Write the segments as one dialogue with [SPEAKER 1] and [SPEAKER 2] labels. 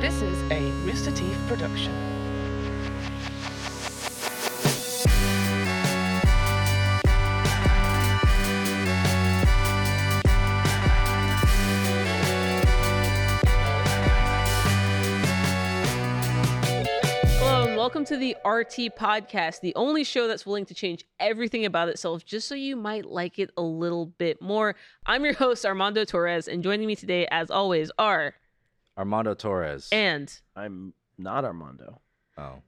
[SPEAKER 1] This is a Rooster Teeth production.
[SPEAKER 2] Hello and welcome to the RT podcast, the only show that's willing to change everything about itself just so you might like it a little bit more. I'm your host Armando Torres, and joining me today, as always, are
[SPEAKER 3] Armando Torres.
[SPEAKER 2] and
[SPEAKER 4] I'm not Armando.
[SPEAKER 3] oh.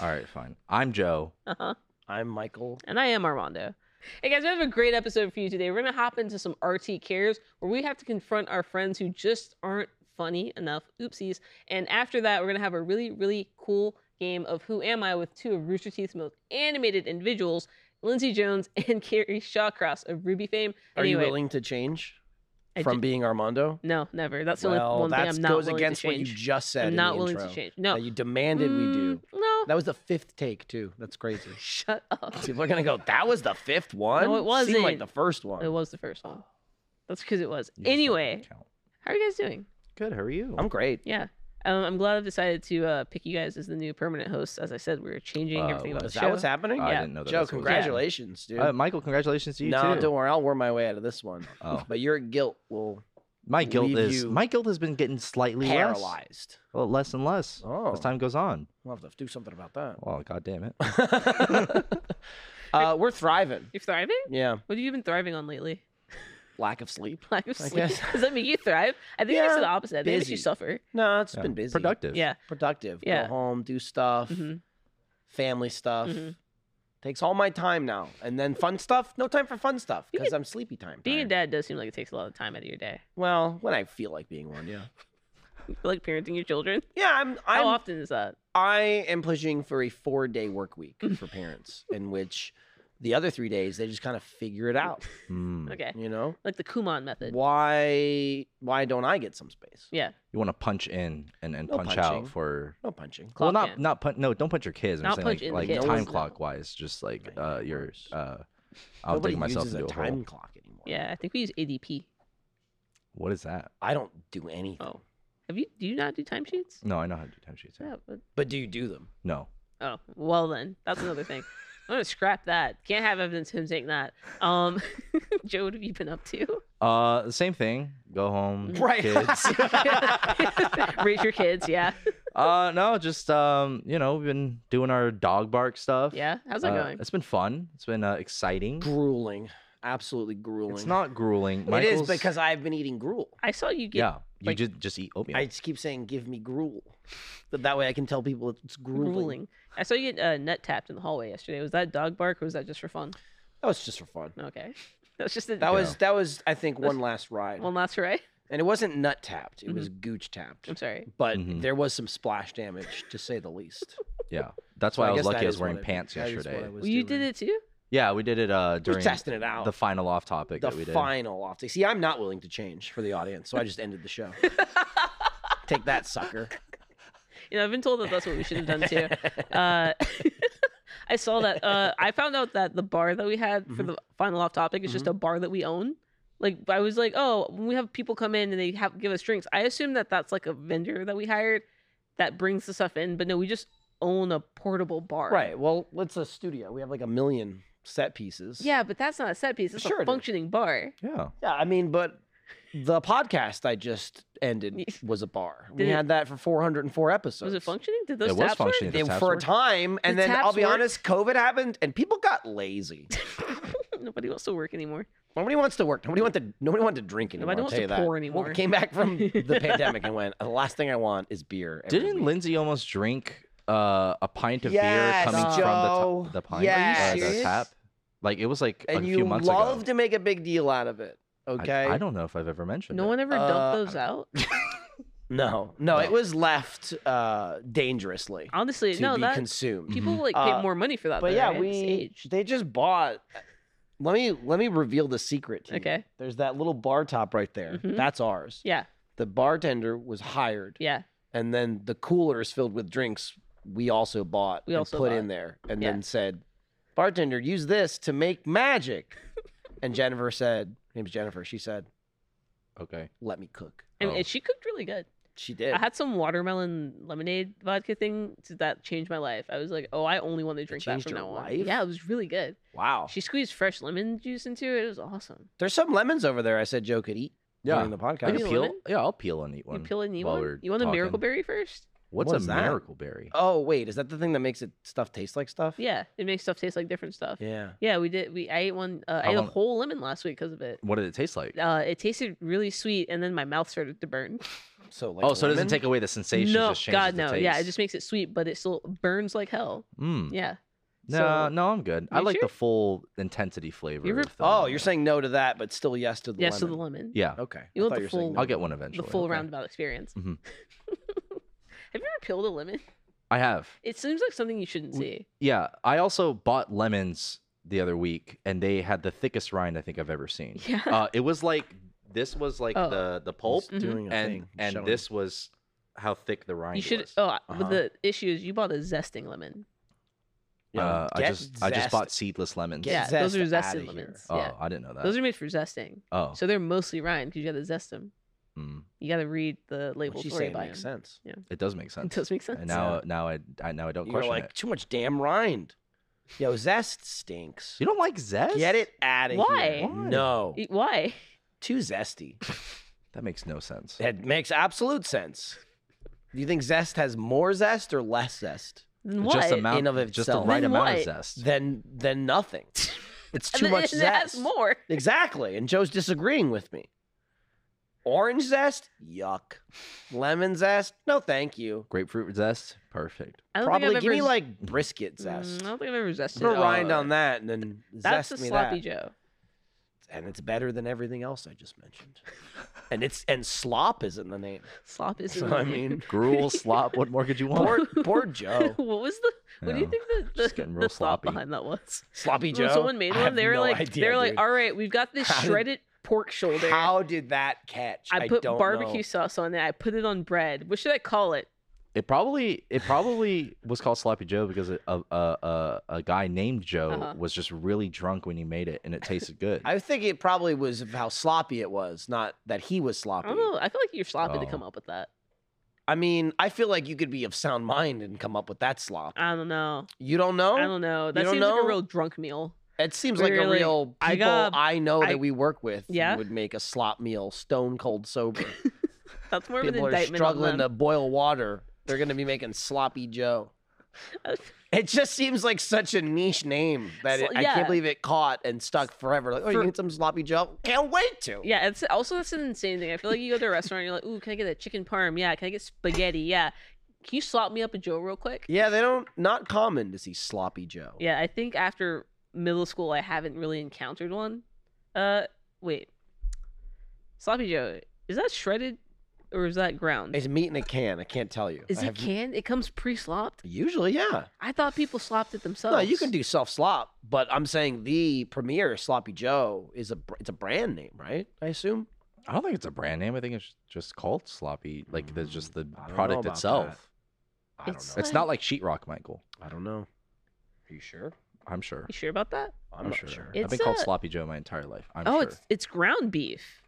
[SPEAKER 3] All right, fine. I'm Joe.
[SPEAKER 2] uh-huh,
[SPEAKER 4] I'm Michael.
[SPEAKER 2] and I am Armando. Hey guys, we have a great episode for you today. We're gonna hop into some RT cares where we have to confront our friends who just aren't funny enough. Oopsies. And after that, we're gonna have a really, really cool game of Who Am I with two of Rooster Teeth's most animated individuals, Lindsey Jones and Carrie Shawcross of Ruby fame.
[SPEAKER 4] Are
[SPEAKER 2] Anyway,
[SPEAKER 4] you willing to change
[SPEAKER 2] I
[SPEAKER 4] from
[SPEAKER 2] ju-
[SPEAKER 4] being Armando?
[SPEAKER 2] No, never. That's the
[SPEAKER 4] well,
[SPEAKER 2] only one
[SPEAKER 4] that
[SPEAKER 2] thing I'm not
[SPEAKER 4] goes
[SPEAKER 2] willing
[SPEAKER 4] against
[SPEAKER 2] to
[SPEAKER 4] what you
[SPEAKER 2] change.
[SPEAKER 4] just said.
[SPEAKER 2] I'm
[SPEAKER 4] in
[SPEAKER 2] not
[SPEAKER 4] the
[SPEAKER 2] willing to
[SPEAKER 4] intro,
[SPEAKER 2] change. No.
[SPEAKER 4] that you demanded we do.
[SPEAKER 2] Mm, No.
[SPEAKER 4] That was the fifth take too. That's crazy.
[SPEAKER 2] Shut up.
[SPEAKER 4] People are gonna go. That was the fifth one.
[SPEAKER 2] No, it
[SPEAKER 4] Seemed like
[SPEAKER 2] wasn't.
[SPEAKER 4] the first one.
[SPEAKER 2] It was the first
[SPEAKER 4] Oh.
[SPEAKER 2] one. That's because it was.
[SPEAKER 3] You just don't
[SPEAKER 2] Anyway,
[SPEAKER 3] count.
[SPEAKER 2] how are you guys doing?
[SPEAKER 3] Good, how are you?
[SPEAKER 4] I'm great.
[SPEAKER 2] Yeah. Um, I'm glad I've decided to uh, pick you guys as the new permanent hosts. As I said, we are changing
[SPEAKER 3] Uh,
[SPEAKER 2] everything about
[SPEAKER 4] Is
[SPEAKER 2] the
[SPEAKER 4] that
[SPEAKER 2] show.
[SPEAKER 4] what's happening?
[SPEAKER 3] I
[SPEAKER 2] yeah.
[SPEAKER 3] didn't know that.
[SPEAKER 4] Joe,
[SPEAKER 3] that's what was happening.
[SPEAKER 4] congratulations, dude.
[SPEAKER 3] Uh, Michael, congratulations to you
[SPEAKER 4] no,
[SPEAKER 3] too.
[SPEAKER 4] don't worry. I'll worm my way out of this one.
[SPEAKER 3] Oh,
[SPEAKER 4] But your guilt will
[SPEAKER 3] my guilt
[SPEAKER 4] Leave
[SPEAKER 3] is
[SPEAKER 4] you
[SPEAKER 3] my guilt has been getting slightly less,
[SPEAKER 4] paralyzed.
[SPEAKER 3] well, less and less
[SPEAKER 4] Oh,
[SPEAKER 3] as time goes on.
[SPEAKER 4] we'll have to do something about that.
[SPEAKER 3] Well, god damn it.
[SPEAKER 4] uh, we're thriving.
[SPEAKER 2] You're thriving?
[SPEAKER 4] Yeah,
[SPEAKER 2] What have you been thriving on lately?
[SPEAKER 4] lack of sleep.
[SPEAKER 2] Lack of sleep.
[SPEAKER 4] guess.
[SPEAKER 2] Does that make you thrive? I think that's
[SPEAKER 4] Yeah,
[SPEAKER 2] the opposite. I think it makes you
[SPEAKER 4] busy.
[SPEAKER 2] suffer.
[SPEAKER 4] No, it's
[SPEAKER 3] Yeah.
[SPEAKER 4] been busy.
[SPEAKER 3] Productive.
[SPEAKER 2] Yeah.
[SPEAKER 4] Productive.
[SPEAKER 2] Yeah.
[SPEAKER 4] Go home, do stuff,
[SPEAKER 2] hmm
[SPEAKER 4] family stuff.
[SPEAKER 2] Mhm.
[SPEAKER 4] Takes all my time now. And then fun stuff, no time for fun stuff
[SPEAKER 2] You
[SPEAKER 4] because I'm sleepy time.
[SPEAKER 2] Being a
[SPEAKER 4] tired.
[SPEAKER 2] dad does seem like it takes a lot of time out of your day.
[SPEAKER 4] Well, when I feel like being one, yeah.
[SPEAKER 2] You like parenting your children.
[SPEAKER 4] Yeah, I'm
[SPEAKER 2] How
[SPEAKER 4] I'm
[SPEAKER 2] often is that?
[SPEAKER 4] I am pushing for a 4-day work week for parents in which the other 3 days they just kind of figure it out,
[SPEAKER 3] Mm.
[SPEAKER 2] Okay.
[SPEAKER 4] you know?
[SPEAKER 2] Like the Kumon method.
[SPEAKER 4] Why why don't I get some space?
[SPEAKER 2] Yeah.
[SPEAKER 3] You want to punch in and, and
[SPEAKER 4] No
[SPEAKER 3] punch
[SPEAKER 4] punching.
[SPEAKER 3] out for
[SPEAKER 4] No punching.
[SPEAKER 3] well,
[SPEAKER 2] Clock
[SPEAKER 3] not
[SPEAKER 2] in.
[SPEAKER 3] not punch. No, don't punch your kids. I'm
[SPEAKER 2] Not
[SPEAKER 3] saying
[SPEAKER 2] punch in
[SPEAKER 3] like,
[SPEAKER 2] the
[SPEAKER 3] like
[SPEAKER 2] kids.
[SPEAKER 3] time
[SPEAKER 4] No.
[SPEAKER 3] clock wise, just like
[SPEAKER 4] Make
[SPEAKER 3] uh,
[SPEAKER 4] it
[SPEAKER 3] your
[SPEAKER 4] worse.
[SPEAKER 3] uh, I'll
[SPEAKER 4] Nobody
[SPEAKER 3] dig myself
[SPEAKER 4] uses
[SPEAKER 3] into
[SPEAKER 4] a
[SPEAKER 3] a
[SPEAKER 4] time
[SPEAKER 3] hole.
[SPEAKER 4] clock anymore.
[SPEAKER 2] Yeah. I think we use ADP.
[SPEAKER 3] What is that?
[SPEAKER 4] I don't do anything.
[SPEAKER 2] Oh. Have you? Do you not do timesheets?
[SPEAKER 4] Mm.
[SPEAKER 3] No, I know how to do time sheets.
[SPEAKER 2] Yeah. but-
[SPEAKER 4] But do you do them?
[SPEAKER 3] No.
[SPEAKER 2] Oh, well then, that's another thing. I'm gonna scrap that. Can't have evidence of him saying that. Um, Joe, what have you been up to?
[SPEAKER 3] Uh, same thing. Go home,
[SPEAKER 2] Mm-hmm.
[SPEAKER 4] Right.
[SPEAKER 3] kids.
[SPEAKER 2] Raise your kids, yeah,
[SPEAKER 3] uh, no, just um, you know, we've been doing our dog bark stuff.
[SPEAKER 2] yeah. How's that
[SPEAKER 3] Uh,
[SPEAKER 2] going?
[SPEAKER 3] It's been fun. It's been uh, exciting.
[SPEAKER 4] grueling, absolutely grueling.
[SPEAKER 3] It's not grueling.
[SPEAKER 4] It is
[SPEAKER 3] Michael's-
[SPEAKER 4] because I've been eating gruel.
[SPEAKER 2] I saw you get
[SPEAKER 3] yeah, you
[SPEAKER 2] like-
[SPEAKER 3] just just eat oatmeal.
[SPEAKER 4] I just keep saying, "Give me gruel," but that way I can tell people it's grueling.
[SPEAKER 2] grueling. I saw you get uh, nut tapped in the hallway yesterday. Was that dog bark or was that just for fun?
[SPEAKER 4] That was just for fun.
[SPEAKER 2] Okay, that was just a,
[SPEAKER 4] That was that was I think
[SPEAKER 2] That's-
[SPEAKER 4] one last ride,
[SPEAKER 2] one last hooray.
[SPEAKER 4] and it wasn't nut tapped; it was
[SPEAKER 3] Mm-hmm.
[SPEAKER 4] gooch tapped.
[SPEAKER 2] I'm sorry.
[SPEAKER 4] But
[SPEAKER 3] Mhm.
[SPEAKER 4] there was some splash damage, to say the least.
[SPEAKER 3] yeah, that's
[SPEAKER 4] So
[SPEAKER 3] why I,
[SPEAKER 4] guess
[SPEAKER 3] was lucky
[SPEAKER 4] that
[SPEAKER 3] I
[SPEAKER 4] is
[SPEAKER 3] was
[SPEAKER 4] what
[SPEAKER 3] wearing
[SPEAKER 4] I-
[SPEAKER 3] pants
[SPEAKER 4] that is what
[SPEAKER 3] yesterday.
[SPEAKER 4] I was
[SPEAKER 2] Well, you did
[SPEAKER 4] doing.
[SPEAKER 2] it too.
[SPEAKER 3] Yeah, we did it uh
[SPEAKER 4] We're
[SPEAKER 3] during
[SPEAKER 4] testing it out.
[SPEAKER 3] the final off topic
[SPEAKER 4] the
[SPEAKER 3] that we did.
[SPEAKER 4] final off. See, I'm not willing to change for the audience, so I just ended the show. Take that, sucker.
[SPEAKER 2] You know, I've been told that that's what we should have done too. Uh, I saw that. Uh, I found out that the bar that we had for
[SPEAKER 4] Mhm.
[SPEAKER 2] the final off topic is just
[SPEAKER 4] Mm-hmm.
[SPEAKER 2] a bar that we own. Like I was like, oh, when we have people come in and they have give us drinks, I assume that that's like a vendor that we hired that brings the stuff in. But no, we just own a portable bar.
[SPEAKER 4] Right. Well, it's a studio. We have like a million set pieces.
[SPEAKER 2] Yeah, but that's not a set piece. It's
[SPEAKER 4] Sure it
[SPEAKER 2] a
[SPEAKER 4] is.
[SPEAKER 2] functioning bar.
[SPEAKER 3] Yeah.
[SPEAKER 4] Yeah, I mean, but the podcast I just ended
[SPEAKER 2] Yes.
[SPEAKER 4] was a bar.
[SPEAKER 2] Did
[SPEAKER 4] we
[SPEAKER 2] it-
[SPEAKER 4] had that for 404 episodes.
[SPEAKER 2] Was it functioning? Did those
[SPEAKER 3] It was
[SPEAKER 2] taps work?
[SPEAKER 3] functioning.
[SPEAKER 4] They-
[SPEAKER 3] The taps
[SPEAKER 4] for a
[SPEAKER 3] worked.
[SPEAKER 4] time, and
[SPEAKER 2] The
[SPEAKER 4] then I'll
[SPEAKER 2] taps
[SPEAKER 4] be
[SPEAKER 2] worked?
[SPEAKER 4] honest, COVID happened, and people got lazy.
[SPEAKER 2] Nobody wants to work anymore.
[SPEAKER 4] Nobody wants to work. Nobody wants to. Nobody wants to drink anymore.
[SPEAKER 2] Nobody
[SPEAKER 4] I'll
[SPEAKER 2] wants
[SPEAKER 4] tell
[SPEAKER 2] to
[SPEAKER 4] you that.
[SPEAKER 2] pour
[SPEAKER 4] Well,
[SPEAKER 2] anymore.
[SPEAKER 4] came back from the pandemic and went. The last thing I want is beer. every
[SPEAKER 3] Didn't
[SPEAKER 4] week."
[SPEAKER 3] Lindsay almost drink uh, a pint of
[SPEAKER 4] Yes,
[SPEAKER 3] beer coming
[SPEAKER 4] Joe.
[SPEAKER 3] from the, t- the pint
[SPEAKER 4] Yes.
[SPEAKER 3] uh, the
[SPEAKER 2] serious?
[SPEAKER 3] tap? Like it was like
[SPEAKER 4] And
[SPEAKER 3] a
[SPEAKER 4] you
[SPEAKER 3] few months
[SPEAKER 4] love
[SPEAKER 3] ago.
[SPEAKER 4] to make a big deal out of it.
[SPEAKER 3] I-
[SPEAKER 4] Okay.
[SPEAKER 3] I, don't know if I've ever mentioned.
[SPEAKER 2] No
[SPEAKER 3] it.
[SPEAKER 2] one ever dumped
[SPEAKER 4] Uh,
[SPEAKER 2] those out.
[SPEAKER 4] No, no, it
[SPEAKER 3] No.
[SPEAKER 4] was left uh, dangerously
[SPEAKER 2] Honestly,
[SPEAKER 4] to
[SPEAKER 2] no,
[SPEAKER 4] be
[SPEAKER 2] that
[SPEAKER 4] consumed.
[SPEAKER 2] people like paid
[SPEAKER 4] Uh,
[SPEAKER 2] more money for that.
[SPEAKER 4] But
[SPEAKER 2] though,
[SPEAKER 4] yeah,
[SPEAKER 2] right?
[SPEAKER 4] we
[SPEAKER 2] It's aged.
[SPEAKER 4] they just bought. Let me let me reveal the secret. To you.
[SPEAKER 2] Okay.
[SPEAKER 4] There's that little bar top right there.
[SPEAKER 2] Mhm.
[SPEAKER 4] That's ours.
[SPEAKER 2] Yeah,
[SPEAKER 4] The bartender was hired,
[SPEAKER 2] yeah.
[SPEAKER 4] and then the cooler is filled with drinks we also bought
[SPEAKER 2] We
[SPEAKER 4] and
[SPEAKER 2] also
[SPEAKER 4] put
[SPEAKER 2] bought.
[SPEAKER 4] in there, and
[SPEAKER 2] Yeah.
[SPEAKER 4] then said, "Bartender, use this to make magic." and Jennifer said, "Her name's Jennifer." She said,
[SPEAKER 3] Okay.
[SPEAKER 4] "Let me cook."
[SPEAKER 2] I mean,
[SPEAKER 3] Oh.
[SPEAKER 2] and she cooked really good.
[SPEAKER 4] She did.
[SPEAKER 2] I had some watermelon lemonade vodka thing to, that changed my life. I was like, oh, I only want to drink that
[SPEAKER 4] changed
[SPEAKER 2] from
[SPEAKER 4] your
[SPEAKER 2] now on.
[SPEAKER 4] life?
[SPEAKER 2] Yeah, it was really good.
[SPEAKER 3] Oh.
[SPEAKER 4] wow.
[SPEAKER 2] She squeezed fresh lemon juice into it. It was awesome.
[SPEAKER 4] There's some lemons over there. I said Joe could eat
[SPEAKER 3] Yeah.
[SPEAKER 4] during the
[SPEAKER 3] I
[SPEAKER 4] podcast.
[SPEAKER 2] Maybe
[SPEAKER 3] can peel.
[SPEAKER 2] lemon?
[SPEAKER 3] Yeah, I'll peel and eat one.
[SPEAKER 2] you peel a new
[SPEAKER 3] while
[SPEAKER 2] one.
[SPEAKER 3] we're
[SPEAKER 2] You want a miracle
[SPEAKER 3] talking.
[SPEAKER 2] berry first?
[SPEAKER 3] What's
[SPEAKER 4] What is
[SPEAKER 3] a
[SPEAKER 4] that?
[SPEAKER 3] miracle berry?
[SPEAKER 4] Oh wait, is that the thing that makes it stuff taste like stuff?
[SPEAKER 2] Yeah, it makes stuff taste like different stuff. Yeah,
[SPEAKER 4] Yeah.
[SPEAKER 2] we did. We I ate one. Uh, I
[SPEAKER 3] How
[SPEAKER 2] ate a
[SPEAKER 3] long-
[SPEAKER 2] whole lemon last week because of it.
[SPEAKER 3] What did it taste like?
[SPEAKER 2] Uh, it tasted really sweet, and then my mouth started to burn.
[SPEAKER 4] So like.
[SPEAKER 3] oh, so it
[SPEAKER 4] lemon?
[SPEAKER 3] doesn't take away the sensation.
[SPEAKER 2] no,
[SPEAKER 3] it just changes
[SPEAKER 2] God,
[SPEAKER 3] the
[SPEAKER 2] no.
[SPEAKER 3] Taste.
[SPEAKER 2] Yeah, it just makes it sweet, but it still burns like hell.
[SPEAKER 3] Mm.
[SPEAKER 2] Yeah.
[SPEAKER 3] No,
[SPEAKER 2] So-
[SPEAKER 3] no, I'm good. I
[SPEAKER 2] You
[SPEAKER 3] like
[SPEAKER 2] sure?
[SPEAKER 3] the full intensity flavor.
[SPEAKER 2] ever-
[SPEAKER 3] of the
[SPEAKER 4] Oh,
[SPEAKER 3] lemon.
[SPEAKER 4] you're saying no to that, but still yes to the
[SPEAKER 2] yes,
[SPEAKER 4] lemon.
[SPEAKER 2] so the lemon.
[SPEAKER 3] Yeah,
[SPEAKER 4] Okay.
[SPEAKER 2] You
[SPEAKER 4] I
[SPEAKER 2] want
[SPEAKER 4] thought
[SPEAKER 2] the
[SPEAKER 4] were saying
[SPEAKER 2] full-
[SPEAKER 4] no.
[SPEAKER 3] I'll get one eventually.
[SPEAKER 2] the full
[SPEAKER 4] okay. Mm-hmm.
[SPEAKER 2] roundabout experience.
[SPEAKER 3] Mhm.
[SPEAKER 2] Have you ever peeled a lemon?
[SPEAKER 3] I have.
[SPEAKER 2] It seems like something you shouldn't see.
[SPEAKER 3] Yeah, I also bought lemons the other week, and they had the thickest rind I think I've ever seen.
[SPEAKER 4] Oh,
[SPEAKER 2] Yeah.
[SPEAKER 3] Uh, it was like this was like
[SPEAKER 2] Oh.
[SPEAKER 3] the the pulp,
[SPEAKER 4] He's doing a thing.
[SPEAKER 3] and
[SPEAKER 4] He's
[SPEAKER 3] and
[SPEAKER 4] showing.
[SPEAKER 3] this was how thick the rind
[SPEAKER 2] you should.
[SPEAKER 3] was.
[SPEAKER 2] Oh, I-
[SPEAKER 4] Uh-huh.
[SPEAKER 2] but the issue is you bought a zesting lemon.
[SPEAKER 4] Yeah,
[SPEAKER 3] Uh, I
[SPEAKER 4] get
[SPEAKER 3] just I just
[SPEAKER 4] zest-
[SPEAKER 3] bought seedless lemons.
[SPEAKER 4] Get
[SPEAKER 2] yeah, those are
[SPEAKER 4] zest outta
[SPEAKER 2] zested
[SPEAKER 4] here.
[SPEAKER 2] lemons.
[SPEAKER 3] Oh,
[SPEAKER 2] Yeah,
[SPEAKER 3] I didn't know that.
[SPEAKER 2] those are made for zesting,
[SPEAKER 3] oh,
[SPEAKER 2] so they're mostly rind because you got to zest them.
[SPEAKER 3] mm,
[SPEAKER 2] You got to read the
[SPEAKER 4] What
[SPEAKER 2] label
[SPEAKER 4] she's
[SPEAKER 2] story
[SPEAKER 4] saying
[SPEAKER 2] by
[SPEAKER 4] makes
[SPEAKER 2] them.
[SPEAKER 4] sense.
[SPEAKER 3] it does make
[SPEAKER 2] It
[SPEAKER 3] sense.
[SPEAKER 2] does make sense.
[SPEAKER 3] and now now I, I now I don't
[SPEAKER 4] You're
[SPEAKER 3] question
[SPEAKER 4] like
[SPEAKER 3] it.
[SPEAKER 4] too much damn rind. Yo, zest stinks.
[SPEAKER 3] You don't like zest?
[SPEAKER 4] get it out of
[SPEAKER 2] Why?
[SPEAKER 4] here.
[SPEAKER 3] Why?
[SPEAKER 4] No,
[SPEAKER 2] E- Why?
[SPEAKER 4] too zesty.
[SPEAKER 3] That makes no sense.
[SPEAKER 4] That makes absolute sense. Do you think zest has more zest or less zest
[SPEAKER 2] Then What?
[SPEAKER 3] Just the amount,
[SPEAKER 4] in of
[SPEAKER 3] just the
[SPEAKER 4] itself.
[SPEAKER 3] right
[SPEAKER 2] Then
[SPEAKER 3] amount
[SPEAKER 2] what?
[SPEAKER 3] of zest.
[SPEAKER 4] than than nothing? It's
[SPEAKER 2] And
[SPEAKER 4] too
[SPEAKER 2] then
[SPEAKER 4] much
[SPEAKER 2] it has
[SPEAKER 4] zest.
[SPEAKER 2] more.
[SPEAKER 4] Exactly. And Joe's disagreeing with me. Orange zest? Yuck. Lemon zest? No, thank you.
[SPEAKER 3] Grapefruit zest, perfect.
[SPEAKER 2] I don't
[SPEAKER 4] Probably
[SPEAKER 2] think I've
[SPEAKER 4] give
[SPEAKER 2] ever
[SPEAKER 4] me
[SPEAKER 2] z-
[SPEAKER 4] like brisket zest.
[SPEAKER 2] Mm, I don't think I've ever zested.
[SPEAKER 4] Put a
[SPEAKER 2] all
[SPEAKER 4] rind
[SPEAKER 2] of
[SPEAKER 4] on
[SPEAKER 2] it. Oh.
[SPEAKER 4] that and then
[SPEAKER 2] That's
[SPEAKER 4] zest
[SPEAKER 2] a
[SPEAKER 4] me
[SPEAKER 2] sloppy
[SPEAKER 4] that.
[SPEAKER 2] Joe.
[SPEAKER 4] And it's better than everything else I just mentioned. and it's and slop is in the name.
[SPEAKER 2] Slop is.
[SPEAKER 4] So
[SPEAKER 2] in the
[SPEAKER 4] I
[SPEAKER 2] name.
[SPEAKER 4] mean
[SPEAKER 3] Gruel, slop. What more could you want?
[SPEAKER 4] poor poor Joe.
[SPEAKER 2] what was the? What do you
[SPEAKER 3] Yeah,
[SPEAKER 2] think the
[SPEAKER 3] just
[SPEAKER 2] the,
[SPEAKER 3] getting
[SPEAKER 2] the
[SPEAKER 3] real
[SPEAKER 2] thought
[SPEAKER 3] sloppy.
[SPEAKER 2] behind that was?
[SPEAKER 4] Sloppy
[SPEAKER 2] When
[SPEAKER 4] Joe.
[SPEAKER 2] someone made
[SPEAKER 4] I
[SPEAKER 2] one.
[SPEAKER 4] have
[SPEAKER 2] They were
[SPEAKER 4] no
[SPEAKER 2] like,
[SPEAKER 4] idea,
[SPEAKER 2] they were like,
[SPEAKER 4] dude.
[SPEAKER 2] all right, we've got this
[SPEAKER 4] How did-
[SPEAKER 2] shredded pork shoulder.
[SPEAKER 4] How did that catch?
[SPEAKER 2] I put
[SPEAKER 4] don't
[SPEAKER 2] barbecue
[SPEAKER 4] know.
[SPEAKER 2] sauce on it. I put it on bread. What should I call it?
[SPEAKER 3] It probably it probably was called Sloppy Joe because a a, a, a- a guy named Joe
[SPEAKER 2] Uh-huh.
[SPEAKER 3] was just really drunk when he made it and it tasted good.
[SPEAKER 4] I think it probably was of how sloppy it was, not that he was sloppy.
[SPEAKER 2] I don't know. I feel like you're sloppy to
[SPEAKER 3] Oh.
[SPEAKER 2] come up with that.
[SPEAKER 4] I mean, I feel like you could be of sound mind and come up with that slop.
[SPEAKER 2] I don't know.
[SPEAKER 4] Oh, You don't know?
[SPEAKER 2] I don't know. That
[SPEAKER 4] don't
[SPEAKER 2] seems like
[SPEAKER 4] know?
[SPEAKER 2] a real drunk meal.
[SPEAKER 4] It seems
[SPEAKER 2] Where
[SPEAKER 4] like
[SPEAKER 2] you're
[SPEAKER 4] a
[SPEAKER 2] like,
[SPEAKER 4] real people
[SPEAKER 2] I
[SPEAKER 4] I,
[SPEAKER 2] got-
[SPEAKER 4] know
[SPEAKER 2] I-
[SPEAKER 4] that we work with
[SPEAKER 2] Yeah.
[SPEAKER 4] would make a slop meal stone cold sober.
[SPEAKER 2] That's more of an
[SPEAKER 4] people are
[SPEAKER 2] indictment on
[SPEAKER 4] struggling to
[SPEAKER 2] them.
[SPEAKER 4] boil water. They're going to be making sloppy Joe.
[SPEAKER 2] Uh,
[SPEAKER 4] It just seems like such a niche name that
[SPEAKER 2] Sl-
[SPEAKER 4] it, I
[SPEAKER 2] yeah.
[SPEAKER 4] can't believe it caught and stuck forever. Like, oh,
[SPEAKER 2] For-
[SPEAKER 4] you need some sloppy Joe? Can't wait to.
[SPEAKER 2] Yeah, it's also that's an insane thing. I feel like you go to a restaurant and you're like, ooh, can I get a chicken parm? Yeah, can I get spaghetti? Yeah. Can you slop me up a Joe real quick?
[SPEAKER 4] Yeah, they don't. Not common to see sloppy Joe.
[SPEAKER 2] Yeah, I think after middle school, I haven't really encountered one. Uh, wait, sloppy Joe is that shredded or is that ground?
[SPEAKER 4] It's meat in a can. I can't tell you.
[SPEAKER 2] is
[SPEAKER 4] I
[SPEAKER 2] it
[SPEAKER 4] have-
[SPEAKER 2] canned? It comes pre-slopped.
[SPEAKER 4] Usually, yeah.
[SPEAKER 2] I thought people slopped it themselves.
[SPEAKER 4] No, you can do self slop, but I'm saying the premier Sloppy Joe is a br- it's a brand name, right? I assume.
[SPEAKER 3] I don't think it's a brand name. I think it's just called Sloppy. Like there's just the
[SPEAKER 4] Mm, I don't know
[SPEAKER 3] product
[SPEAKER 4] about
[SPEAKER 3] itself.
[SPEAKER 4] I don't
[SPEAKER 2] It's
[SPEAKER 4] know.
[SPEAKER 3] It's not like sheetrock, Michael.
[SPEAKER 4] I don't know. Are you sure?
[SPEAKER 3] I'm sure.
[SPEAKER 2] You sure about that?
[SPEAKER 4] I'm, not sure.
[SPEAKER 3] I've been
[SPEAKER 2] It's
[SPEAKER 3] called
[SPEAKER 2] a-
[SPEAKER 3] Sloppy Joe my entire life. I'm
[SPEAKER 2] oh,
[SPEAKER 3] sure.
[SPEAKER 2] it's it's ground beef.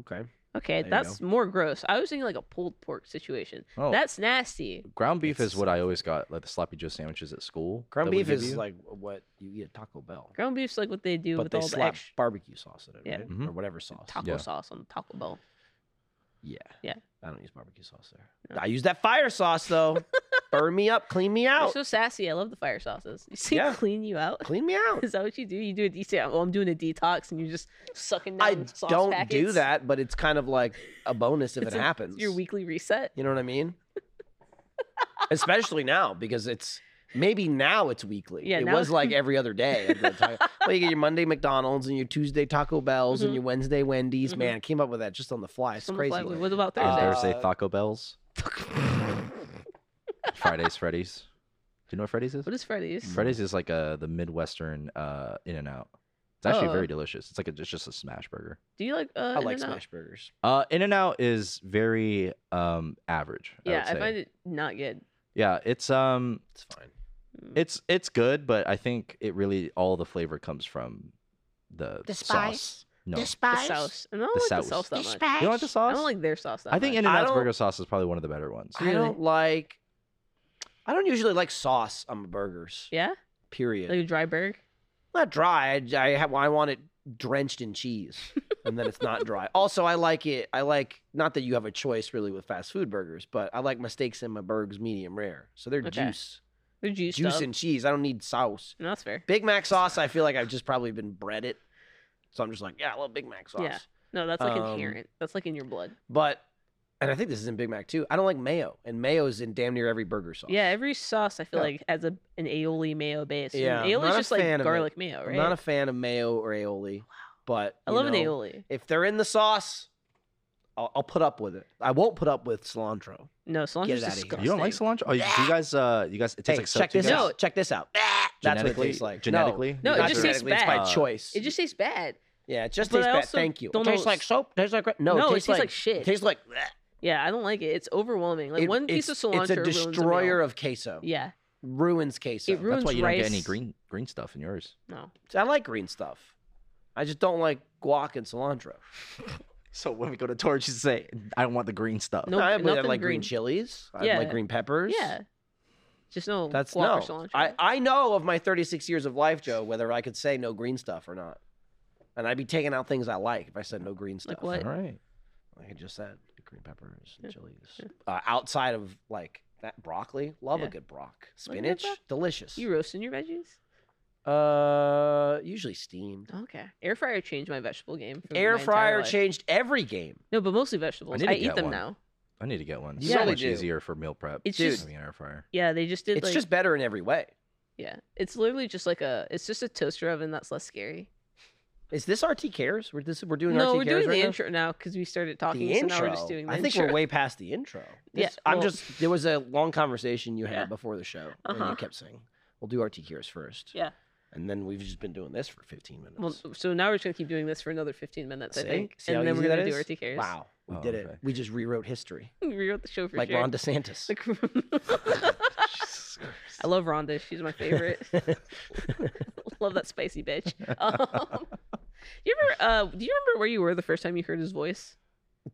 [SPEAKER 4] Okay.
[SPEAKER 2] Okay,
[SPEAKER 4] There you
[SPEAKER 2] that's more gross. I was thinking like a pulled pork situation.
[SPEAKER 3] Oh.
[SPEAKER 2] That's nasty.
[SPEAKER 3] ground beef
[SPEAKER 4] It's-
[SPEAKER 3] is what I always got, like the Sloppy Joe sandwiches at school.
[SPEAKER 4] Ground
[SPEAKER 3] that we
[SPEAKER 4] beef
[SPEAKER 3] give
[SPEAKER 4] is
[SPEAKER 3] you.
[SPEAKER 4] like what you eat at Taco Bell,
[SPEAKER 2] Ground beef's like what they do
[SPEAKER 4] but
[SPEAKER 2] with
[SPEAKER 4] they
[SPEAKER 2] all the
[SPEAKER 4] slap
[SPEAKER 2] extra
[SPEAKER 4] barbecue sauce in it,
[SPEAKER 2] Yeah.
[SPEAKER 4] right?
[SPEAKER 3] Mhm.
[SPEAKER 4] Or whatever sauce.
[SPEAKER 2] taco
[SPEAKER 3] Yeah.
[SPEAKER 2] sauce on Taco Bell.
[SPEAKER 4] Yeah.
[SPEAKER 2] Yeah.
[SPEAKER 4] I don't use barbecue sauce there.
[SPEAKER 2] No.
[SPEAKER 4] I use that fire sauce though. Burn me up, clean me
[SPEAKER 2] You're
[SPEAKER 4] out,
[SPEAKER 2] so sassy. I love the fire sauces. You see,
[SPEAKER 4] Yeah.
[SPEAKER 2] clean you out.
[SPEAKER 4] clean me out.
[SPEAKER 2] Is that what you do? You do a detox? Well, I'm doing a detox, and you're just sucking down
[SPEAKER 4] I
[SPEAKER 2] sauce
[SPEAKER 4] don't do
[SPEAKER 2] packets.
[SPEAKER 4] that, but it's kind of like a bonus if
[SPEAKER 2] It's
[SPEAKER 4] it
[SPEAKER 2] a-
[SPEAKER 4] happens.
[SPEAKER 2] It's your weekly reset.
[SPEAKER 4] You know what I mean? Especially now because it's Maybe now it's weekly.
[SPEAKER 2] Yeah,
[SPEAKER 4] it
[SPEAKER 2] now-
[SPEAKER 4] was like every other day. I'd go to- well, you get your Monday McDonald's and your Tuesday Taco Bells
[SPEAKER 2] Mhm.
[SPEAKER 4] and your Wednesday Wendy's.
[SPEAKER 2] Mhm.
[SPEAKER 4] Man, I came up with that just on the fly. It's
[SPEAKER 2] Some
[SPEAKER 4] crazy.
[SPEAKER 2] fly- What about
[SPEAKER 3] Uh,
[SPEAKER 2] Thursday?
[SPEAKER 3] Thursday,
[SPEAKER 4] Uh,
[SPEAKER 3] Taco Bells. Fridays, Freddy's. Do you know what Freddy's is?
[SPEAKER 2] what is Freddy's?
[SPEAKER 3] Freddy's is like uh the Midwestern uh, In and Out. It's actually
[SPEAKER 2] Oh.
[SPEAKER 3] very delicious. It's like a, it's just a smash burger.
[SPEAKER 2] Do you like? Uh,
[SPEAKER 4] I like
[SPEAKER 2] In-N-Out?
[SPEAKER 4] smash burgers.
[SPEAKER 3] Uh, In and Out is very um average. I
[SPEAKER 2] Yeah,
[SPEAKER 3] would
[SPEAKER 2] I,
[SPEAKER 3] say.
[SPEAKER 2] find it not good.
[SPEAKER 3] Yeah, it's um,
[SPEAKER 4] It's fine.
[SPEAKER 2] Mm.
[SPEAKER 3] it's it's good, but I think it really all the flavor comes from the
[SPEAKER 5] The
[SPEAKER 3] sauce.
[SPEAKER 5] spice.
[SPEAKER 3] No,
[SPEAKER 5] The
[SPEAKER 2] the
[SPEAKER 5] spice.
[SPEAKER 2] sauce. And I don't
[SPEAKER 3] The
[SPEAKER 2] like the
[SPEAKER 3] sauce.
[SPEAKER 2] sauce that
[SPEAKER 5] The
[SPEAKER 2] much.
[SPEAKER 5] spice.
[SPEAKER 3] you don't like the sauce.
[SPEAKER 2] I don't like their sauce that
[SPEAKER 3] I think
[SPEAKER 2] much.
[SPEAKER 3] In
[SPEAKER 4] I
[SPEAKER 3] and Out's
[SPEAKER 4] don't-
[SPEAKER 3] burger sauce is probably one of the better ones.
[SPEAKER 4] I
[SPEAKER 2] Really?
[SPEAKER 4] don't like. I don't usually like sauce on my burgers.
[SPEAKER 2] yeah,
[SPEAKER 4] Period.
[SPEAKER 2] like a dry burger.
[SPEAKER 4] not dry. I, I have. I want it drenched in cheese, and then it's not dry. Also, I like it. I like not that you have a choice really with fast food burgers, but I like my steaks and my burgers medium rare, so they're
[SPEAKER 2] Okay.
[SPEAKER 4] juice,
[SPEAKER 2] They're juiced
[SPEAKER 4] juice
[SPEAKER 2] up.
[SPEAKER 4] and cheese. I don't need sauce.
[SPEAKER 2] No, that's fair.
[SPEAKER 4] Big Mac sauce. I feel like I've just probably been bred it, so I'm just like, yeah, I love Big Mac sauce.
[SPEAKER 2] Yeah. No, that's like
[SPEAKER 4] Um,
[SPEAKER 2] inherent. That's like in your blood.
[SPEAKER 4] But, and I think this is in Big Mac too. I don't like mayo, and mayo's in damn near every burger sauce.
[SPEAKER 2] Yeah, every sauce I feel
[SPEAKER 4] Yeah.
[SPEAKER 2] like has a an aioli mayo base. And
[SPEAKER 4] Yeah, I'm
[SPEAKER 2] aioli's
[SPEAKER 4] not a
[SPEAKER 2] just like
[SPEAKER 4] fan of it.
[SPEAKER 2] garlic mayo,
[SPEAKER 4] I'm
[SPEAKER 2] right?
[SPEAKER 4] not a fan of mayo or aioli, but
[SPEAKER 2] I
[SPEAKER 4] you
[SPEAKER 2] love an
[SPEAKER 4] know,
[SPEAKER 2] aioli.
[SPEAKER 4] If they're in the sauce, I'll, I'll put up with it. I won't put up with cilantro.
[SPEAKER 2] No,
[SPEAKER 4] Get
[SPEAKER 2] cilantro's
[SPEAKER 4] it outta here.
[SPEAKER 2] disgusting.
[SPEAKER 3] You don't like cilantro? Oh, you, do you guys, uh, you guys, it tastes
[SPEAKER 4] Hey,
[SPEAKER 3] like soap
[SPEAKER 4] check
[SPEAKER 3] to you
[SPEAKER 4] this
[SPEAKER 3] guys?
[SPEAKER 4] out. Check this out. That's what it
[SPEAKER 3] Genetically-
[SPEAKER 4] tastes like.
[SPEAKER 3] Genetically,
[SPEAKER 2] No,
[SPEAKER 4] no,
[SPEAKER 2] it
[SPEAKER 4] not
[SPEAKER 2] just tastes
[SPEAKER 4] genetically, It's
[SPEAKER 2] bad.
[SPEAKER 4] by choice.
[SPEAKER 2] It just tastes bad.
[SPEAKER 4] yeah, it just
[SPEAKER 2] but
[SPEAKER 4] tastes
[SPEAKER 2] I
[SPEAKER 4] bad.
[SPEAKER 2] also
[SPEAKER 4] Thank you.
[SPEAKER 2] don't
[SPEAKER 4] It
[SPEAKER 2] know-
[SPEAKER 4] tastes like soap. Tastes like no.
[SPEAKER 2] No, it
[SPEAKER 4] it
[SPEAKER 2] tastes like shit.
[SPEAKER 4] Tastes like bleh.
[SPEAKER 2] Yeah, I don't like it. It's overwhelming. Like
[SPEAKER 4] It-
[SPEAKER 2] one piece of
[SPEAKER 4] it's-
[SPEAKER 2] cilantro
[SPEAKER 4] It's a
[SPEAKER 2] ruins a meal.
[SPEAKER 4] destroyer of queso.
[SPEAKER 2] Yeah,
[SPEAKER 4] ruins queso.
[SPEAKER 2] It ruins
[SPEAKER 3] That's why you don't get any
[SPEAKER 2] rice.
[SPEAKER 3] green green stuff in yours.
[SPEAKER 2] no.
[SPEAKER 4] I like green stuff. I just don't like guac and cilantro.
[SPEAKER 3] So when we go to Torch, you say, I don't want the green stuff.
[SPEAKER 2] No,
[SPEAKER 4] I, I
[SPEAKER 2] nothing
[SPEAKER 4] like green,
[SPEAKER 2] green.
[SPEAKER 4] chilies. I
[SPEAKER 2] Yeah.
[SPEAKER 4] like green peppers.
[SPEAKER 2] Yeah, just no.
[SPEAKER 4] That's
[SPEAKER 2] guac or
[SPEAKER 4] no.
[SPEAKER 2] cilantro.
[SPEAKER 4] I, I know of my 36 years of life, Joe, whether I could say no green stuff or not. And I'd be taking out things I like if I said no green stuff.
[SPEAKER 2] Like what?
[SPEAKER 3] All right.
[SPEAKER 4] Like I just said, green peppers and
[SPEAKER 2] Yeah,
[SPEAKER 4] chilies.
[SPEAKER 2] yeah.
[SPEAKER 4] Uh, outside of like that broccoli, love
[SPEAKER 2] Yeah.
[SPEAKER 4] a good
[SPEAKER 2] Like
[SPEAKER 4] brock.
[SPEAKER 2] a good
[SPEAKER 4] Spinach,
[SPEAKER 2] broc-
[SPEAKER 4] delicious.
[SPEAKER 2] you roasting your veggies?
[SPEAKER 4] uh, usually steamed.
[SPEAKER 2] Okay. Air fryer changed my vegetable game. for my
[SPEAKER 4] Air
[SPEAKER 2] entire
[SPEAKER 4] fryer
[SPEAKER 2] life.
[SPEAKER 4] changed every game.
[SPEAKER 2] No, but mostly vegetables.
[SPEAKER 3] need
[SPEAKER 2] I,
[SPEAKER 3] to
[SPEAKER 2] eat
[SPEAKER 3] get
[SPEAKER 2] them
[SPEAKER 3] one.
[SPEAKER 2] now.
[SPEAKER 3] I need to get one. It's
[SPEAKER 4] You
[SPEAKER 3] so
[SPEAKER 4] really
[SPEAKER 3] much
[SPEAKER 4] do.
[SPEAKER 3] easier for meal prep.
[SPEAKER 2] It's
[SPEAKER 4] Dude.
[SPEAKER 2] just
[SPEAKER 3] having an air fryer.
[SPEAKER 2] yeah, they just did
[SPEAKER 4] It's
[SPEAKER 2] like
[SPEAKER 4] just better in every way.
[SPEAKER 2] yeah. It's literally just like a it's just a toaster oven that's less scary.
[SPEAKER 4] Is this RT cares? We're this we're doing
[SPEAKER 2] no,
[SPEAKER 4] RT
[SPEAKER 2] we're
[SPEAKER 4] cares
[SPEAKER 2] doing
[SPEAKER 4] right
[SPEAKER 2] the
[SPEAKER 4] now?
[SPEAKER 2] intro now because we started talking.
[SPEAKER 4] the
[SPEAKER 2] so
[SPEAKER 4] intro.
[SPEAKER 2] now we're just doing the
[SPEAKER 4] I think
[SPEAKER 2] intro.
[SPEAKER 4] we're way past the intro.
[SPEAKER 2] Yeah,
[SPEAKER 4] This- I'm
[SPEAKER 2] well-
[SPEAKER 4] just there was a long conversation you had
[SPEAKER 2] Yeah.
[SPEAKER 4] before the show, and
[SPEAKER 2] Uh-huh.
[SPEAKER 4] you kept saying, "We'll do RT Cures first.
[SPEAKER 2] Yeah.
[SPEAKER 4] and then we've just been doing this for 15 minutes.
[SPEAKER 2] Well, so now we're just gonna keep doing this for another 15 minutes, I
[SPEAKER 4] See?
[SPEAKER 2] think,
[SPEAKER 4] See how
[SPEAKER 2] and then
[SPEAKER 4] easy
[SPEAKER 2] we're
[SPEAKER 4] that
[SPEAKER 2] gonna do
[SPEAKER 4] is?
[SPEAKER 2] RT cares.
[SPEAKER 4] Wow, we
[SPEAKER 3] Oh,
[SPEAKER 4] did
[SPEAKER 3] okay.
[SPEAKER 4] it. We just rewrote history,
[SPEAKER 2] we wrote the show for
[SPEAKER 4] like
[SPEAKER 2] sure.
[SPEAKER 4] Ron DeSantis.
[SPEAKER 2] Like- I love Rhonda. She's my favorite. love that spicy bitch. Um, you ever? Uh, do you remember where you were the first time you heard his voice?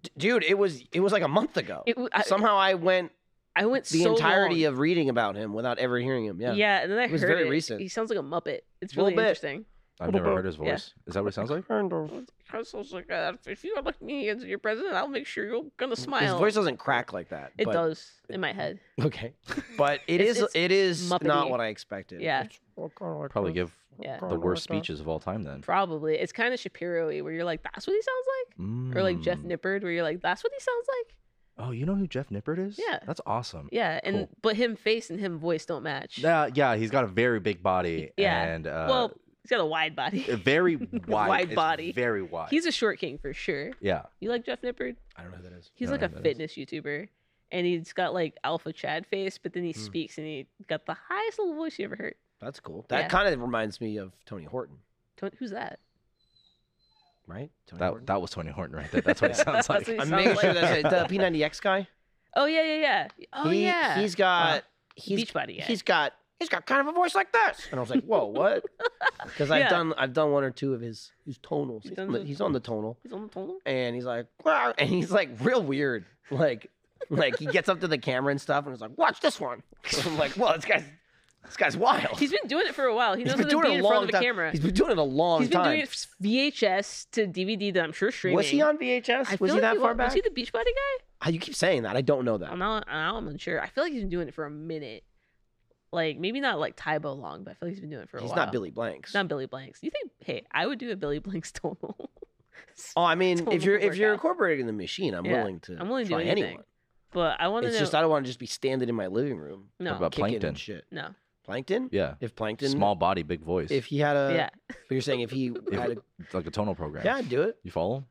[SPEAKER 4] D- Dude, it was it was like a month ago.
[SPEAKER 2] It, w- I,
[SPEAKER 4] Somehow I went
[SPEAKER 2] I went
[SPEAKER 4] the
[SPEAKER 2] so
[SPEAKER 4] entirety
[SPEAKER 2] long.
[SPEAKER 4] of reading about him without ever hearing him. Yeah,
[SPEAKER 2] and then I
[SPEAKER 4] It was
[SPEAKER 2] heard
[SPEAKER 4] very recent.
[SPEAKER 2] He sounds like a muppet. It's
[SPEAKER 4] Little
[SPEAKER 2] really
[SPEAKER 4] bit.
[SPEAKER 2] interesting.
[SPEAKER 3] I've never heard his
[SPEAKER 2] Yeah.
[SPEAKER 3] voice. Is that what it sounds like?
[SPEAKER 4] Kind of.
[SPEAKER 2] Council's like, uh, if you elect me as your president, I'll make sure you're gonna
[SPEAKER 4] His
[SPEAKER 2] smile.
[SPEAKER 4] voice doesn't crack like that.
[SPEAKER 2] it
[SPEAKER 4] but-
[SPEAKER 2] does in my head.
[SPEAKER 4] Okay, but it
[SPEAKER 2] It's-
[SPEAKER 4] is
[SPEAKER 2] it's
[SPEAKER 4] it is not
[SPEAKER 2] Muppety.
[SPEAKER 4] what I expected.
[SPEAKER 2] Yeah.
[SPEAKER 3] Probably give
[SPEAKER 2] Yeah,
[SPEAKER 3] the worst speeches of all time then.
[SPEAKER 2] probably. It's kind of Shapiro-y, where you're like, that's what he sounds like, or like Jeff
[SPEAKER 4] Hmm.
[SPEAKER 3] Mm.
[SPEAKER 2] Nippard, where you're like, that's what he sounds like.
[SPEAKER 3] Oh, you know who Jeff Nippert is?
[SPEAKER 2] Yeah.
[SPEAKER 3] That's awesome.
[SPEAKER 2] Yeah, and
[SPEAKER 3] Cool.
[SPEAKER 2] but him face and him voice don't match.
[SPEAKER 3] Yeah, yeah, he's got a very big body.
[SPEAKER 2] Yeah.
[SPEAKER 3] And uh,
[SPEAKER 2] well, he's got a wide body.
[SPEAKER 3] a very wide,
[SPEAKER 2] wide
[SPEAKER 3] it's
[SPEAKER 2] body.
[SPEAKER 3] Very wide.
[SPEAKER 2] He's a short king for sure.
[SPEAKER 3] yeah.
[SPEAKER 2] You like Jeff Nippard?
[SPEAKER 4] I don't know who that is.
[SPEAKER 2] He's
[SPEAKER 3] Don't
[SPEAKER 2] like
[SPEAKER 3] know
[SPEAKER 2] a
[SPEAKER 3] who that
[SPEAKER 2] fitness
[SPEAKER 3] is.
[SPEAKER 2] YouTuber, and he's got like alpha Chad face, but then he
[SPEAKER 4] Hmm.
[SPEAKER 2] speaks and he got the highest little voice you ever heard.
[SPEAKER 4] That's cool. That
[SPEAKER 2] Yeah.
[SPEAKER 4] kind of reminds me of Tony Horton,
[SPEAKER 2] Tony, who's that?
[SPEAKER 4] right? Tony
[SPEAKER 3] That,
[SPEAKER 4] Horton.
[SPEAKER 3] that was Tony Horton right there. That's what it sounds
[SPEAKER 2] That's
[SPEAKER 3] like.
[SPEAKER 2] what he
[SPEAKER 4] I'm
[SPEAKER 2] sounds
[SPEAKER 4] making sure
[SPEAKER 2] like.
[SPEAKER 4] that's it. the P90X guy.
[SPEAKER 2] Oh yeah, yeah, yeah. Oh
[SPEAKER 4] he,
[SPEAKER 2] yeah.
[SPEAKER 4] He's got he's
[SPEAKER 2] Beachbody guy.
[SPEAKER 4] he's got he's got kind of a voice like this. And I was like, whoa, what? Because I've
[SPEAKER 2] Yeah.
[SPEAKER 4] done I've done one or two of his his
[SPEAKER 2] You've
[SPEAKER 4] tonals. He's,
[SPEAKER 2] done
[SPEAKER 4] on the,
[SPEAKER 2] the-
[SPEAKER 4] he's on the tonal,
[SPEAKER 2] He's on the phone.
[SPEAKER 4] and he's like, "Wow," and he's like real weird, like like he gets up to the camera and stuff, and it's like, watch this one. I'm like, well, this guy's this guy's wild.
[SPEAKER 2] He's been doing it for a while. He knows
[SPEAKER 4] He's
[SPEAKER 2] how
[SPEAKER 4] been
[SPEAKER 2] to
[SPEAKER 4] doing
[SPEAKER 2] be
[SPEAKER 4] it
[SPEAKER 2] in
[SPEAKER 4] a
[SPEAKER 2] front
[SPEAKER 4] long
[SPEAKER 2] of a
[SPEAKER 4] time.
[SPEAKER 2] camera.
[SPEAKER 4] He's been doing it a long
[SPEAKER 2] He's been
[SPEAKER 4] time.
[SPEAKER 2] doing it f- VHS to DVD that I'm sure streaming.
[SPEAKER 4] was he on
[SPEAKER 2] I
[SPEAKER 4] VHS?
[SPEAKER 2] feel
[SPEAKER 4] Was he
[SPEAKER 2] like
[SPEAKER 4] that far
[SPEAKER 2] was. Was
[SPEAKER 4] back?
[SPEAKER 2] he the Beachbody guy?
[SPEAKER 4] Ah, you keep saying that. I don't know that.
[SPEAKER 2] I'm not. I'm unsure. I feel like he's been doing it for a minute. Like maybe not like Tybo long, but I feel like he's been doing it for a
[SPEAKER 4] He's
[SPEAKER 2] while.
[SPEAKER 4] not Billy Blanks.
[SPEAKER 2] Not Billy Blanks. You think? Hey, I would do a Billy Blanks tonal.
[SPEAKER 4] oh, I mean,
[SPEAKER 2] Total
[SPEAKER 4] if you're if you're
[SPEAKER 2] workout.
[SPEAKER 4] incorporating the machine, I'm
[SPEAKER 2] Yeah,
[SPEAKER 4] willing to.
[SPEAKER 2] I'm willing to do
[SPEAKER 4] try
[SPEAKER 2] anything.
[SPEAKER 4] anyone.
[SPEAKER 2] but I want to
[SPEAKER 4] It's
[SPEAKER 2] know.
[SPEAKER 4] just I don't want to just be standing in my living room
[SPEAKER 2] no,
[SPEAKER 3] about
[SPEAKER 4] kicking
[SPEAKER 3] plankton?
[SPEAKER 4] and shit.
[SPEAKER 2] no.
[SPEAKER 4] Plankton?
[SPEAKER 3] Yeah.
[SPEAKER 4] If Plankton,
[SPEAKER 3] Small body, big voice.
[SPEAKER 4] if he had a,
[SPEAKER 2] yeah.
[SPEAKER 4] but you're saying if he
[SPEAKER 3] If-
[SPEAKER 4] had a,
[SPEAKER 3] it's like a tonal program.
[SPEAKER 4] yeah, I'd do it.
[SPEAKER 3] You follow him?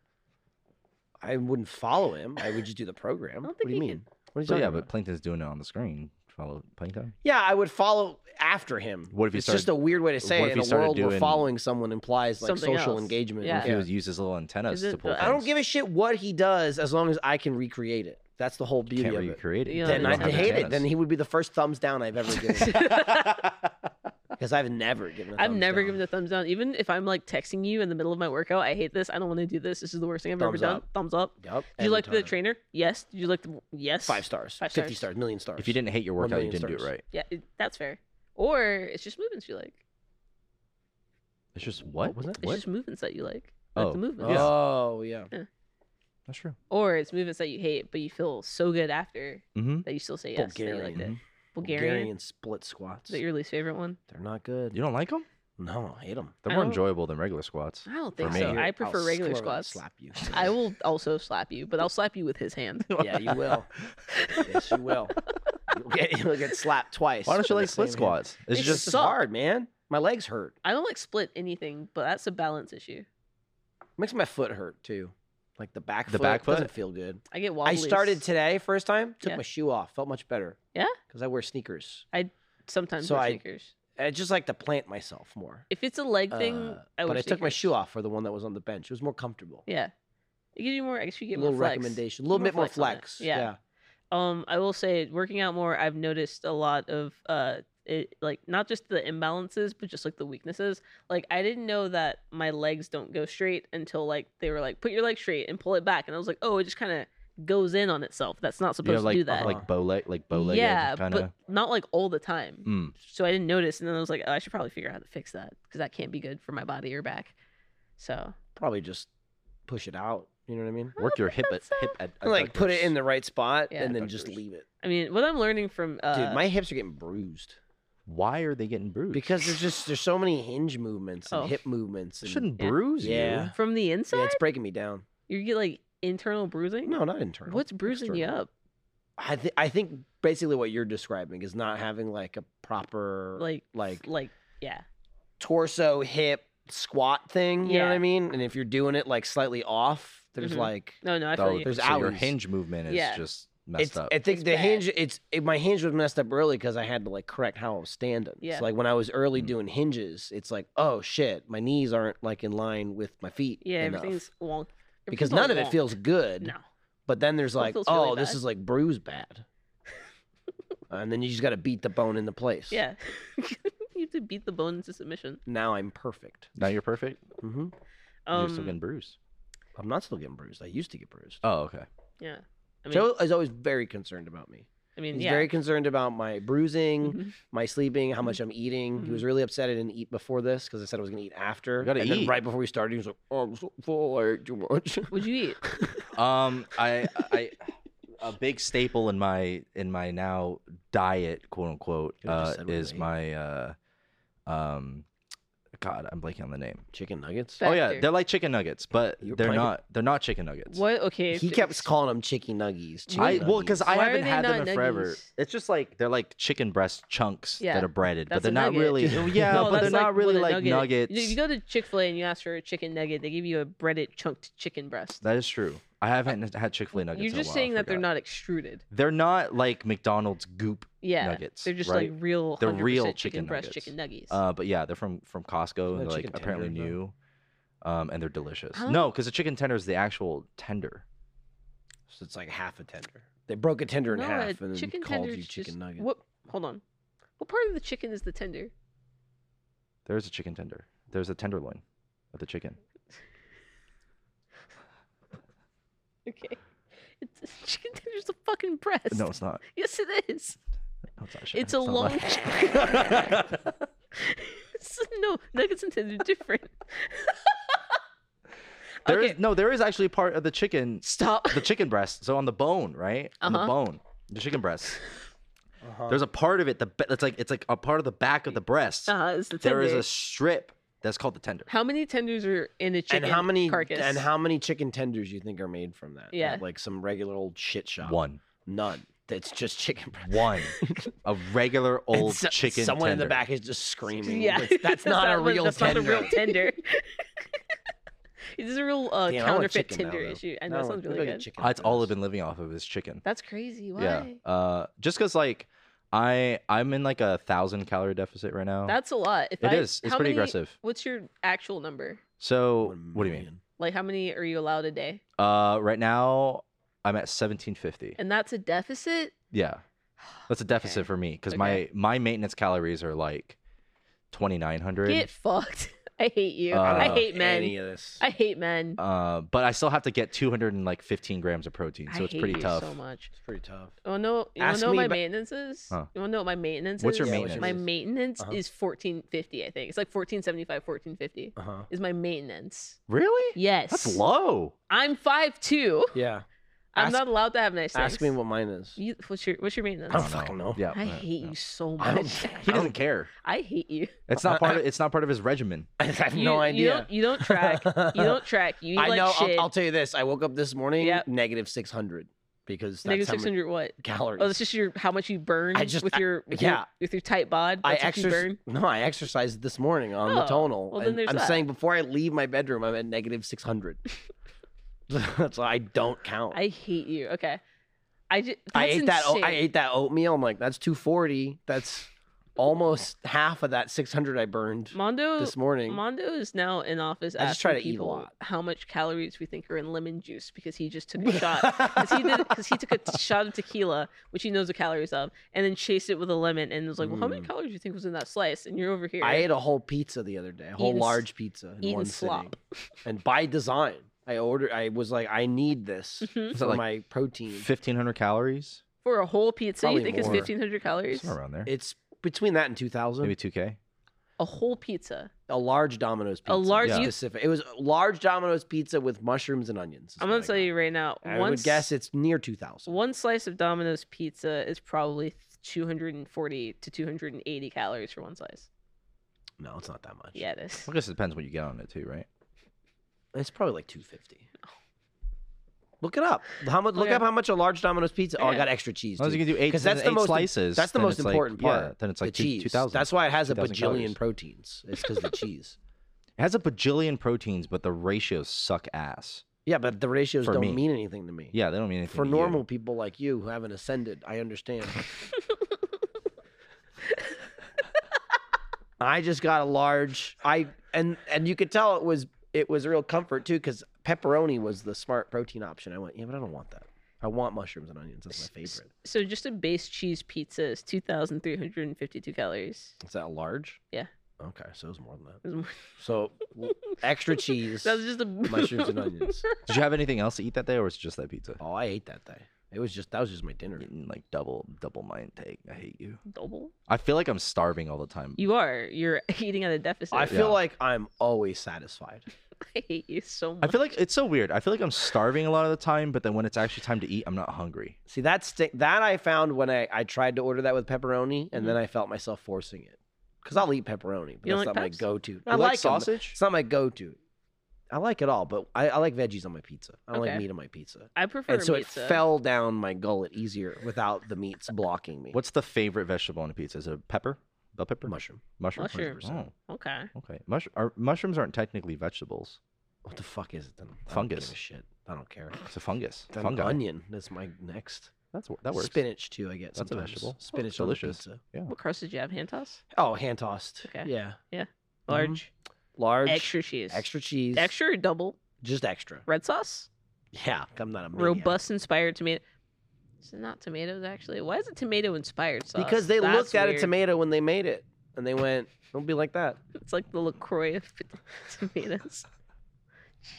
[SPEAKER 4] I wouldn't follow him. I would just do the program.
[SPEAKER 2] I don't
[SPEAKER 4] What do
[SPEAKER 2] think
[SPEAKER 4] you
[SPEAKER 2] he
[SPEAKER 4] mean? What are
[SPEAKER 3] But
[SPEAKER 4] you talking
[SPEAKER 3] yeah,
[SPEAKER 4] about?
[SPEAKER 3] but Plankton's doing it on the screen. Follow Plankton.
[SPEAKER 4] Yeah, I would follow after him.
[SPEAKER 3] What if he
[SPEAKER 4] it's just
[SPEAKER 3] started-
[SPEAKER 4] a weird way to say
[SPEAKER 3] what
[SPEAKER 4] it.
[SPEAKER 3] if
[SPEAKER 4] In
[SPEAKER 3] he
[SPEAKER 4] a
[SPEAKER 3] started
[SPEAKER 4] world where
[SPEAKER 3] doing
[SPEAKER 4] following someone implies like
[SPEAKER 2] something
[SPEAKER 4] social
[SPEAKER 2] else?
[SPEAKER 4] engagement.
[SPEAKER 2] Yeah.
[SPEAKER 3] If he was use his little antennas
[SPEAKER 2] Is it
[SPEAKER 3] to pull.
[SPEAKER 2] the-
[SPEAKER 4] I don't give a shit what he does as long as I can recreate it. That's the whole beauty
[SPEAKER 3] Can't
[SPEAKER 4] of it.
[SPEAKER 3] recreate it.
[SPEAKER 2] Yeah,
[SPEAKER 4] Then
[SPEAKER 2] You
[SPEAKER 4] I
[SPEAKER 2] don't have the
[SPEAKER 4] hate it. Then he would be the first thumbs down I've ever given. Because I've never given. A
[SPEAKER 2] I've
[SPEAKER 4] thumbs
[SPEAKER 2] never
[SPEAKER 4] down.
[SPEAKER 2] given a thumbs down. Even if I'm like texting you in the middle of my workout, I hate this. I don't want to do this. This is the worst thing I've ever
[SPEAKER 4] Thumbs
[SPEAKER 2] done.
[SPEAKER 4] up.
[SPEAKER 2] Thumbs up.
[SPEAKER 4] Yep.
[SPEAKER 2] Did you
[SPEAKER 4] every
[SPEAKER 2] like the
[SPEAKER 4] time.
[SPEAKER 2] trainer? Yes. Did you like the yes?
[SPEAKER 4] Five stars.
[SPEAKER 2] Five
[SPEAKER 4] Fifty
[SPEAKER 2] stars.
[SPEAKER 4] stars. Million stars.
[SPEAKER 3] If you didn't hate your
[SPEAKER 4] One
[SPEAKER 3] workout, you
[SPEAKER 4] million
[SPEAKER 3] didn't do it
[SPEAKER 4] stars.
[SPEAKER 3] right.
[SPEAKER 2] Yeah, it, that's fair. Or it's just movements you like.
[SPEAKER 3] It's just what?
[SPEAKER 4] was that?
[SPEAKER 2] It's just movements that you like. Like
[SPEAKER 3] Oh,
[SPEAKER 2] the movements.
[SPEAKER 3] yeah.
[SPEAKER 4] Oh yeah.
[SPEAKER 3] That's true.
[SPEAKER 2] Or it's movements that you hate, but you feel so good after
[SPEAKER 3] Mm-hmm.
[SPEAKER 2] that you still say yes. That you liked it.
[SPEAKER 4] Bulgarian.
[SPEAKER 2] Bulgarian.
[SPEAKER 4] split squats.
[SPEAKER 2] Is that your least favorite one?
[SPEAKER 4] They're not good.
[SPEAKER 3] You don't like them?
[SPEAKER 4] No, I hate them.
[SPEAKER 3] They're
[SPEAKER 2] I
[SPEAKER 3] more
[SPEAKER 2] don't-
[SPEAKER 3] enjoyable than regular squats.
[SPEAKER 2] I don't think
[SPEAKER 3] me.
[SPEAKER 2] so.
[SPEAKER 3] Here,
[SPEAKER 2] I prefer regular squats.
[SPEAKER 4] Slap you.
[SPEAKER 2] I will also slap you, but I'll slap you with his hand.
[SPEAKER 4] Yeah, you will. yes, you will. You'll get, you'll get slapped twice.
[SPEAKER 3] Why don't you
[SPEAKER 4] with
[SPEAKER 3] like
[SPEAKER 4] the
[SPEAKER 3] split
[SPEAKER 4] same hand.
[SPEAKER 3] squats? It's
[SPEAKER 2] They
[SPEAKER 4] It's
[SPEAKER 3] just
[SPEAKER 4] just hard, man. My legs hurt.
[SPEAKER 2] I don't like split anything, but that's a balance issue.
[SPEAKER 4] makes my foot hurt too. Like the back
[SPEAKER 3] The
[SPEAKER 4] foot
[SPEAKER 3] back foot?
[SPEAKER 4] doesn't feel good.
[SPEAKER 2] I get
[SPEAKER 4] I
[SPEAKER 2] wobbly.
[SPEAKER 4] started today first time. Took
[SPEAKER 2] Yeah.
[SPEAKER 4] my shoe off. Felt much better.
[SPEAKER 2] Yeah?
[SPEAKER 4] Because I wear sneakers.
[SPEAKER 2] sometimes
[SPEAKER 4] so
[SPEAKER 2] with
[SPEAKER 4] I-
[SPEAKER 2] sneakers.
[SPEAKER 4] I just like to plant myself more.
[SPEAKER 2] If it's a leg thing,
[SPEAKER 4] Uh,
[SPEAKER 2] I
[SPEAKER 4] but
[SPEAKER 2] wear
[SPEAKER 4] I took my
[SPEAKER 2] sneakers.
[SPEAKER 4] shoe off for the one that was on the bench. It was more comfortable.
[SPEAKER 2] Yeah, it gives you more. I guess you
[SPEAKER 4] A
[SPEAKER 2] get
[SPEAKER 4] little
[SPEAKER 2] more flex.
[SPEAKER 4] recommendation. A little
[SPEAKER 2] More
[SPEAKER 4] bit more
[SPEAKER 2] flex on it.
[SPEAKER 4] flex.
[SPEAKER 2] Yeah.
[SPEAKER 4] yeah.
[SPEAKER 2] Um, I will say working out more. I've noticed a lot of uh, it, like not just the imbalances, but just like the weaknesses. Like I didn't know that my legs don't go straight until like they were like put your leg straight and pull it back, and I was like, oh, it just kind of goes in on itself. That's not
[SPEAKER 3] you
[SPEAKER 2] supposed
[SPEAKER 3] have like
[SPEAKER 2] to do that.
[SPEAKER 4] Uh-huh.
[SPEAKER 3] like bow leg, like bow legged
[SPEAKER 2] yeah,
[SPEAKER 3] kind of.
[SPEAKER 2] but not like all the time.
[SPEAKER 3] Mm.
[SPEAKER 2] So I didn't notice, and then I was like, oh, I should probably figure out how to fix that because that can't be good for my body or back. So
[SPEAKER 4] Probably just push it out. You know what I mean?
[SPEAKER 2] I
[SPEAKER 3] Work
[SPEAKER 2] don't
[SPEAKER 3] your hip
[SPEAKER 2] think
[SPEAKER 3] at
[SPEAKER 2] that's, uh,
[SPEAKER 3] hip at
[SPEAKER 4] And, like put it in the right spot
[SPEAKER 2] Yeah.
[SPEAKER 4] and then just
[SPEAKER 3] Adductors.
[SPEAKER 4] leave it.
[SPEAKER 2] I mean, what I'm learning from uh,
[SPEAKER 4] Dude, my hips are getting bruised
[SPEAKER 3] Why are they getting bruised?
[SPEAKER 4] because there's just there's so many hinge movements and
[SPEAKER 2] Oh.
[SPEAKER 4] hip movements.
[SPEAKER 3] it
[SPEAKER 4] And,
[SPEAKER 3] shouldn't
[SPEAKER 2] Yeah.
[SPEAKER 3] bruise
[SPEAKER 4] Yeah.
[SPEAKER 3] you.
[SPEAKER 2] from the inside,
[SPEAKER 4] yeah, it's breaking me down.
[SPEAKER 2] you get like internal bruising.
[SPEAKER 4] No, not internal.
[SPEAKER 2] what's bruising you
[SPEAKER 4] external.
[SPEAKER 2] up?
[SPEAKER 4] I think I think basically what you're describing is not having like a proper like,
[SPEAKER 2] Like, like, yeah,
[SPEAKER 4] torso hip squat thing. You know what
[SPEAKER 2] Yeah.
[SPEAKER 4] I mean? And if you're doing it like slightly off, there's
[SPEAKER 2] Mhm.
[SPEAKER 4] like
[SPEAKER 2] no, no, I feel
[SPEAKER 3] Oh,
[SPEAKER 2] you.
[SPEAKER 4] There's
[SPEAKER 3] so your
[SPEAKER 4] owies.
[SPEAKER 3] hinge movement is
[SPEAKER 2] Yeah.
[SPEAKER 3] just messed
[SPEAKER 4] it's.
[SPEAKER 3] up.
[SPEAKER 4] I think
[SPEAKER 2] It's
[SPEAKER 4] the
[SPEAKER 2] bad.
[SPEAKER 4] hinge. It's it, my hinge was messed up early because I had to like correct how I was standing.
[SPEAKER 2] Yeah.
[SPEAKER 4] So like when I was early
[SPEAKER 3] Mm.
[SPEAKER 4] doing hinges, it's like oh shit, my knees aren't like in line with my feet.
[SPEAKER 2] yeah,
[SPEAKER 4] enough.
[SPEAKER 2] everything's wonk.
[SPEAKER 4] because
[SPEAKER 2] everything's all
[SPEAKER 4] none of it
[SPEAKER 2] wonk.
[SPEAKER 4] feels good.
[SPEAKER 2] no.
[SPEAKER 4] But then there's
[SPEAKER 2] Still
[SPEAKER 4] like,
[SPEAKER 2] feels really
[SPEAKER 4] oh, this
[SPEAKER 2] bad.
[SPEAKER 4] is like bruise bad. and then you just got to beat the bone into place.
[SPEAKER 2] Yeah, you have to beat the bone into submission.
[SPEAKER 4] Now I'm perfect.
[SPEAKER 3] now you're perfect.
[SPEAKER 4] hmm
[SPEAKER 3] and
[SPEAKER 2] Um,
[SPEAKER 3] you're still getting bruised.
[SPEAKER 4] I'm not still getting bruised. I used to get bruised.
[SPEAKER 3] Oh, okay.
[SPEAKER 2] yeah. I mean,
[SPEAKER 4] Joe is always very concerned about me.
[SPEAKER 2] I mean,
[SPEAKER 4] He's
[SPEAKER 2] yeah.
[SPEAKER 4] very concerned about my bruising,
[SPEAKER 2] Mhm.
[SPEAKER 4] my sleeping, how
[SPEAKER 2] Mm-hmm.
[SPEAKER 4] much I'm eating. He was really upset I didn't eat before this because I said I was going to eat after.
[SPEAKER 3] You gotta
[SPEAKER 4] and then
[SPEAKER 3] eat.
[SPEAKER 4] right before we started, he was like, oh, I'm so full. I ate too much.
[SPEAKER 2] Would you eat?
[SPEAKER 3] Um, I, I, a big staple in my in my now diet, quote unquote,
[SPEAKER 4] Could've just
[SPEAKER 3] uh,
[SPEAKER 4] said what
[SPEAKER 3] is
[SPEAKER 4] I ate.
[SPEAKER 3] my uh, um, God, I'm blanking on the name.
[SPEAKER 4] Chicken nuggets?
[SPEAKER 2] Fat
[SPEAKER 3] Oh yeah,
[SPEAKER 2] dude.
[SPEAKER 3] they're like chicken nuggets, but
[SPEAKER 4] You're
[SPEAKER 3] they're
[SPEAKER 4] blanking-
[SPEAKER 3] not. They're not chicken nuggets.
[SPEAKER 2] What? Okay.
[SPEAKER 4] He
[SPEAKER 2] if
[SPEAKER 4] kept
[SPEAKER 2] it's-
[SPEAKER 4] calling them chicken nuggies. Chicken
[SPEAKER 3] I well, because
[SPEAKER 4] nuggies.
[SPEAKER 3] I
[SPEAKER 2] Why are
[SPEAKER 3] haven't
[SPEAKER 2] they
[SPEAKER 3] had them in
[SPEAKER 2] not
[SPEAKER 3] forever.
[SPEAKER 2] nuggies?
[SPEAKER 3] It's just like they're like chicken breast chunks
[SPEAKER 2] Yeah,
[SPEAKER 3] that are breaded, but
[SPEAKER 2] that's
[SPEAKER 3] they're
[SPEAKER 2] a
[SPEAKER 3] not
[SPEAKER 2] nugget.
[SPEAKER 3] really. Yeah,
[SPEAKER 2] No,
[SPEAKER 3] but they're
[SPEAKER 2] Oh, that's like
[SPEAKER 3] not really
[SPEAKER 2] when a
[SPEAKER 3] like
[SPEAKER 2] nugget-
[SPEAKER 3] nuggets.
[SPEAKER 2] You you go to Chick Fil A and you ask for a chicken nugget, they give you a breaded chunked chicken breast.
[SPEAKER 3] That is true. I haven't had Chick Fil A nuggets.
[SPEAKER 2] You're
[SPEAKER 3] in a
[SPEAKER 2] just
[SPEAKER 3] while, I
[SPEAKER 2] saying that they're
[SPEAKER 3] forgot.
[SPEAKER 2] not extruded.
[SPEAKER 3] They're not like McDonald's goop.
[SPEAKER 2] Yeah,
[SPEAKER 3] Nuggets,
[SPEAKER 2] they're just
[SPEAKER 3] right?
[SPEAKER 2] like real.
[SPEAKER 3] They're
[SPEAKER 2] 100%
[SPEAKER 3] real
[SPEAKER 2] chicken,
[SPEAKER 3] chicken
[SPEAKER 2] breast
[SPEAKER 3] nuggets.
[SPEAKER 2] chicken nuggies.
[SPEAKER 3] Uh, but yeah, they're from from Costco
[SPEAKER 4] Isn't
[SPEAKER 3] and
[SPEAKER 4] that
[SPEAKER 3] they're like
[SPEAKER 4] chicken
[SPEAKER 3] apparently
[SPEAKER 4] tenders,
[SPEAKER 3] new, um, and they're delicious.
[SPEAKER 2] Huh?
[SPEAKER 3] No, because the chicken tender is the actual tender.
[SPEAKER 4] So it's like half a tender. They broke a tender in
[SPEAKER 2] No,
[SPEAKER 4] half
[SPEAKER 2] a
[SPEAKER 4] and then
[SPEAKER 2] chicken
[SPEAKER 4] called
[SPEAKER 2] tender's
[SPEAKER 4] you chicken
[SPEAKER 2] just-
[SPEAKER 4] nugget.
[SPEAKER 2] What? Hold on. What part of the chicken is the tender?
[SPEAKER 3] There's a chicken tender. There's a tenderloin of the chicken.
[SPEAKER 2] Okay, it's, chicken tender's a fucking breast.
[SPEAKER 3] No, it's not.
[SPEAKER 2] Yes, it is.
[SPEAKER 3] No, it's not. shit.
[SPEAKER 2] It's a
[SPEAKER 3] not
[SPEAKER 2] long.
[SPEAKER 3] that.
[SPEAKER 2] It's- no, nuggets and tender are different.
[SPEAKER 3] There is
[SPEAKER 2] okay.
[SPEAKER 3] no. There is actually part of the chicken
[SPEAKER 2] Stop.
[SPEAKER 3] the chicken breast. So on the bone, right? On the
[SPEAKER 2] Uh-huh.
[SPEAKER 3] bone, the chicken breast.
[SPEAKER 4] Uh-huh.
[SPEAKER 3] There's a part of it that that's like it's like a part of the back of the breast.
[SPEAKER 2] Uh, it's the
[SPEAKER 3] There is
[SPEAKER 2] tender.
[SPEAKER 3] a strip that's called the tender.
[SPEAKER 2] How many tenders are in a chicken
[SPEAKER 4] and how many
[SPEAKER 2] carcass?
[SPEAKER 4] and how many chicken tenders you think are made from that? at,
[SPEAKER 2] Yeah.
[SPEAKER 4] like some regular old shit shop.
[SPEAKER 3] One.
[SPEAKER 4] none. that's just chicken breast.
[SPEAKER 3] One, a regular
[SPEAKER 4] And
[SPEAKER 3] old
[SPEAKER 4] so-
[SPEAKER 3] chicken.
[SPEAKER 4] Someone in the
[SPEAKER 3] tender.
[SPEAKER 4] back is just screaming.
[SPEAKER 2] Yeah,
[SPEAKER 4] That's, that's not a
[SPEAKER 2] what-
[SPEAKER 4] real
[SPEAKER 2] that's
[SPEAKER 4] tender.
[SPEAKER 2] not a real tender. this is a real uh,
[SPEAKER 4] Damn, I want
[SPEAKER 2] counterfeit
[SPEAKER 4] chicken now,
[SPEAKER 2] tender
[SPEAKER 4] though.
[SPEAKER 2] issue. I
[SPEAKER 4] Now
[SPEAKER 2] know it
[SPEAKER 4] want-
[SPEAKER 2] sounds
[SPEAKER 4] maybe
[SPEAKER 2] really
[SPEAKER 4] I'll get
[SPEAKER 2] good.
[SPEAKER 4] chicken
[SPEAKER 3] That's
[SPEAKER 4] tenders.
[SPEAKER 3] all I've been living off of is chicken.
[SPEAKER 2] That's crazy. Why?
[SPEAKER 3] Yeah. Uh, just cause like I I'm in like a thousand calorie deficit right now.
[SPEAKER 2] That's a lot. If
[SPEAKER 3] It
[SPEAKER 2] I-
[SPEAKER 3] is. It's
[SPEAKER 2] how
[SPEAKER 3] pretty
[SPEAKER 2] many-
[SPEAKER 3] aggressive.
[SPEAKER 2] What's your actual number?
[SPEAKER 3] so
[SPEAKER 4] One
[SPEAKER 3] what do you mean?
[SPEAKER 4] million.
[SPEAKER 2] Like, how many are you allowed a day?
[SPEAKER 3] Uh, right now I'm at 1750.
[SPEAKER 2] And that's a deficit.
[SPEAKER 3] Yeah, that's a deficit
[SPEAKER 2] Okay.
[SPEAKER 3] for me because
[SPEAKER 2] Okay.
[SPEAKER 3] my my maintenance calories are like 2900.
[SPEAKER 2] Get fucked. I hate you.
[SPEAKER 3] Uh,
[SPEAKER 4] I don't
[SPEAKER 2] I
[SPEAKER 4] know
[SPEAKER 2] hate men.
[SPEAKER 4] Any of this.
[SPEAKER 2] I hate men.
[SPEAKER 3] uh, but I still have to get 215 grams of protein,
[SPEAKER 2] I
[SPEAKER 3] so it's
[SPEAKER 2] hate
[SPEAKER 3] pretty
[SPEAKER 2] you
[SPEAKER 3] tough.
[SPEAKER 2] so much.
[SPEAKER 4] it's pretty tough.
[SPEAKER 2] Oh no! You wanna
[SPEAKER 4] Ask
[SPEAKER 2] know what
[SPEAKER 4] me
[SPEAKER 2] my
[SPEAKER 4] about-
[SPEAKER 2] maintenance is?
[SPEAKER 3] Huh.
[SPEAKER 2] You wanna know what my maintenance
[SPEAKER 3] What's your
[SPEAKER 2] is?
[SPEAKER 4] Yeah,
[SPEAKER 3] maintenance?
[SPEAKER 2] My
[SPEAKER 4] is?
[SPEAKER 2] maintenance
[SPEAKER 4] Uh-huh.
[SPEAKER 2] is fourteen fifty. I think it's like fourteen seventy five, fourteen fifty
[SPEAKER 4] Uh
[SPEAKER 3] Uh-huh.
[SPEAKER 4] huh.
[SPEAKER 2] is my maintenance.
[SPEAKER 3] Really?
[SPEAKER 2] Yes.
[SPEAKER 3] That's low.
[SPEAKER 2] I'm five two.
[SPEAKER 4] Yeah.
[SPEAKER 2] I'm
[SPEAKER 4] Ask-
[SPEAKER 2] not allowed to have nice things.
[SPEAKER 4] Ask me what mine is.
[SPEAKER 2] You, what's your What's your maintenance?
[SPEAKER 4] I don't fucking know.
[SPEAKER 3] Yeah.
[SPEAKER 2] I
[SPEAKER 3] yeah,
[SPEAKER 2] hate
[SPEAKER 3] yeah.
[SPEAKER 2] you so
[SPEAKER 4] I don't-
[SPEAKER 2] much.
[SPEAKER 3] He doesn't care.
[SPEAKER 2] I hate you.
[SPEAKER 3] It's not part. Of, it's not part of his regimen.
[SPEAKER 4] I have
[SPEAKER 2] You-
[SPEAKER 4] no
[SPEAKER 2] You
[SPEAKER 4] idea.
[SPEAKER 2] don't, you don't track. You don't track. You eat
[SPEAKER 4] I
[SPEAKER 2] like
[SPEAKER 4] know.
[SPEAKER 2] shit.
[SPEAKER 4] I'll, I'll tell you this. I wowoke up this morning
[SPEAKER 2] Yep.
[SPEAKER 4] negative 600 because that's
[SPEAKER 2] Negative
[SPEAKER 4] how
[SPEAKER 2] six
[SPEAKER 4] many
[SPEAKER 2] hundred. What?
[SPEAKER 4] calories.
[SPEAKER 2] Oh, that's just your how much you burn
[SPEAKER 4] I just-
[SPEAKER 2] with
[SPEAKER 4] I-
[SPEAKER 2] your with your-
[SPEAKER 4] yeah.
[SPEAKER 2] with your tight bod.
[SPEAKER 4] I
[SPEAKER 2] That's what you burn.
[SPEAKER 4] exercised. No, I exercised this morning on the
[SPEAKER 2] Oh,
[SPEAKER 4] tonal.
[SPEAKER 2] well, then
[SPEAKER 4] and
[SPEAKER 2] there's
[SPEAKER 4] I'm
[SPEAKER 2] that.
[SPEAKER 4] saying before I leave my bedroom, I'm at negative 600. so I don't count.
[SPEAKER 2] I hate you. Okay. I just
[SPEAKER 4] I
[SPEAKER 2] that's
[SPEAKER 4] ate that. o- I
[SPEAKER 2] insane.
[SPEAKER 4] ate that oatmeal. I'm like, that's 240. That's almost half of that 600 I burned
[SPEAKER 2] Mondo
[SPEAKER 4] this morning.
[SPEAKER 2] Mondo is now in office
[SPEAKER 4] I just try
[SPEAKER 2] asking
[SPEAKER 4] to eat a
[SPEAKER 2] people
[SPEAKER 4] lot.
[SPEAKER 2] how much calories we think are in lemon juice because he just took a shot because he did because he took a t- shot of tequila which he knows the calories of and then chased it with a lemon and was like, well, how many
[SPEAKER 4] Mm.
[SPEAKER 2] calories do you think was in that slice? And you're over here.
[SPEAKER 4] I ate a whole pizza the other day, a whole
[SPEAKER 2] Eating s-
[SPEAKER 4] large pizza in
[SPEAKER 2] eating
[SPEAKER 4] one
[SPEAKER 2] slop.
[SPEAKER 4] sitting. And by design, I ordered. I was like, I need this
[SPEAKER 2] Mhm.
[SPEAKER 3] Is it
[SPEAKER 4] for
[SPEAKER 3] like
[SPEAKER 4] my protein.
[SPEAKER 3] 1500 calories,
[SPEAKER 2] for a whole pizza. You
[SPEAKER 4] Probably
[SPEAKER 2] think it's
[SPEAKER 4] more.
[SPEAKER 2] fifteen hundred calories?
[SPEAKER 3] somewhere around there.
[SPEAKER 4] It's between that and 2,000.
[SPEAKER 3] Maybe 2k.
[SPEAKER 2] A whole pizza.
[SPEAKER 4] a large Domino's pizza.
[SPEAKER 2] A large-
[SPEAKER 3] Yeah. you-
[SPEAKER 4] specific. It was a large Domino's pizza with mushrooms and onions. is
[SPEAKER 2] I'm
[SPEAKER 4] what
[SPEAKER 2] gonna
[SPEAKER 4] I
[SPEAKER 2] tell
[SPEAKER 4] got.
[SPEAKER 2] you right now.
[SPEAKER 4] I
[SPEAKER 2] once,
[SPEAKER 4] would guess it's near 2,000.
[SPEAKER 2] One slice of Domino's pizza is probably 240 to 280 calories for one slice.
[SPEAKER 4] No, it's not that much.
[SPEAKER 2] Yeah, it is.
[SPEAKER 3] I guess it depends what you get on it too, right?
[SPEAKER 4] it's probably like 250. Look it up. How much? Look
[SPEAKER 2] Okay.
[SPEAKER 4] up how much a large Domino's pizza. Oh, I
[SPEAKER 2] Yeah.
[SPEAKER 4] got extra cheese.
[SPEAKER 3] Unless
[SPEAKER 4] dude.
[SPEAKER 3] you can do eight,
[SPEAKER 4] 'Cause that's
[SPEAKER 3] eight
[SPEAKER 4] the most-
[SPEAKER 3] slices.
[SPEAKER 4] That's the
[SPEAKER 3] then
[SPEAKER 4] most
[SPEAKER 3] it's like-
[SPEAKER 4] important
[SPEAKER 3] yeah,
[SPEAKER 4] part.
[SPEAKER 3] then it's like
[SPEAKER 4] the
[SPEAKER 3] two
[SPEAKER 4] cheese.
[SPEAKER 3] two thousand.
[SPEAKER 4] That's why it has a
[SPEAKER 3] 2,000
[SPEAKER 4] bajillion
[SPEAKER 3] calories.
[SPEAKER 4] proteins. It's because the cheese.
[SPEAKER 3] It has a bajillion proteins, but the ratios suck ass.
[SPEAKER 4] Yeah, but the ratios
[SPEAKER 3] For
[SPEAKER 4] don't
[SPEAKER 3] me.
[SPEAKER 4] mean anything to me.
[SPEAKER 3] Yeah, they don't mean anything.
[SPEAKER 4] For
[SPEAKER 3] to you.
[SPEAKER 4] normal people like you who haven't ascended, I understand. I just got a large I and and you could tell it was it was a real comfort too because pepperoni was the smart protein option. I went, yeah, but I don't want that. I want mushrooms and onions. That's my favorite.
[SPEAKER 2] So just a base cheese pizza is 2,352 calories.
[SPEAKER 4] Is that a large?
[SPEAKER 2] Yeah.
[SPEAKER 4] Okay, so it was more than that.
[SPEAKER 2] It was more-
[SPEAKER 4] So w- extra cheese,
[SPEAKER 2] That was just a
[SPEAKER 4] mushrooms and onions.
[SPEAKER 3] Did you have anything else to eat that day, or was it just that pizza?
[SPEAKER 4] Oh, I ate that day. It was just that was just my dinner.
[SPEAKER 3] Eating, like double, double my intake. I hate you.
[SPEAKER 2] Double.
[SPEAKER 3] I feel like I'm starving all the time.
[SPEAKER 2] You are. You're eating at a deficit.
[SPEAKER 4] I
[SPEAKER 2] I
[SPEAKER 4] feel
[SPEAKER 3] Yeah.
[SPEAKER 4] like I'm always satisfied.
[SPEAKER 2] hate you so much.
[SPEAKER 3] I feel like it's so weird. I feel like I'm starving a lot of the time, but then when it's actually time to eat, I'm not hungry.
[SPEAKER 4] See that's sti- that I found when I, I tried to order that with pepperoni, and then I felt myself forcing it because I'll eat pepperoni, but
[SPEAKER 2] You don't like
[SPEAKER 4] that's not my
[SPEAKER 2] Peps?
[SPEAKER 4] go-to. I
[SPEAKER 3] You
[SPEAKER 4] like 'em, but
[SPEAKER 3] sausage?
[SPEAKER 4] It's not my go-to. I like it all, but I, I like veggies on my pizza. I don't
[SPEAKER 2] Okay.
[SPEAKER 4] like meat on my pizza,
[SPEAKER 2] I prefer
[SPEAKER 4] and so
[SPEAKER 2] pizza.
[SPEAKER 4] it fell down my gullet easier without the meats blocking me.
[SPEAKER 3] What's the favorite vegetable on a pizza? Is it a pepper? Bell pepper?
[SPEAKER 4] mushroom?
[SPEAKER 3] Mushroom.
[SPEAKER 2] Mushroom.
[SPEAKER 3] Oh,
[SPEAKER 2] Okay.
[SPEAKER 3] okay. Mush- are, mushrooms aren't technically vegetables.
[SPEAKER 4] What the fuck is it then? I don't give
[SPEAKER 3] Fungus.
[SPEAKER 4] a shit. I don't care.
[SPEAKER 3] It's a fungus.
[SPEAKER 4] Then
[SPEAKER 3] Fungi.
[SPEAKER 4] onion is my next.
[SPEAKER 3] That's wor- that works.
[SPEAKER 4] Spinach too. I get
[SPEAKER 3] That's a
[SPEAKER 4] sometimes.
[SPEAKER 3] vegetable. Oh,
[SPEAKER 4] Spinach on the
[SPEAKER 3] delicious.
[SPEAKER 4] pizza.
[SPEAKER 2] What crust did you have? Hand toss?
[SPEAKER 4] Oh, hand tossed.
[SPEAKER 2] Okay.
[SPEAKER 4] Yeah.
[SPEAKER 2] Large.
[SPEAKER 4] Mm-hmm. Large.
[SPEAKER 2] Extra cheese.
[SPEAKER 4] Extra cheese.
[SPEAKER 2] Extra or double?
[SPEAKER 4] Just extra.
[SPEAKER 2] Red sauce?
[SPEAKER 4] Yeah. I'm not a maniac.
[SPEAKER 2] Robust inspired tomato. Is it not tomatoes actually? Why is it tomato inspired sauce?
[SPEAKER 4] Because they
[SPEAKER 2] That's
[SPEAKER 4] looked at
[SPEAKER 2] weird.
[SPEAKER 4] a tomato when they made it and they went, don't be like that.
[SPEAKER 2] It's like the LaCroix of tomatoes.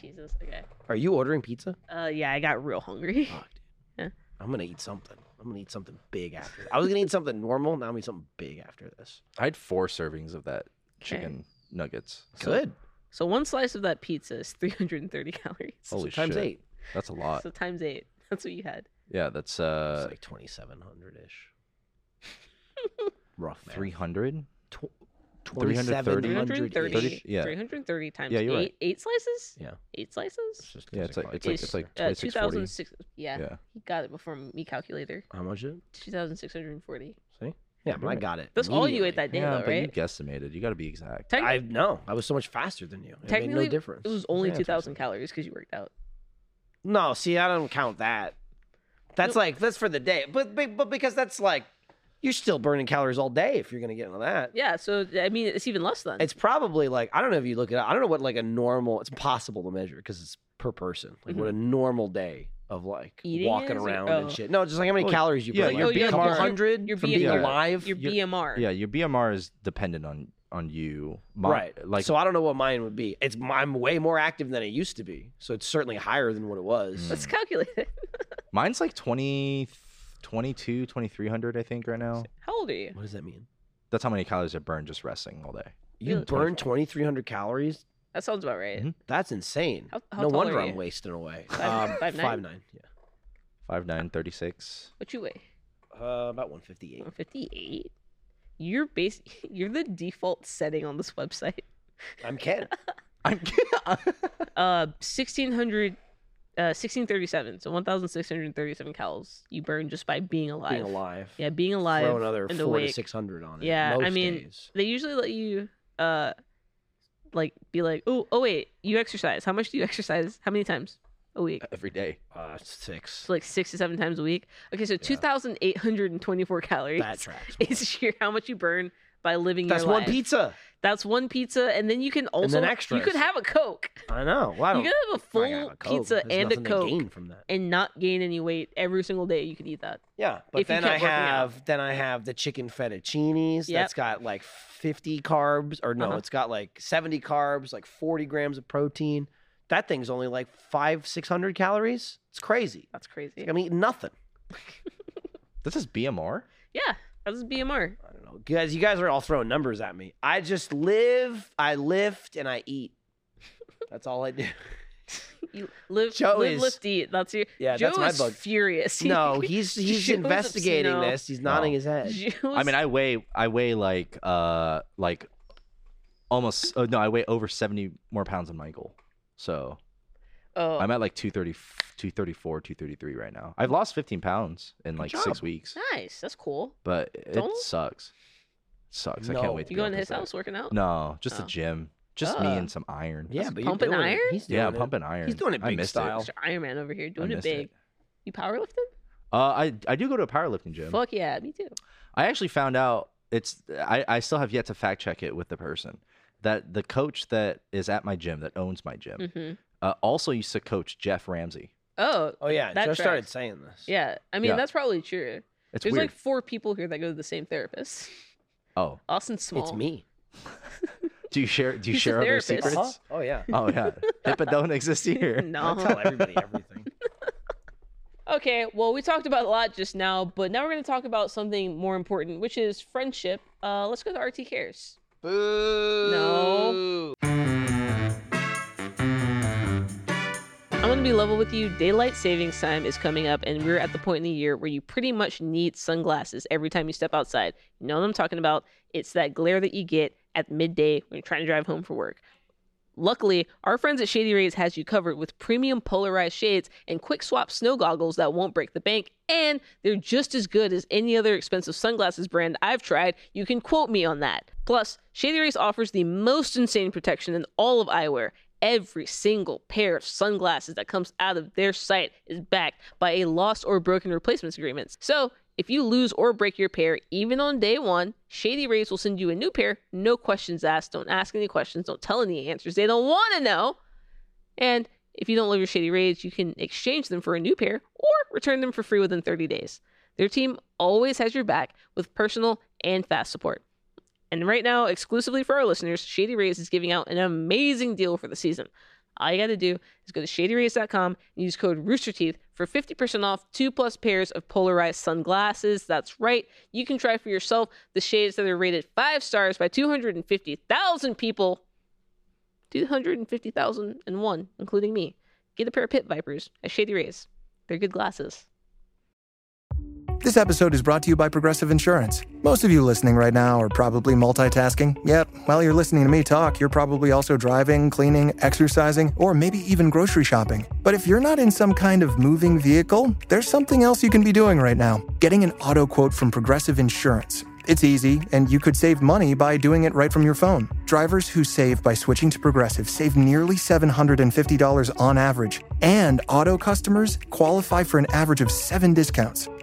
[SPEAKER 2] Jesus, okay.
[SPEAKER 4] Are you ordering pizza?
[SPEAKER 2] Uh, yeah, I got real hungry.
[SPEAKER 4] Fuck, dude.
[SPEAKER 2] Yeah.
[SPEAKER 4] I'm going to eat something. I'm going to eat something big after this. I was going to eat something normal. Now I'm going to eat something big after this.
[SPEAKER 3] I had four servings of that
[SPEAKER 2] Okay.
[SPEAKER 3] chicken nuggets. So-
[SPEAKER 4] Good.
[SPEAKER 2] So one slice of that pizza is 330 calories.
[SPEAKER 3] Holy
[SPEAKER 4] Times
[SPEAKER 3] shit.
[SPEAKER 4] eight.
[SPEAKER 3] That's a lot.
[SPEAKER 2] So times eight. That's what you had.
[SPEAKER 3] Yeah, that's uh
[SPEAKER 4] it's like 2,700 ish. Rough math.
[SPEAKER 3] 300.
[SPEAKER 4] Tw-
[SPEAKER 3] 330?
[SPEAKER 4] 2700
[SPEAKER 3] 330.
[SPEAKER 2] 330
[SPEAKER 3] yeah.
[SPEAKER 2] 330 times
[SPEAKER 3] Yeah,
[SPEAKER 2] 8
[SPEAKER 3] you're right.
[SPEAKER 2] eight slices
[SPEAKER 4] Yeah.
[SPEAKER 2] eight slices
[SPEAKER 4] just
[SPEAKER 3] Yeah, it's like it's
[SPEAKER 4] a
[SPEAKER 3] like
[SPEAKER 2] It's,
[SPEAKER 3] it's like
[SPEAKER 2] uh,
[SPEAKER 3] 2640.
[SPEAKER 2] 2006 yeah,
[SPEAKER 3] Yeah.
[SPEAKER 2] he got it before me calculator
[SPEAKER 4] How much is it?
[SPEAKER 2] 2640
[SPEAKER 4] See? Yeah, but I got it.
[SPEAKER 2] that's all you ate that day
[SPEAKER 3] Yeah,
[SPEAKER 2] though
[SPEAKER 3] but you
[SPEAKER 2] right
[SPEAKER 3] guesstimated. You got to be exact.
[SPEAKER 2] Technically,
[SPEAKER 4] I no, I was so much faster than you. It made
[SPEAKER 2] Technically,
[SPEAKER 4] no difference.
[SPEAKER 2] it was only
[SPEAKER 3] Yeah,
[SPEAKER 2] 2000 calories because you worked out
[SPEAKER 4] No, see, I don't count that. That's
[SPEAKER 2] No.
[SPEAKER 4] like that's for the day, but, but but because that's like you're still burning calories all day if you're gonna get into that.
[SPEAKER 2] yeah so i mean it's even less than
[SPEAKER 4] It's probably like I don't know if you look it up. I don't know what like a normal. It's impossible to measure because it's per person. Like what a normal day of like
[SPEAKER 2] Mm-hmm. Eating
[SPEAKER 4] walking
[SPEAKER 2] is, or-
[SPEAKER 4] around
[SPEAKER 2] oh.
[SPEAKER 4] and shit. No, just like how many
[SPEAKER 3] Well,
[SPEAKER 4] calories you
[SPEAKER 3] yeah,
[SPEAKER 4] burn.
[SPEAKER 3] your
[SPEAKER 4] like, a
[SPEAKER 3] BMR
[SPEAKER 4] couple
[SPEAKER 3] your-
[SPEAKER 4] hundred
[SPEAKER 2] your
[SPEAKER 4] from being
[SPEAKER 2] BMR
[SPEAKER 4] alive.
[SPEAKER 2] your
[SPEAKER 3] you're-
[SPEAKER 2] bmr
[SPEAKER 3] Yeah, your BMR is dependent on on you. Mo-
[SPEAKER 4] right.
[SPEAKER 3] Like
[SPEAKER 4] so I don't know what mine would be. It's I'm way more active than I used to be. So it's certainly higher than what it was.
[SPEAKER 3] Mm.
[SPEAKER 2] let's calculate it
[SPEAKER 3] mine's like 20 22 2300 I think right now.
[SPEAKER 2] how old are you
[SPEAKER 4] What does that mean?
[SPEAKER 3] That's how many calories I burn just resting all day.
[SPEAKER 4] You
[SPEAKER 2] Really?
[SPEAKER 4] burn 2,300 calories?
[SPEAKER 2] that sounds about right
[SPEAKER 3] Mhm.
[SPEAKER 4] That's insane.
[SPEAKER 2] How- how
[SPEAKER 4] no
[SPEAKER 2] tall
[SPEAKER 4] wonder
[SPEAKER 2] are
[SPEAKER 4] I'm
[SPEAKER 2] you?
[SPEAKER 4] wasting away.
[SPEAKER 2] Five-
[SPEAKER 4] um,
[SPEAKER 2] five nine?
[SPEAKER 4] five nine, Yeah.
[SPEAKER 3] 59 36.
[SPEAKER 2] what you weigh
[SPEAKER 4] Uh, about 158.
[SPEAKER 2] 58 you're base you're the default setting on this website
[SPEAKER 4] I'm Ken.
[SPEAKER 3] I'm
[SPEAKER 2] uh 1600 uh 1637 so 1637 calories you burn just by being alive
[SPEAKER 4] being alive.
[SPEAKER 2] yeah being alive
[SPEAKER 4] Throw another
[SPEAKER 2] and
[SPEAKER 4] four
[SPEAKER 2] awake.
[SPEAKER 4] to 600 on it.
[SPEAKER 2] Yeah, I
[SPEAKER 4] most
[SPEAKER 2] mean,
[SPEAKER 4] days.
[SPEAKER 2] they usually let you uh like be like oh oh wait you exercise how much do you exercise how many times a week
[SPEAKER 3] every day.
[SPEAKER 4] Uh, six.
[SPEAKER 2] so like six to seven times a week okay so 2824 calories
[SPEAKER 4] That tracks.
[SPEAKER 2] is your how much you burn by living
[SPEAKER 4] That's
[SPEAKER 2] your
[SPEAKER 4] one
[SPEAKER 2] life.
[SPEAKER 4] pizza.
[SPEAKER 2] That's one pizza, and then you can also
[SPEAKER 4] then
[SPEAKER 2] you
[SPEAKER 4] extras.
[SPEAKER 2] could have a coke.
[SPEAKER 4] I know. Well, I
[SPEAKER 2] You
[SPEAKER 4] don't
[SPEAKER 2] could have a
[SPEAKER 4] I gotta have
[SPEAKER 2] full
[SPEAKER 4] a Coke.
[SPEAKER 2] pizza
[SPEAKER 4] There's
[SPEAKER 2] and a
[SPEAKER 4] nothing to
[SPEAKER 2] coke
[SPEAKER 4] gain from that.
[SPEAKER 2] and not gain any weight every single day. You could eat that.
[SPEAKER 4] Yeah, but
[SPEAKER 2] if you
[SPEAKER 4] then I
[SPEAKER 2] kept working out.
[SPEAKER 4] have then I have the chicken fettuccines.
[SPEAKER 2] Yep.
[SPEAKER 4] That's got like 50 carbs, or no,
[SPEAKER 2] Uh-huh.
[SPEAKER 4] it's got like 70 carbs, like 40 grams of protein. That thing's only like five, 600 calories. It's crazy.
[SPEAKER 2] That's crazy.
[SPEAKER 4] Like, I'm eating nothing.
[SPEAKER 3] This is BMR?
[SPEAKER 2] Yeah, that's BMR.
[SPEAKER 4] I don't know, guys. You guys are all throwing numbers at me. I just live, I lift, and I eat. That's all I do.
[SPEAKER 2] You live,
[SPEAKER 4] Joe
[SPEAKER 2] live,
[SPEAKER 4] is-
[SPEAKER 2] lift, eat. That's your.
[SPEAKER 4] Yeah,
[SPEAKER 2] Joe
[SPEAKER 4] that's my
[SPEAKER 2] is
[SPEAKER 4] bug.
[SPEAKER 2] furious. He-
[SPEAKER 4] No, he's he's
[SPEAKER 2] Joe's
[SPEAKER 4] investigating
[SPEAKER 2] obs- no.
[SPEAKER 4] this. He's nodding
[SPEAKER 3] No.
[SPEAKER 4] his head.
[SPEAKER 2] Joe's-
[SPEAKER 3] I mean, I weigh I weigh like uh like almost oh, no, I weigh over 70 more pounds than my goal. So,
[SPEAKER 2] oh,
[SPEAKER 3] I'm at like 230 234, 233 right now. I've lost 15 pounds in like 6
[SPEAKER 4] job.
[SPEAKER 3] weeks,
[SPEAKER 2] nice. That's cool.
[SPEAKER 3] but it
[SPEAKER 2] Don't-
[SPEAKER 3] sucks. sucks. I can't
[SPEAKER 4] No.
[SPEAKER 3] wait to
[SPEAKER 2] You
[SPEAKER 3] be
[SPEAKER 2] going to
[SPEAKER 3] off
[SPEAKER 2] his
[SPEAKER 3] this diet.
[SPEAKER 2] house working out?
[SPEAKER 3] No, just the
[SPEAKER 2] Oh.
[SPEAKER 3] gym. Just me
[SPEAKER 2] Oh.
[SPEAKER 3] and some iron.
[SPEAKER 4] Yeah,
[SPEAKER 3] That's-
[SPEAKER 4] but
[SPEAKER 2] pumping
[SPEAKER 4] you're doing
[SPEAKER 2] iron?
[SPEAKER 4] It. He's doing
[SPEAKER 3] yeah, I'm
[SPEAKER 4] it.
[SPEAKER 3] pumping iron.
[SPEAKER 4] He's doing it
[SPEAKER 3] I
[SPEAKER 4] big
[SPEAKER 3] missed
[SPEAKER 4] style.
[SPEAKER 3] It.
[SPEAKER 2] Mr. Iron Man over here doing it
[SPEAKER 3] missed it.
[SPEAKER 2] big. You powerlifting?
[SPEAKER 3] Uh, I I do go to a powerlifting gym.
[SPEAKER 2] Fuck yeah, me too.
[SPEAKER 3] I actually found out it's I, I still have yet to fact check it with the person that the coach that is at my gym that owns my gym
[SPEAKER 2] hmm
[SPEAKER 3] uh, also used to coach Jeff Ramsey.
[SPEAKER 2] Oh,
[SPEAKER 4] Oh yeah,
[SPEAKER 2] That
[SPEAKER 4] Joe started
[SPEAKER 2] tracks.
[SPEAKER 4] saying this.
[SPEAKER 2] yeah. I mean,
[SPEAKER 3] Yeah.
[SPEAKER 2] that's probably true.
[SPEAKER 3] It's
[SPEAKER 2] There's
[SPEAKER 3] weird.
[SPEAKER 2] like four people here that go to the same therapist.
[SPEAKER 3] oh,
[SPEAKER 2] Austin Small.
[SPEAKER 4] it's me.
[SPEAKER 3] do you share do you
[SPEAKER 2] He's a
[SPEAKER 3] share other
[SPEAKER 2] therapist.
[SPEAKER 3] secrets?
[SPEAKER 4] Uh-huh. Oh yeah.
[SPEAKER 3] Oh yeah, HIPAA don't exist here.
[SPEAKER 4] I
[SPEAKER 2] No.
[SPEAKER 4] tell everybody everything.
[SPEAKER 2] Okay, well, we talked about a lot just now, but now we're going to talk about something more important, which is friendship. Uh, let's go to RT Cares.
[SPEAKER 4] Boo.
[SPEAKER 2] No. I'm going to be level with you. Daylight savings time is coming up, and we're at the point in the year where you pretty much need sunglasses every time you step outside. You know what I'm talking about? It's that glare that you get at midday when you're trying to drive home from work. Luckily, our friends at Shady Rays has you covered with premium polarized shades and quick swap snow goggles that won't break the bank, and they're just as good as any other expensive sunglasses brand I've tried. You can quote me on that. Plus, Shady Rays offers the most insane protection in all of eyewear. Every single pair of sunglasses that comes out of their site is backed by a lost or broken replacements agreements. So, if you lose or break your pair, even on day one, Shady Rays will send you a new pair, no questions asked. Don't ask any questions, don't tell any answers. They don't want to know. And if you don't love your Shady Rays, you can exchange them for a new pair or return them for free within 30 days. Their team always has your back with personal and fast support. And right now, exclusively for our listeners, Shady Rays is giving out an amazing deal for the season. All you got to do is go to shadyrays.com and use code roosterteeth for 50% off two plus pairs of polarized sunglasses. That's right. You can try for yourself the shades that are rated five stars by 250,000 people. 250,001, including me. Get a pair of pit vipers at Shady Rays. They're good glasses.
[SPEAKER 5] This episode is brought to you by Progressive Insurance. Most of you listening right now are probably multitasking. Yep, while you're listening to me talk, you're probably also driving, cleaning, exercising, or maybe even grocery shopping. But if you're not in some kind of moving vehicle, there's something else you can be doing right now getting an auto quote from Progressive Insurance. It's easy, and you could save money by doing it right from your phone. Drivers who save by switching to Progressive save nearly $750 on average, and auto customers qualify for an average of seven discounts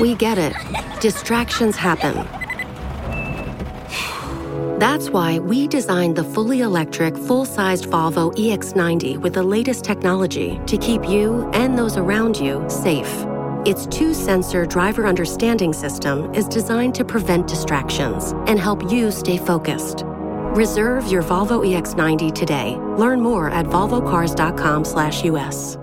[SPEAKER 6] We get it. Distractions happen. That's why we designed the fully electric, full sized Volvo EX90 with the latest technology to keep you and those around you safe. Its two sensor driver understanding system is designed to prevent distractions and help you stay focused. Reserve your Volvo EX90 today. Learn more at volvocars.com/us.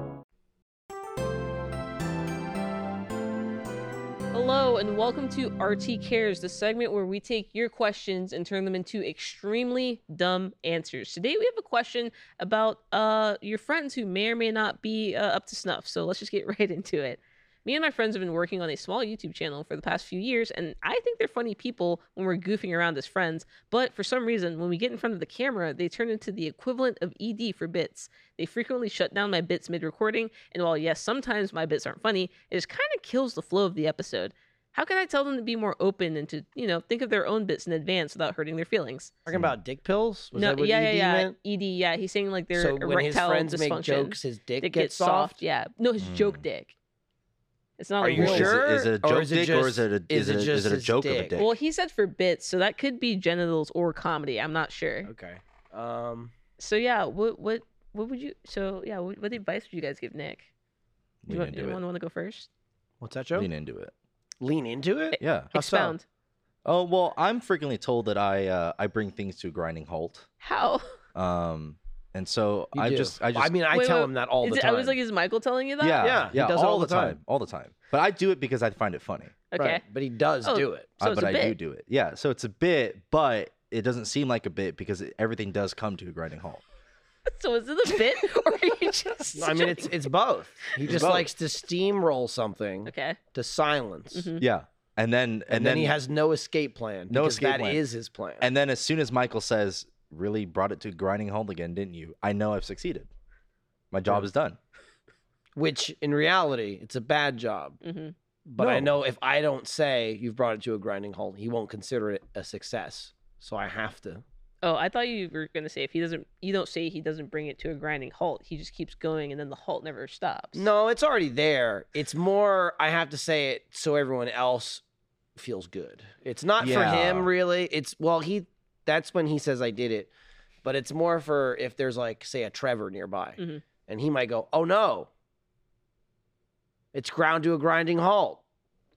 [SPEAKER 2] Hello, and welcome to RT Cares, the segment where we take your questions and turn them into extremely dumb answers. Today, we have a question about uh, your friends who may or may not be uh, up to snuff. So let's just get right into it. Me and my friends have been working on a small YouTube channel for the past few years, and I think they're funny people when we're goofing around as friends. But for some reason, when we get in front of the camera, they turn into the equivalent of ED for bits. They frequently shut down my bits mid recording, and while yes, sometimes my bits aren't funny, it just kind of kills the flow of the episode. How can I tell them to be more open and to, you know, think of their own bits in advance without hurting their feelings?
[SPEAKER 4] Talking about dick pills? Was that what
[SPEAKER 2] yeah,
[SPEAKER 4] ED
[SPEAKER 2] yeah, yeah.
[SPEAKER 4] meant?
[SPEAKER 2] ED, yeah. He's saying like their
[SPEAKER 4] so
[SPEAKER 2] erectile
[SPEAKER 4] when his friends
[SPEAKER 2] dysfunction.
[SPEAKER 4] make jokes, his dick,
[SPEAKER 2] dick
[SPEAKER 4] gets soft.
[SPEAKER 2] Yeah. No, his joke dick. It's not
[SPEAKER 4] Hmm. Are
[SPEAKER 2] a
[SPEAKER 4] you
[SPEAKER 2] real-
[SPEAKER 3] Is it-
[SPEAKER 4] sure?
[SPEAKER 3] Is it a joke
[SPEAKER 4] Or is it
[SPEAKER 3] dick or is
[SPEAKER 4] just-
[SPEAKER 3] it a is it, a, is
[SPEAKER 4] just
[SPEAKER 3] it a
[SPEAKER 4] his
[SPEAKER 3] joke of a
[SPEAKER 4] dick?
[SPEAKER 3] dick?
[SPEAKER 2] Well, he said for bits, so that could be genitals or comedy. I'm not sure.
[SPEAKER 4] Okay. Um,
[SPEAKER 2] So yeah, what what what would you? So yeah, what, what advice would you guys give Nick? Do
[SPEAKER 3] Lean
[SPEAKER 2] you want,
[SPEAKER 3] into
[SPEAKER 2] anyone
[SPEAKER 3] it.
[SPEAKER 2] want to go first?
[SPEAKER 4] what's that joke?
[SPEAKER 3] Lean
[SPEAKER 4] Lean,
[SPEAKER 3] into it.
[SPEAKER 4] into it?
[SPEAKER 3] Yeah.
[SPEAKER 4] How so?
[SPEAKER 2] Expound.
[SPEAKER 3] Oh well, I'm frequently told that I uh, I bring things to a grinding halt.
[SPEAKER 2] How?
[SPEAKER 3] Um, and so
[SPEAKER 4] You
[SPEAKER 3] I
[SPEAKER 4] do.
[SPEAKER 3] just I
[SPEAKER 4] Well,
[SPEAKER 3] just
[SPEAKER 4] mean, I
[SPEAKER 2] Wait,
[SPEAKER 4] tell
[SPEAKER 2] wait,
[SPEAKER 4] him that all
[SPEAKER 2] Is
[SPEAKER 4] the
[SPEAKER 2] it-
[SPEAKER 4] time.
[SPEAKER 2] I was like, is Michael telling you that?
[SPEAKER 3] yeah
[SPEAKER 4] Yeah, he
[SPEAKER 3] yeah
[SPEAKER 4] does it
[SPEAKER 3] all the time. all the time. But I do it because I find it funny.
[SPEAKER 2] Okay.
[SPEAKER 4] Right, But he does
[SPEAKER 2] Oh.
[SPEAKER 4] do it.
[SPEAKER 2] So
[SPEAKER 3] Uh,
[SPEAKER 2] it's
[SPEAKER 3] but
[SPEAKER 2] a
[SPEAKER 3] I
[SPEAKER 2] bit.
[SPEAKER 3] do do it. Yeah. So it's a bit, but it doesn't seem like a bit because it, everything does come to a grinding halt.
[SPEAKER 2] So is it a bit or are you just?
[SPEAKER 4] I mean, it's it's both. He
[SPEAKER 3] It's
[SPEAKER 4] just
[SPEAKER 3] both.
[SPEAKER 4] likes to steamroll something
[SPEAKER 2] okay.
[SPEAKER 4] to silence,
[SPEAKER 2] Mhm.
[SPEAKER 4] and,
[SPEAKER 3] Yeah. And then and,
[SPEAKER 4] then, he has no escape plan.
[SPEAKER 3] No
[SPEAKER 4] because
[SPEAKER 3] escape
[SPEAKER 4] that
[SPEAKER 3] plan.
[SPEAKER 4] is his plan.
[SPEAKER 3] and then as soon as Michael says, "Really brought it to a grinding halt again, didn't you?" I know I've succeeded. My job is done.
[SPEAKER 4] which in reality, it's a bad job.
[SPEAKER 2] hmm
[SPEAKER 4] But I
[SPEAKER 3] No.
[SPEAKER 4] know if I don't say you've brought it to a grinding halt, he won't consider it a success. So I have to.
[SPEAKER 2] Oh, I thought you were gonna say if he doesn't, you don't say he doesn't bring it to a grinding halt. He just keeps going, and then the halt never stops.
[SPEAKER 4] No, it's already there. It's more I have to say it so everyone else feels good. It's not for
[SPEAKER 3] Yeah.
[SPEAKER 4] him really. It's well he that's when he says I did it. But it's more for if there's like say a Trevor nearby
[SPEAKER 2] Mhm.
[SPEAKER 4] and he might go, "Oh no. It's ground to a grinding halt.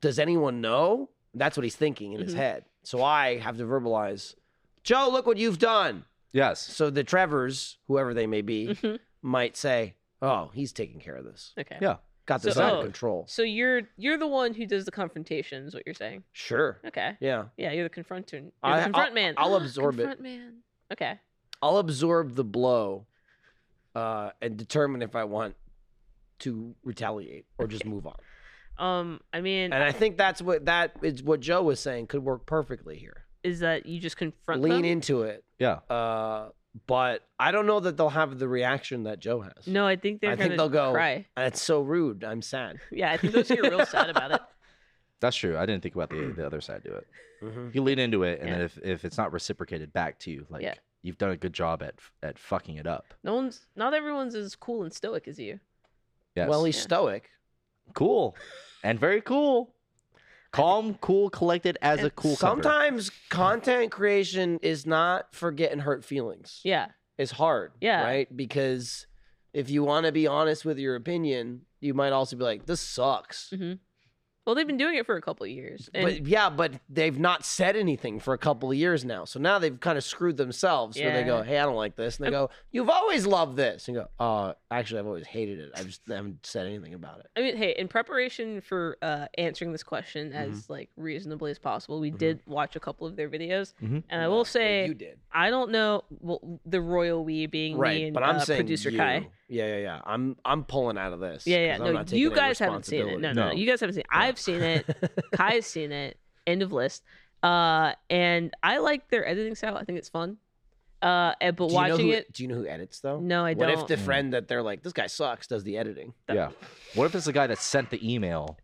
[SPEAKER 4] Does anyone know?" That's what he's thinking in his
[SPEAKER 2] Mhm.
[SPEAKER 4] head. So I have to verbalize, "Joe, look what you've done."
[SPEAKER 3] Yes.
[SPEAKER 4] So the Trevors, whoever they may be,
[SPEAKER 2] Mhm.
[SPEAKER 4] might say, "Oh, he's taking care of this."
[SPEAKER 2] Okay.
[SPEAKER 3] Yeah.
[SPEAKER 4] Got
[SPEAKER 2] So-
[SPEAKER 4] this out
[SPEAKER 2] oh.
[SPEAKER 4] of control.
[SPEAKER 2] So you're you're the one who does the confrontation, is what you're saying.
[SPEAKER 4] Sure.
[SPEAKER 2] Okay.
[SPEAKER 4] Yeah.
[SPEAKER 2] Yeah, you're the confronter. You're the
[SPEAKER 4] I- I'll-
[SPEAKER 2] confront man.
[SPEAKER 4] I'll absorb it.
[SPEAKER 2] confront man. Okay.
[SPEAKER 4] I'll absorb the blow uh, and determine if I want to retaliate or just move on.
[SPEAKER 2] Um, I mean,
[SPEAKER 4] And I think that's what that is what Joe was saying could work perfectly here.
[SPEAKER 2] is that you just confront
[SPEAKER 4] Lean
[SPEAKER 2] them?
[SPEAKER 4] into it.
[SPEAKER 3] Yeah.
[SPEAKER 4] Uh, but I don't know that they'll have the reaction that Joe has.
[SPEAKER 2] No, I think they're
[SPEAKER 4] I
[SPEAKER 2] gonna
[SPEAKER 4] think they'll go-
[SPEAKER 2] cry.
[SPEAKER 4] That's so rude. I'm sad.
[SPEAKER 2] Yeah, I think those two are real sad about it.
[SPEAKER 3] That's true. I didn't think about the the other side to it.
[SPEAKER 4] Mhm.
[SPEAKER 3] You lean into it, and
[SPEAKER 2] Yeah.
[SPEAKER 3] then if, if it's not reciprocated back to you, like
[SPEAKER 2] Yeah.
[SPEAKER 3] you've done a good job at at fucking it up.
[SPEAKER 2] No one's, not everyone's as cool and stoic as you.
[SPEAKER 3] Yes.
[SPEAKER 4] Well, he's
[SPEAKER 2] Yeah.
[SPEAKER 4] stoic.
[SPEAKER 3] cool and very cool. Calm, cool, collected as a
[SPEAKER 2] And
[SPEAKER 3] cool. cupper.
[SPEAKER 4] Sometimes content creation is not for getting hurt feelings.
[SPEAKER 2] Yeah,
[SPEAKER 4] It's hard.
[SPEAKER 2] Yeah.
[SPEAKER 4] Right? Because if you want to be honest with your opinion, you might also be like, this sucks.
[SPEAKER 2] Well, they've been doing it for a couple of years. Mm-hmm. And
[SPEAKER 4] but yeah, but they've not said anything for a couple of years now. So now they've kind of screwed themselves where they go,
[SPEAKER 2] Yeah.
[SPEAKER 4] Hey, I don't like this. And they go, You've always loved this. And you go, Oh, actually I've always hated it. I just haven't said anything about it.
[SPEAKER 2] I mean, hey, in preparation for uh, answering this question
[SPEAKER 4] Mm-hmm.
[SPEAKER 2] as like reasonably as possible, we did watch a couple of their videos,
[SPEAKER 3] Mhm.
[SPEAKER 2] and I will say
[SPEAKER 4] Mm-hmm. you did.
[SPEAKER 2] I don't know well, the royal we being me
[SPEAKER 4] Right.
[SPEAKER 2] and
[SPEAKER 4] But I'm
[SPEAKER 2] uh,
[SPEAKER 4] saying
[SPEAKER 2] producer
[SPEAKER 4] you.
[SPEAKER 2] Kai.
[SPEAKER 4] Yeah, yeah, yeah. I'm I'm pulling out of this.
[SPEAKER 2] Yeah,
[SPEAKER 4] 'cause
[SPEAKER 2] yeah.
[SPEAKER 4] I'm
[SPEAKER 2] No,
[SPEAKER 4] not taking
[SPEAKER 2] you
[SPEAKER 4] any
[SPEAKER 2] guys haven't seen it. No, no, no,
[SPEAKER 3] No.
[SPEAKER 2] you guys haven't seen. it. I've seen it. Kai's seen it. End of list. Uh, and I like their editing style. I think it's fun. Uh, and- but
[SPEAKER 4] Do you know
[SPEAKER 2] watching
[SPEAKER 4] who-
[SPEAKER 2] it,
[SPEAKER 4] Do you know who edits though?
[SPEAKER 2] No, I
[SPEAKER 4] what What
[SPEAKER 2] don't.
[SPEAKER 4] if the friend that they're like, this guy sucks, does the editing?
[SPEAKER 3] Yeah. What if it's the guy that sent the email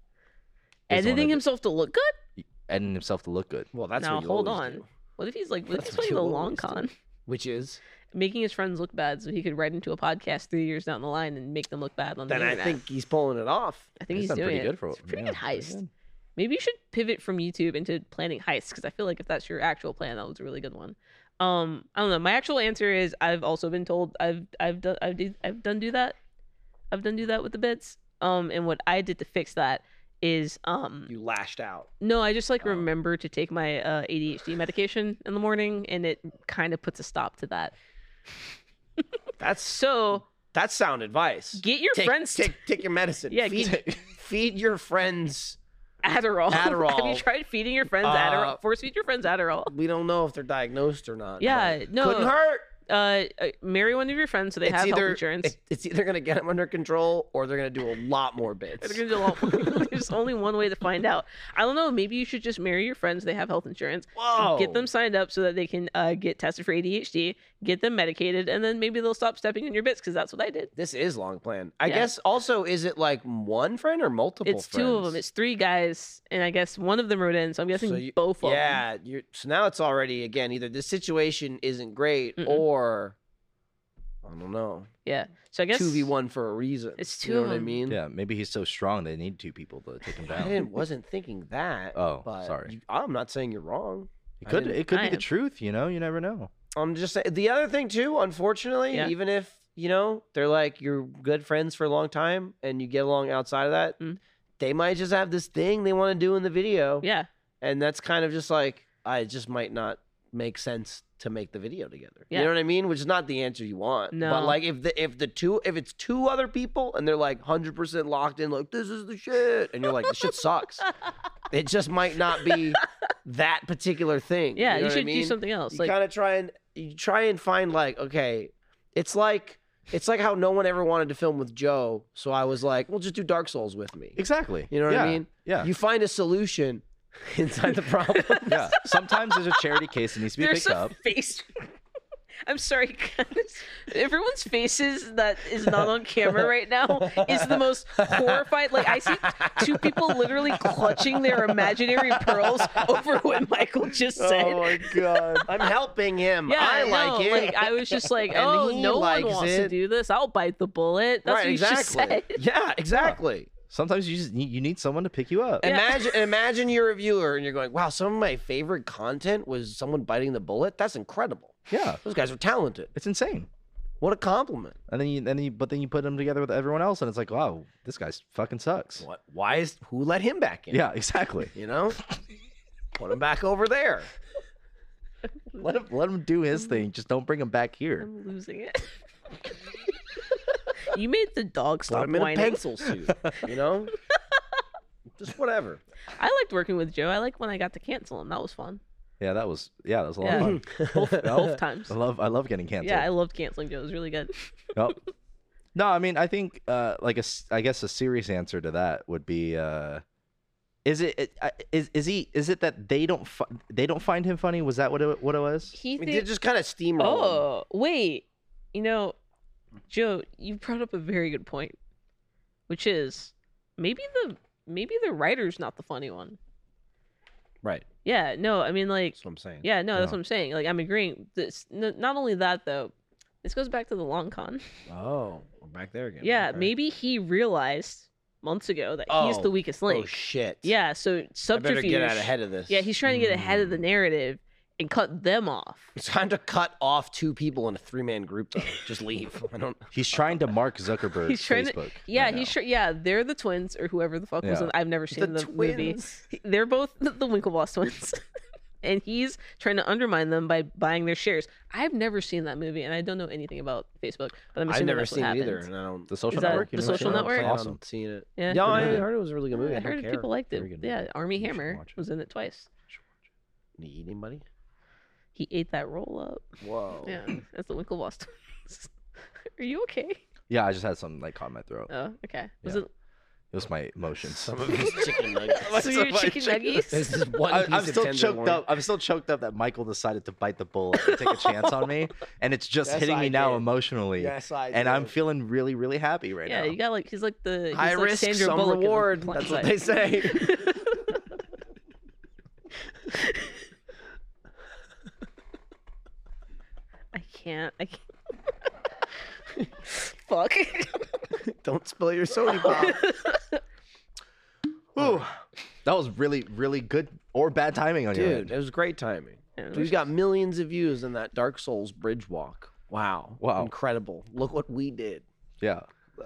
[SPEAKER 3] is one
[SPEAKER 2] editing
[SPEAKER 3] of-
[SPEAKER 2] himself to look good.
[SPEAKER 3] editing himself to look good?
[SPEAKER 4] Well, that's
[SPEAKER 2] now
[SPEAKER 4] what you
[SPEAKER 2] hold on.
[SPEAKER 4] always do,
[SPEAKER 2] What if he's like, what if
[SPEAKER 4] That's
[SPEAKER 2] he's
[SPEAKER 4] what
[SPEAKER 2] playing
[SPEAKER 4] you
[SPEAKER 2] the long
[SPEAKER 4] always do.
[SPEAKER 2] con?
[SPEAKER 4] which is
[SPEAKER 2] making his friends look bad so he could write into a podcast three years down the line and make them look bad on the
[SPEAKER 4] then I
[SPEAKER 2] internet.
[SPEAKER 4] think he's pulling it off.
[SPEAKER 2] I think he's,
[SPEAKER 3] done
[SPEAKER 2] doing
[SPEAKER 3] pretty
[SPEAKER 2] it.
[SPEAKER 3] good for
[SPEAKER 2] it's a pretty
[SPEAKER 3] yeah,
[SPEAKER 2] good heist. Maybe you should pivot from YouTube into planning heists because I feel like if that's your actual plan, that was a really good one. Um, I don't know. My actual answer is I've also been told I've I've done I've, did, I've done do that, I've done do that with the bits. Um, and what I did to fix that is um
[SPEAKER 4] You lashed out.
[SPEAKER 2] no, I just like
[SPEAKER 4] Oh.
[SPEAKER 2] remember to take my uh, ADHD medication in the morning, and it kind of puts a stop to that.
[SPEAKER 4] That's
[SPEAKER 2] So
[SPEAKER 4] that's sound advice.
[SPEAKER 2] get your
[SPEAKER 4] take,
[SPEAKER 2] friends to
[SPEAKER 4] take take your medicine.
[SPEAKER 2] Yeah,
[SPEAKER 4] feed, feed your friends.
[SPEAKER 2] Adderall. Have you
[SPEAKER 4] Adderall.
[SPEAKER 2] tried feeding your friends
[SPEAKER 4] Uh,
[SPEAKER 2] Adderall? Force feed your friends Adderall.
[SPEAKER 4] We don't know if they're diagnosed or not.
[SPEAKER 2] Yeah,
[SPEAKER 4] but
[SPEAKER 2] no.
[SPEAKER 4] couldn't hurt.
[SPEAKER 2] Uh, uh, marry one of your friends so they have health insurance.
[SPEAKER 4] it- it's either gonna get them under control or they're gonna do a lot more bits.
[SPEAKER 2] They're gonna do a lot more. There's only one way to find out. I don't know. Maybe you should just marry your friends. They have health insurance.
[SPEAKER 4] Whoa!
[SPEAKER 2] Get them signed up so that they can uh, get tested for ADHD, get them medicated, and then maybe they'll stop stepping in your bits because that's what I did.
[SPEAKER 4] This is long plan. I
[SPEAKER 2] Yeah.
[SPEAKER 4] guess. Also, is it like one friend or multiple?
[SPEAKER 2] It's two of them.
[SPEAKER 4] friends?
[SPEAKER 2] It's three guys, and I guess one of them wrote in. So I'm guessing
[SPEAKER 4] So you-
[SPEAKER 2] both of them.
[SPEAKER 4] yeah. You're, so now it's already again either this situation isn't great
[SPEAKER 2] Mm-mm.
[SPEAKER 4] or I don't know
[SPEAKER 2] Yeah. So I guess
[SPEAKER 4] two v one for a reason.
[SPEAKER 2] It's
[SPEAKER 4] You
[SPEAKER 2] two
[SPEAKER 4] know
[SPEAKER 2] of
[SPEAKER 4] what I
[SPEAKER 2] them.
[SPEAKER 4] mean?
[SPEAKER 3] Yeah, maybe he's so strong they need two people to take him
[SPEAKER 4] I
[SPEAKER 3] down.
[SPEAKER 4] didn't, wasn't thinking that.
[SPEAKER 3] Oh,
[SPEAKER 4] but
[SPEAKER 3] sorry.
[SPEAKER 4] you- I'm not saying you're wrong.
[SPEAKER 3] It
[SPEAKER 4] I
[SPEAKER 3] could
[SPEAKER 4] didn't-
[SPEAKER 3] it could
[SPEAKER 2] I
[SPEAKER 3] be the
[SPEAKER 2] am.
[SPEAKER 3] truth, you know. You never know.
[SPEAKER 4] I'm just saying the other thing too. Unfortunately,
[SPEAKER 2] Yeah.
[SPEAKER 4] even if you know they're like you're good friends for a long time and you get along outside of that,
[SPEAKER 2] Mm.
[SPEAKER 4] they might just have this thing they want to do in the video,
[SPEAKER 2] Yeah.
[SPEAKER 4] and that's kind of just like I just might not make sense to make the video together.
[SPEAKER 2] Yeah.
[SPEAKER 4] You know what I mean? Which is not the answer you want.
[SPEAKER 2] No.
[SPEAKER 4] But like if the if the two if it's two other people and they're like hundred percent locked in, like this is the shit, and you're like the shit sucks. It just might not be that particular thing.
[SPEAKER 2] Yeah.
[SPEAKER 4] know
[SPEAKER 2] You,
[SPEAKER 4] what I
[SPEAKER 2] should do
[SPEAKER 4] mean?
[SPEAKER 2] something else.
[SPEAKER 4] you
[SPEAKER 2] like
[SPEAKER 4] kind of try and you try and find like okay it's like it's like how no one ever wanted to film with joe so i was like well just do dark souls with me
[SPEAKER 3] Exactly.
[SPEAKER 4] you know what
[SPEAKER 3] yeah.
[SPEAKER 4] i mean
[SPEAKER 3] Yeah.
[SPEAKER 4] you find a solution inside the problem
[SPEAKER 3] yeah. Sometimes there's a charity case that needs to be
[SPEAKER 2] There's
[SPEAKER 3] picked up.
[SPEAKER 2] some face. I'm sorry, guys. Everyone's faces that is not on camera right now is the most horrified. Like I see two people literally clutching their imaginary pearls over what Michael just said.
[SPEAKER 4] Oh my god i'm helping him
[SPEAKER 2] yeah,
[SPEAKER 4] i
[SPEAKER 2] no,
[SPEAKER 4] like it
[SPEAKER 2] Like I was just like,
[SPEAKER 4] And
[SPEAKER 2] oh,
[SPEAKER 4] he
[SPEAKER 2] no one
[SPEAKER 4] likes
[SPEAKER 2] wants to
[SPEAKER 4] it.
[SPEAKER 2] do this. I'll bite the bullet. That's
[SPEAKER 4] right
[SPEAKER 2] what you just
[SPEAKER 4] exactly
[SPEAKER 2] said.
[SPEAKER 4] yeah exactly
[SPEAKER 3] Sometimes you just need, you need someone to pick you up.
[SPEAKER 2] Yeah.
[SPEAKER 4] Imagine, imagine you're a viewer and you're going, "Wow, some of my favorite content was someone biting the bullet. That's incredible.
[SPEAKER 3] Yeah.
[SPEAKER 4] Those guys are talented.
[SPEAKER 3] It's insane.
[SPEAKER 4] What a compliment."
[SPEAKER 3] And then you then you but then you put them together with everyone else, and it's like, wow, this guy's fucking sucks.
[SPEAKER 4] What? Why is who let him back in?
[SPEAKER 3] Yeah. Exactly.
[SPEAKER 4] you know, put him back over there.
[SPEAKER 3] let him let him do his
[SPEAKER 2] Mm-hmm.
[SPEAKER 3] thing. Just don't bring him back here.
[SPEAKER 2] I'm losing it. you made the dog
[SPEAKER 4] Put
[SPEAKER 2] stop
[SPEAKER 4] him in a
[SPEAKER 2] whining.
[SPEAKER 4] pencil suit. You know, just whatever.
[SPEAKER 2] I liked working with Joe. I liked when I got to cancel him. That was fun.
[SPEAKER 3] Yeah. That was yeah. That was a lot
[SPEAKER 2] Yeah.
[SPEAKER 3] of fun.
[SPEAKER 2] Both, both times.
[SPEAKER 3] I love I love getting canceled.
[SPEAKER 2] Yeah, I loved canceling Joe. It was really good.
[SPEAKER 3] Oh. No, I mean, I think uh, like a, s- I guess a serious answer to that would be, uh, is it it- I- is is he is it that they don't fi- they don't find him funny? Was that what it, what it was?
[SPEAKER 2] He
[SPEAKER 4] We
[SPEAKER 2] thinks-
[SPEAKER 4] did just kind of steamroll. him.
[SPEAKER 2] Oh, wait. You know, Joe, you brought up a very good point, which is maybe the maybe the writer's not the funny one.
[SPEAKER 4] right.
[SPEAKER 2] Yeah, no, I mean like
[SPEAKER 4] That's what I'm saying.
[SPEAKER 2] yeah, no, that's
[SPEAKER 3] No.
[SPEAKER 2] what I'm saying. Like I'm agreeing. This n- not only that though. This goes back to the long con.
[SPEAKER 4] Oh, we're back there again.
[SPEAKER 2] Yeah,
[SPEAKER 4] Okay.
[SPEAKER 2] maybe he realized months ago that he's the
[SPEAKER 4] Oh.
[SPEAKER 2] weakest
[SPEAKER 4] Oh
[SPEAKER 2] link.
[SPEAKER 4] shit.
[SPEAKER 2] yeah, so
[SPEAKER 4] I better
[SPEAKER 2] subterfuge.
[SPEAKER 4] get out ahead of this. Mm.
[SPEAKER 2] Yeah, he's trying to get ahead of the narrative, and cut them off.
[SPEAKER 4] It's time to cut off two people in a three man group though. Just leave. I don't
[SPEAKER 3] He's trying to mark Zuckerberg's
[SPEAKER 2] He's trying to-
[SPEAKER 3] Facebook.
[SPEAKER 2] Yeah,
[SPEAKER 3] right
[SPEAKER 2] he's
[SPEAKER 3] now.
[SPEAKER 2] sure. Yeah, they're the twins or whoever the fuck was.
[SPEAKER 3] Yeah.
[SPEAKER 2] In, I've never seen the, movie.
[SPEAKER 4] twins.
[SPEAKER 2] They're both the Winklevoss twins, and he's trying to undermine them by buying their shares. I've never seen that movie, and I don't know anything about Facebook. But I'm
[SPEAKER 4] I've
[SPEAKER 2] assuming
[SPEAKER 4] never
[SPEAKER 2] that's what
[SPEAKER 4] seen it either.
[SPEAKER 2] happened.
[SPEAKER 4] And I don't
[SPEAKER 3] The social
[SPEAKER 2] Is that
[SPEAKER 3] network. you
[SPEAKER 2] The
[SPEAKER 3] know,
[SPEAKER 2] Social
[SPEAKER 3] sure.
[SPEAKER 2] Network?
[SPEAKER 4] Awesome.
[SPEAKER 3] Awesome.
[SPEAKER 4] Seeing it.
[SPEAKER 2] Yeah.
[SPEAKER 4] No, I
[SPEAKER 3] Good movie.
[SPEAKER 4] heard it was a really good movie. I,
[SPEAKER 2] I
[SPEAKER 4] don't
[SPEAKER 2] heard
[SPEAKER 4] care.
[SPEAKER 2] people liked
[SPEAKER 3] Very
[SPEAKER 2] it.
[SPEAKER 3] good
[SPEAKER 2] Yeah,
[SPEAKER 3] movie.
[SPEAKER 2] Army
[SPEAKER 3] You should
[SPEAKER 2] Hammer
[SPEAKER 3] watch it.
[SPEAKER 2] was in it twice.
[SPEAKER 4] Did he eat anybody?
[SPEAKER 2] He ate that roll up.
[SPEAKER 4] Whoa.
[SPEAKER 2] Yeah, that's the Winklevoss twins. Are you okay?
[SPEAKER 3] Yeah, I just had something like caught in my throat.
[SPEAKER 2] Oh, okay. Was
[SPEAKER 3] Yeah.
[SPEAKER 2] it?
[SPEAKER 3] It was my emotions.
[SPEAKER 4] Some of his chicken nuggets.
[SPEAKER 2] So your chicken nuggies?
[SPEAKER 4] This is one
[SPEAKER 3] I,
[SPEAKER 4] piece
[SPEAKER 3] I'm
[SPEAKER 4] of
[SPEAKER 3] still
[SPEAKER 4] tenderloin.
[SPEAKER 3] choked up. I'm still choked up that Michael decided to bite the bullet and take a chance on me, and it's just
[SPEAKER 4] Yes,
[SPEAKER 3] hitting
[SPEAKER 4] I
[SPEAKER 3] me now
[SPEAKER 4] did.
[SPEAKER 3] emotionally.
[SPEAKER 4] Yes, I
[SPEAKER 3] and I'm
[SPEAKER 4] did.
[SPEAKER 3] feeling really, really happy right
[SPEAKER 2] yeah,
[SPEAKER 3] now.
[SPEAKER 2] you got like he's like the he's
[SPEAKER 4] High
[SPEAKER 2] like
[SPEAKER 4] risk,
[SPEAKER 2] Sandra
[SPEAKER 4] some
[SPEAKER 2] Bullock in the
[SPEAKER 4] reward.
[SPEAKER 2] Pla-
[SPEAKER 4] That's what
[SPEAKER 2] like-
[SPEAKER 4] they say.
[SPEAKER 2] I can't. I can't. Fuck.
[SPEAKER 4] Don't spill your soda pop.
[SPEAKER 3] Ooh, that was really, really good or bad timing on your
[SPEAKER 4] Dude,
[SPEAKER 3] end.
[SPEAKER 4] it was great timing.
[SPEAKER 2] Yeah, it
[SPEAKER 4] We've got millions of views in that Dark Souls bridge walk. Wow.
[SPEAKER 3] Wow.
[SPEAKER 4] Incredible. Look what we did.
[SPEAKER 3] Yeah,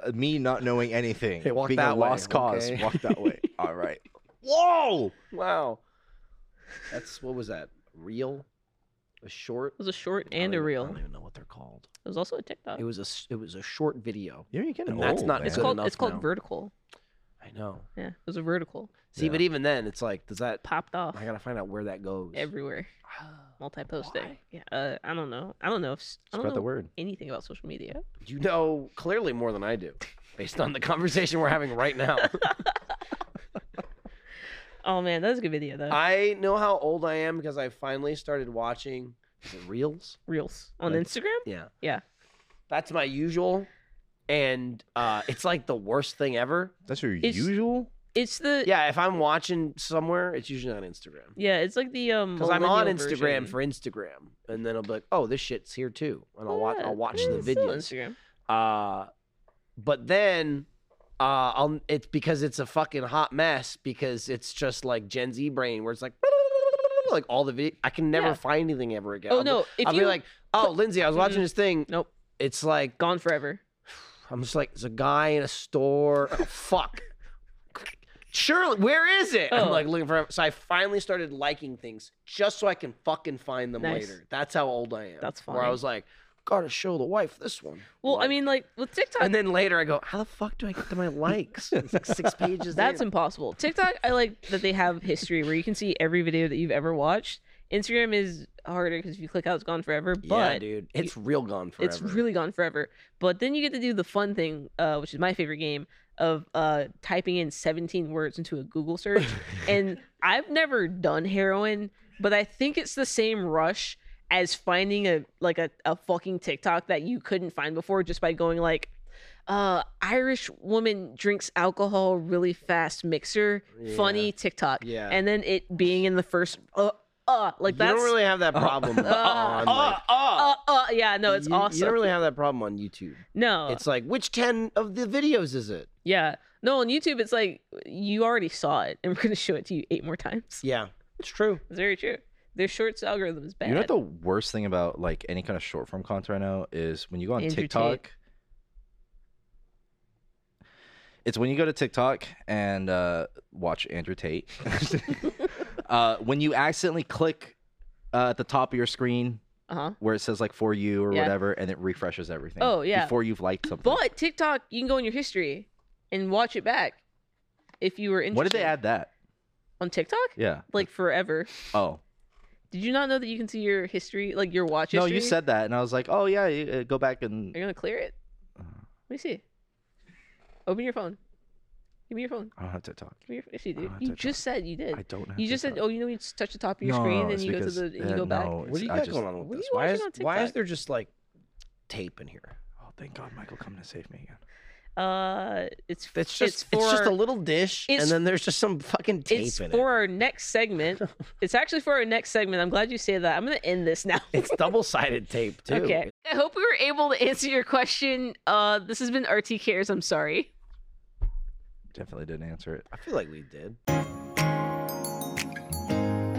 [SPEAKER 3] Uh, me not knowing anything,
[SPEAKER 4] Hey, walk
[SPEAKER 3] being
[SPEAKER 4] that
[SPEAKER 3] a
[SPEAKER 4] way,
[SPEAKER 3] lost cause,
[SPEAKER 4] okay?
[SPEAKER 3] walk that way. All right. Whoa!
[SPEAKER 4] Wow. That's what was that? Reel? A short?
[SPEAKER 2] It was a short
[SPEAKER 4] I don't
[SPEAKER 2] and a Uh.
[SPEAKER 4] even-
[SPEAKER 2] reel.
[SPEAKER 4] I don't even know what they're called.
[SPEAKER 2] It was also a TikTok.
[SPEAKER 4] It was a s- it was a short video.
[SPEAKER 3] You're getting
[SPEAKER 4] And that's
[SPEAKER 3] old,
[SPEAKER 4] not-
[SPEAKER 3] Man.
[SPEAKER 2] it's called
[SPEAKER 4] enough
[SPEAKER 2] it's called
[SPEAKER 4] now.
[SPEAKER 2] vertical.
[SPEAKER 4] I know.
[SPEAKER 2] Yeah, it was a vertical.
[SPEAKER 4] See,
[SPEAKER 3] Yeah.
[SPEAKER 4] but even then, it's like, does that?
[SPEAKER 2] Popped off
[SPEAKER 4] I gotta find out where that goes.
[SPEAKER 2] everywhere. Multi post day.
[SPEAKER 4] Why?
[SPEAKER 2] Yeah, uh, I don't know. I don't know if s- I don't
[SPEAKER 3] Spread
[SPEAKER 2] know
[SPEAKER 3] the word.
[SPEAKER 2] anything about social media.
[SPEAKER 4] You know clearly more than I do, based on the conversation we're having right now.
[SPEAKER 2] Oh man, that was a good video though.
[SPEAKER 4] I know how old I am because I finally started watching is it reels.
[SPEAKER 2] Reels on
[SPEAKER 4] Like-
[SPEAKER 2] Instagram.
[SPEAKER 4] Yeah,
[SPEAKER 2] Yeah,
[SPEAKER 4] that's my usual, and uh, it's like the worst thing ever.
[SPEAKER 3] That's your
[SPEAKER 2] It's-
[SPEAKER 3] usual.
[SPEAKER 2] it's the yeah,
[SPEAKER 4] Yeah, if I'm watching somewhere, it's usually on Instagram
[SPEAKER 2] it's like the um.
[SPEAKER 4] because I'm on
[SPEAKER 2] millennial version.
[SPEAKER 4] Instagram for Instagram, and then I'll be like, oh, this shit's here too, and I'll watch.
[SPEAKER 2] Yeah,
[SPEAKER 4] I'll watch
[SPEAKER 2] yeah,
[SPEAKER 4] the
[SPEAKER 2] it's still
[SPEAKER 4] videos.
[SPEAKER 2] Instagram.
[SPEAKER 4] Uh, but then uh, I'll, it's because it's a fucking hot mess because it's just like Gen Z brain where it's like, like all the video. I can never
[SPEAKER 2] Yeah.
[SPEAKER 4] find anything ever again.
[SPEAKER 2] Oh
[SPEAKER 4] I'll be-
[SPEAKER 2] no, if
[SPEAKER 4] I'll
[SPEAKER 2] you
[SPEAKER 4] be like, oh, Lindsay, I was watching
[SPEAKER 2] Mhm.
[SPEAKER 4] this thing.
[SPEAKER 2] Nope.
[SPEAKER 4] It's like,
[SPEAKER 2] gone forever.
[SPEAKER 4] I'm just like, there's a guy in a store. Oh, fuck. Surely, where is it? I'm
[SPEAKER 2] Oh.
[SPEAKER 4] like looking for it. So I finally started liking things just so I can fucking find them
[SPEAKER 2] Nice.
[SPEAKER 4] later. That's how old I am.
[SPEAKER 2] That's
[SPEAKER 4] Where I
[SPEAKER 2] funny.
[SPEAKER 4] was like, gotta show the wife this one.
[SPEAKER 2] Well, I
[SPEAKER 4] Like,
[SPEAKER 2] mean, like with TikTok,
[SPEAKER 4] and then later I go, how the fuck do I get to my likes? It's like six pages.
[SPEAKER 2] That's
[SPEAKER 4] in.
[SPEAKER 2] impossible. TikTok, I like that they have history where you can see every video that you've ever watched. Instagram is harder because if you click out, it's gone forever.
[SPEAKER 4] yeah,
[SPEAKER 2] But
[SPEAKER 4] dude, it's real gone forever.
[SPEAKER 2] it's really gone forever. But then you get to do the fun thing, uh, which is my favorite game of uh, typing in 17 words into a Google search. and I've never done heroin, but I think it's the same rush as finding a like a, a fucking TikTok that you couldn't find before just by going like uh Irish woman drinks alcohol really fast mixer funny TikTok
[SPEAKER 4] Yeah.
[SPEAKER 2] and then it being in the first uh uh like
[SPEAKER 4] you
[SPEAKER 2] that's Oh.
[SPEAKER 4] don't really have that problem on. like,
[SPEAKER 2] uh, uh yeah no it's
[SPEAKER 4] you,
[SPEAKER 2] awesome Uh.
[SPEAKER 4] You don't really have that problem on YouTube.
[SPEAKER 2] no
[SPEAKER 4] It's like which ten of the videos is it?
[SPEAKER 2] Yeah. No, on YouTube, it's like you already saw it, and we're going to show it to you eight more times.
[SPEAKER 4] Yeah, it's true.
[SPEAKER 2] It's very true. Their shorts algorithm is bad.
[SPEAKER 3] You know what the worst thing about like any kind of short form content right now is when you go on
[SPEAKER 2] Andrew Tate.
[SPEAKER 3] TikTok. It's when you go to TikTok and uh, watch Andrew Tate. uh, when you accidentally click uh, at the top of your screen
[SPEAKER 2] uh-huh.
[SPEAKER 3] where it says like for you or
[SPEAKER 2] Yeah.
[SPEAKER 3] whatever, and it refreshes everything.
[SPEAKER 2] Oh, yeah.
[SPEAKER 3] Before you've liked something.
[SPEAKER 2] But TikTok, you can go in your history and watch it back if you were interested.
[SPEAKER 3] what did they add that?
[SPEAKER 2] on TikTok?
[SPEAKER 3] Yeah.
[SPEAKER 2] Like forever.
[SPEAKER 3] Oh.
[SPEAKER 2] Did you not know that you can see your history, like your watch
[SPEAKER 3] No,
[SPEAKER 2] history?
[SPEAKER 3] you said that, and I was like, oh yeah, you, uh, go back and
[SPEAKER 2] Are you going to clear it? Let me see. Open your phone. Give me your phone.
[SPEAKER 3] I don't have TikTok.
[SPEAKER 2] Give me your phone. You,
[SPEAKER 3] Oh, don't have
[SPEAKER 2] you
[SPEAKER 3] TikTok.
[SPEAKER 2] just said you did.
[SPEAKER 3] I don't have
[SPEAKER 2] You just said,
[SPEAKER 3] TikTok.
[SPEAKER 2] oh, you know, you touch the top of your
[SPEAKER 3] No, no,
[SPEAKER 2] screen
[SPEAKER 3] no,
[SPEAKER 2] and
[SPEAKER 3] it's
[SPEAKER 2] you go
[SPEAKER 3] because-
[SPEAKER 2] to the and
[SPEAKER 3] yeah,
[SPEAKER 2] you go back.
[SPEAKER 3] no,
[SPEAKER 4] What do you
[SPEAKER 3] I
[SPEAKER 4] got
[SPEAKER 3] just-
[SPEAKER 4] going on
[SPEAKER 2] What are
[SPEAKER 4] with this?
[SPEAKER 2] you
[SPEAKER 4] Why is
[SPEAKER 2] watching on
[SPEAKER 4] why is
[SPEAKER 2] TikTok?
[SPEAKER 4] there just like tape in here?
[SPEAKER 3] Oh, thank God, Michael coming to save me again.
[SPEAKER 2] Uh, it's
[SPEAKER 4] It's just it's,
[SPEAKER 2] for
[SPEAKER 4] just a little dish, and
[SPEAKER 2] it's-
[SPEAKER 4] then there's just some fucking tape
[SPEAKER 2] it's
[SPEAKER 4] in
[SPEAKER 2] for our next segment. it's actually for our next segment. I'm glad you say that. I'm going to end this now.
[SPEAKER 4] it. It's double sided tape too.
[SPEAKER 2] Okay. I hope we were able to answer your question. Uh, this has been RT Cares. I'm sorry.
[SPEAKER 3] Definitely didn't answer it.
[SPEAKER 4] I feel like we did.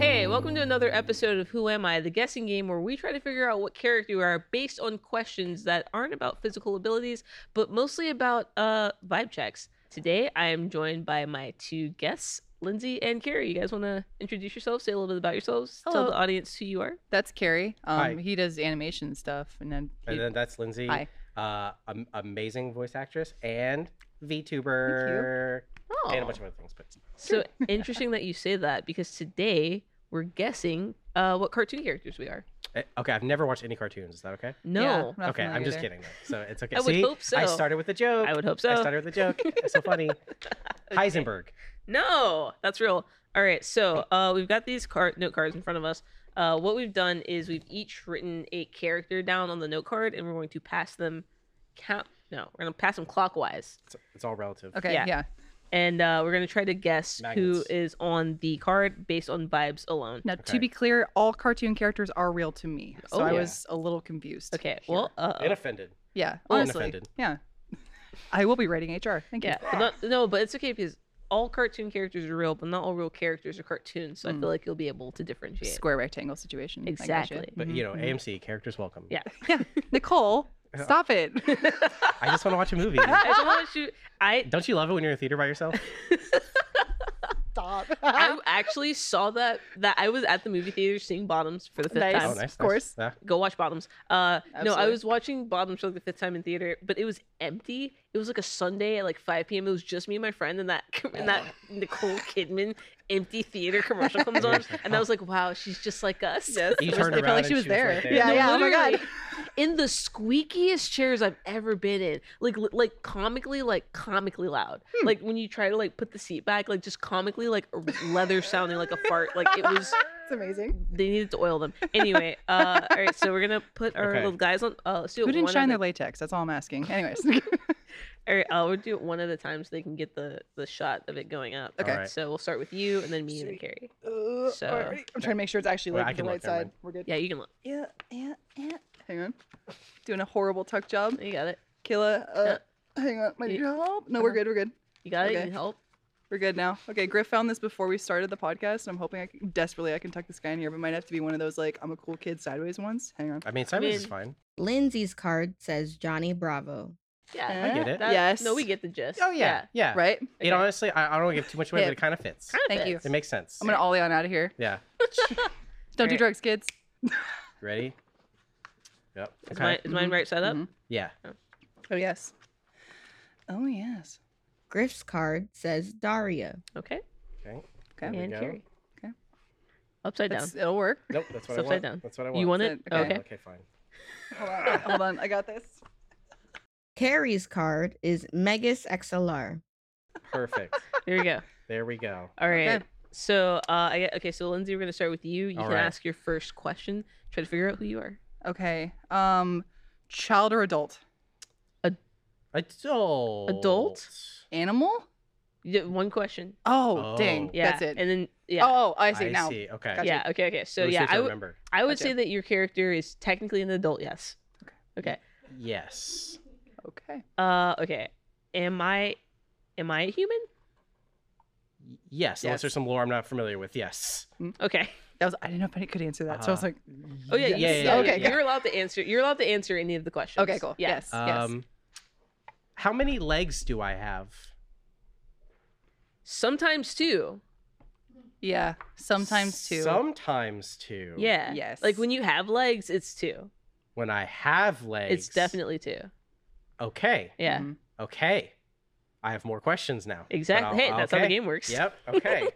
[SPEAKER 2] Hey, Welcome to another episode of Who Am I, the guessing game where we try to figure out what character you are based on questions that aren't about physical abilities, but mostly about uh, vibe checks. Today, I am joined by my two guests, Lindsay and Carrie. You guys want to introduce yourselves, say a little bit about yourselves, tell
[SPEAKER 7] Hello.
[SPEAKER 2] the audience who you are?
[SPEAKER 7] That's Carrie. Um,
[SPEAKER 4] Hi.
[SPEAKER 7] he does animation stuff, and then,
[SPEAKER 4] And
[SPEAKER 7] he-
[SPEAKER 4] then that's Lindsay,
[SPEAKER 7] hi.
[SPEAKER 4] uh, am- amazing voice actress and VTuber and a bunch of
[SPEAKER 7] Oh.
[SPEAKER 4] other things. But
[SPEAKER 2] So interesting that you say that because today we're guessing uh, what cartoon characters we are.
[SPEAKER 4] Eh, okay, I've never watched any cartoons. Is that okay?
[SPEAKER 2] No.
[SPEAKER 7] Yeah, I'm not
[SPEAKER 4] okay, I'm
[SPEAKER 7] familiar
[SPEAKER 4] just
[SPEAKER 7] either.
[SPEAKER 4] kidding. Though. So it's okay.
[SPEAKER 2] I would
[SPEAKER 4] See,
[SPEAKER 2] hope so.
[SPEAKER 4] I started with a joke.
[SPEAKER 2] I would hope so.
[SPEAKER 4] I started with a joke. It's so funny. Heisenberg.
[SPEAKER 2] No, that's real. All right, so uh, we've got these card note cards in front of us. Uh, what we've done is we've each written a character down on the note card, and we're going to pass them count. No, we're going to pass them clockwise,
[SPEAKER 4] It's, it's all relative.
[SPEAKER 7] Okay,
[SPEAKER 2] Yeah.
[SPEAKER 7] yeah.
[SPEAKER 2] and uh, we're going to try to guess who
[SPEAKER 4] Magnets.
[SPEAKER 2] is on the card based on vibes alone.
[SPEAKER 7] Now,
[SPEAKER 4] Okay.
[SPEAKER 7] to be clear, all cartoon characters are real to me, so
[SPEAKER 2] Oh,
[SPEAKER 7] I
[SPEAKER 4] yeah.
[SPEAKER 7] was a little confused.
[SPEAKER 2] Okay, well,
[SPEAKER 4] And
[SPEAKER 2] uh,
[SPEAKER 4] offended.
[SPEAKER 7] Yeah,
[SPEAKER 4] Well,
[SPEAKER 7] honestly,
[SPEAKER 4] unoffended.
[SPEAKER 7] yeah. I will be writing HR. Thank you.
[SPEAKER 2] yeah, but not- no, but it's okay because all cartoon characters are real, but not all real characters are cartoons. So I feel like you'll be able to differentiate.
[SPEAKER 7] Mm. Square rectangle situation. I gotcha.
[SPEAKER 2] Exactly.
[SPEAKER 4] But you know,
[SPEAKER 7] Mm-hmm.
[SPEAKER 4] AMC characters welcome.
[SPEAKER 2] Yeah.
[SPEAKER 7] Yeah, Nicole, stop it.
[SPEAKER 4] I just want to watch a movie.
[SPEAKER 2] I just want to. I
[SPEAKER 4] Don't you love it when you're in a theater by yourself?
[SPEAKER 7] stop.
[SPEAKER 2] I actually saw that that I was at the movie theater seeing Bottoms for the fifth
[SPEAKER 7] Nice.
[SPEAKER 4] Oh,
[SPEAKER 2] time.
[SPEAKER 4] nice.
[SPEAKER 7] of course.
[SPEAKER 4] nice.
[SPEAKER 2] Go watch Bottoms. Uh, no, I
[SPEAKER 7] Absolutely.
[SPEAKER 2] was watching Bottoms for like the fifth time in theater, but it was empty. It was like a Sunday at like 5 p.m. It was just me and my friend, and that and that
[SPEAKER 7] Oh.
[SPEAKER 2] Nicole Kidman empty theater commercial comes on, and I was like, wow, she's just like us.
[SPEAKER 7] Yes.
[SPEAKER 4] You
[SPEAKER 7] I wish
[SPEAKER 4] turned
[SPEAKER 7] they
[SPEAKER 4] around
[SPEAKER 7] felt like
[SPEAKER 4] and
[SPEAKER 7] she was
[SPEAKER 4] she was right
[SPEAKER 7] there.
[SPEAKER 4] there.
[SPEAKER 7] Yeah,
[SPEAKER 2] No,
[SPEAKER 7] yeah. Oh my
[SPEAKER 2] literally,
[SPEAKER 7] god.
[SPEAKER 2] In the squeakiest chairs I've ever been in, like li- like comically like comically loud.
[SPEAKER 7] Hmm.
[SPEAKER 2] Like when you try to like put the seat back, like just comically like r- leather sounding like a fart. Like it was.
[SPEAKER 7] It's amazing.
[SPEAKER 2] They needed to oil them. Anyway, uh, all right. So we're gonna put our
[SPEAKER 4] Okay.
[SPEAKER 2] little guys on. Uh, let's do it
[SPEAKER 7] Who didn't
[SPEAKER 2] one
[SPEAKER 7] shine
[SPEAKER 2] at
[SPEAKER 7] their
[SPEAKER 2] a-
[SPEAKER 7] latex? That's all I'm asking. Anyways,
[SPEAKER 2] All right, uh, we'll do it one at a time so they can get the the shot of it going up.
[SPEAKER 7] Okay.
[SPEAKER 4] Alright.
[SPEAKER 2] So we'll start with you and then me and then Carrie.
[SPEAKER 7] Uh,
[SPEAKER 2] So-
[SPEAKER 7] alright. I'm trying to make sure it's actually
[SPEAKER 4] Well,
[SPEAKER 7] lit
[SPEAKER 4] I
[SPEAKER 7] to the
[SPEAKER 4] can
[SPEAKER 7] right
[SPEAKER 4] look, never
[SPEAKER 7] side.
[SPEAKER 4] mind.
[SPEAKER 7] We're good.
[SPEAKER 2] Yeah, you can look.
[SPEAKER 7] Yeah, yeah, yeah. Hang on. Doing a horrible tuck job.
[SPEAKER 2] You got it.
[SPEAKER 7] Um, Kayla, uh, hang on. I need
[SPEAKER 2] You- Uh-huh.
[SPEAKER 7] your help. No, we're good. We're good.
[SPEAKER 2] You got it. You
[SPEAKER 7] Okay.
[SPEAKER 2] need help.
[SPEAKER 7] We're good now. Okay, Griff found this before we started the podcast, and I'm hoping I can, desperately I can tuck this guy in here, but might have to be one of those like I'm a cool kid sideways ones. Hang on.
[SPEAKER 4] I mean, Simon is
[SPEAKER 2] mean-
[SPEAKER 4] fine.
[SPEAKER 8] Lindsay's card says Johnny Bravo.
[SPEAKER 2] Yeah.
[SPEAKER 4] I get it.
[SPEAKER 2] that-
[SPEAKER 7] Uh, yes.
[SPEAKER 2] No, we get the gist.
[SPEAKER 4] Oh yeah, yeah.
[SPEAKER 7] Right?
[SPEAKER 4] It honestly, I, I don't want to give too much away,
[SPEAKER 7] Yeah.
[SPEAKER 4] but it kind of fits.
[SPEAKER 2] Kind of
[SPEAKER 7] Thank you.
[SPEAKER 2] fits.
[SPEAKER 4] It makes sense.
[SPEAKER 7] I'm gonna ollie on out of here.
[SPEAKER 4] Yeah.
[SPEAKER 7] Don't do
[SPEAKER 2] Alright.
[SPEAKER 7] drugs, kids.
[SPEAKER 4] Ready? Yep.
[SPEAKER 2] Is, mine, is
[SPEAKER 4] Mm-hmm.
[SPEAKER 2] mine right side up?
[SPEAKER 7] Mhm.
[SPEAKER 4] Yeah.
[SPEAKER 7] Oh yes. Oh yes.
[SPEAKER 8] Griff's card says Daria.
[SPEAKER 2] Okay.
[SPEAKER 4] Okay.
[SPEAKER 7] Okay.
[SPEAKER 4] There we
[SPEAKER 2] and
[SPEAKER 4] go.
[SPEAKER 2] Carrie.
[SPEAKER 7] Okay.
[SPEAKER 2] Upside down.
[SPEAKER 7] That's, it'll work.
[SPEAKER 4] Nope. That's
[SPEAKER 2] It's
[SPEAKER 4] what I
[SPEAKER 2] upside
[SPEAKER 4] want.
[SPEAKER 2] down.
[SPEAKER 4] That's what I want.
[SPEAKER 2] You want it?
[SPEAKER 7] Okay.
[SPEAKER 2] Okay.
[SPEAKER 4] Okay. Fine.
[SPEAKER 7] Hold on. Hold on. I got this.
[SPEAKER 8] Carrie's card is Megas XLR.
[SPEAKER 4] Perfect.
[SPEAKER 2] Here we go.
[SPEAKER 4] there we go.
[SPEAKER 2] All right.
[SPEAKER 7] Okay.
[SPEAKER 2] So, uh, I, get- okay. So, Lindsay, we're gonna start with you. You
[SPEAKER 4] All
[SPEAKER 2] can
[SPEAKER 4] right.
[SPEAKER 2] ask your first question. Try to figure out who you are.
[SPEAKER 7] Okay. Um child or adult?
[SPEAKER 4] Adult.
[SPEAKER 7] Animal?
[SPEAKER 2] You get one question.
[SPEAKER 7] Oh,
[SPEAKER 4] Oh.
[SPEAKER 7] dang.
[SPEAKER 2] Yeah.
[SPEAKER 7] That's it.
[SPEAKER 2] And then yeah.
[SPEAKER 7] Oh, I
[SPEAKER 4] I
[SPEAKER 7] see
[SPEAKER 4] see.
[SPEAKER 7] now.
[SPEAKER 4] Okay.
[SPEAKER 7] Gotcha.
[SPEAKER 2] Yeah. Okay. Okay. So
[SPEAKER 4] Let me see
[SPEAKER 2] yeah,
[SPEAKER 4] if
[SPEAKER 2] I
[SPEAKER 4] I
[SPEAKER 2] would
[SPEAKER 4] remember.
[SPEAKER 2] I would
[SPEAKER 7] Gotcha.
[SPEAKER 2] say that your character is technically an adult. Yes. Okay. Okay.
[SPEAKER 4] Yes.
[SPEAKER 7] Okay.
[SPEAKER 2] Uh. Okay. Am I? Am I a human?
[SPEAKER 4] Y- Yes. Unless
[SPEAKER 7] Yes.
[SPEAKER 4] there's some lore I'm not familiar with. Yes.
[SPEAKER 2] Okay.
[SPEAKER 7] That was I didn't know if I could answer that. So I was
[SPEAKER 4] Uh,
[SPEAKER 7] like,
[SPEAKER 2] Oh yeah. you-
[SPEAKER 4] Yeah, yeah, yeah,
[SPEAKER 7] Okay, yeah.
[SPEAKER 2] You're allowed to answer. You're allowed to answer any of the questions.
[SPEAKER 7] okay, cool.
[SPEAKER 2] Yeah.
[SPEAKER 7] Yes. yes.
[SPEAKER 4] Um, How many legs do I have?
[SPEAKER 2] Sometimes too.
[SPEAKER 7] Yeah. Sometimes too.
[SPEAKER 4] Sometimes two.
[SPEAKER 2] Yeah.
[SPEAKER 7] Yes.
[SPEAKER 2] Like when you have legs, it's two.
[SPEAKER 4] When I have legs.
[SPEAKER 2] It's definitely two.
[SPEAKER 4] Okay.
[SPEAKER 2] Yeah.
[SPEAKER 7] Mhm.
[SPEAKER 4] Okay. I have more questions now. but
[SPEAKER 2] Exactly.
[SPEAKER 4] I'll-
[SPEAKER 2] Hey, that's how the
[SPEAKER 4] okay.
[SPEAKER 2] game works.
[SPEAKER 4] Yep. Okay.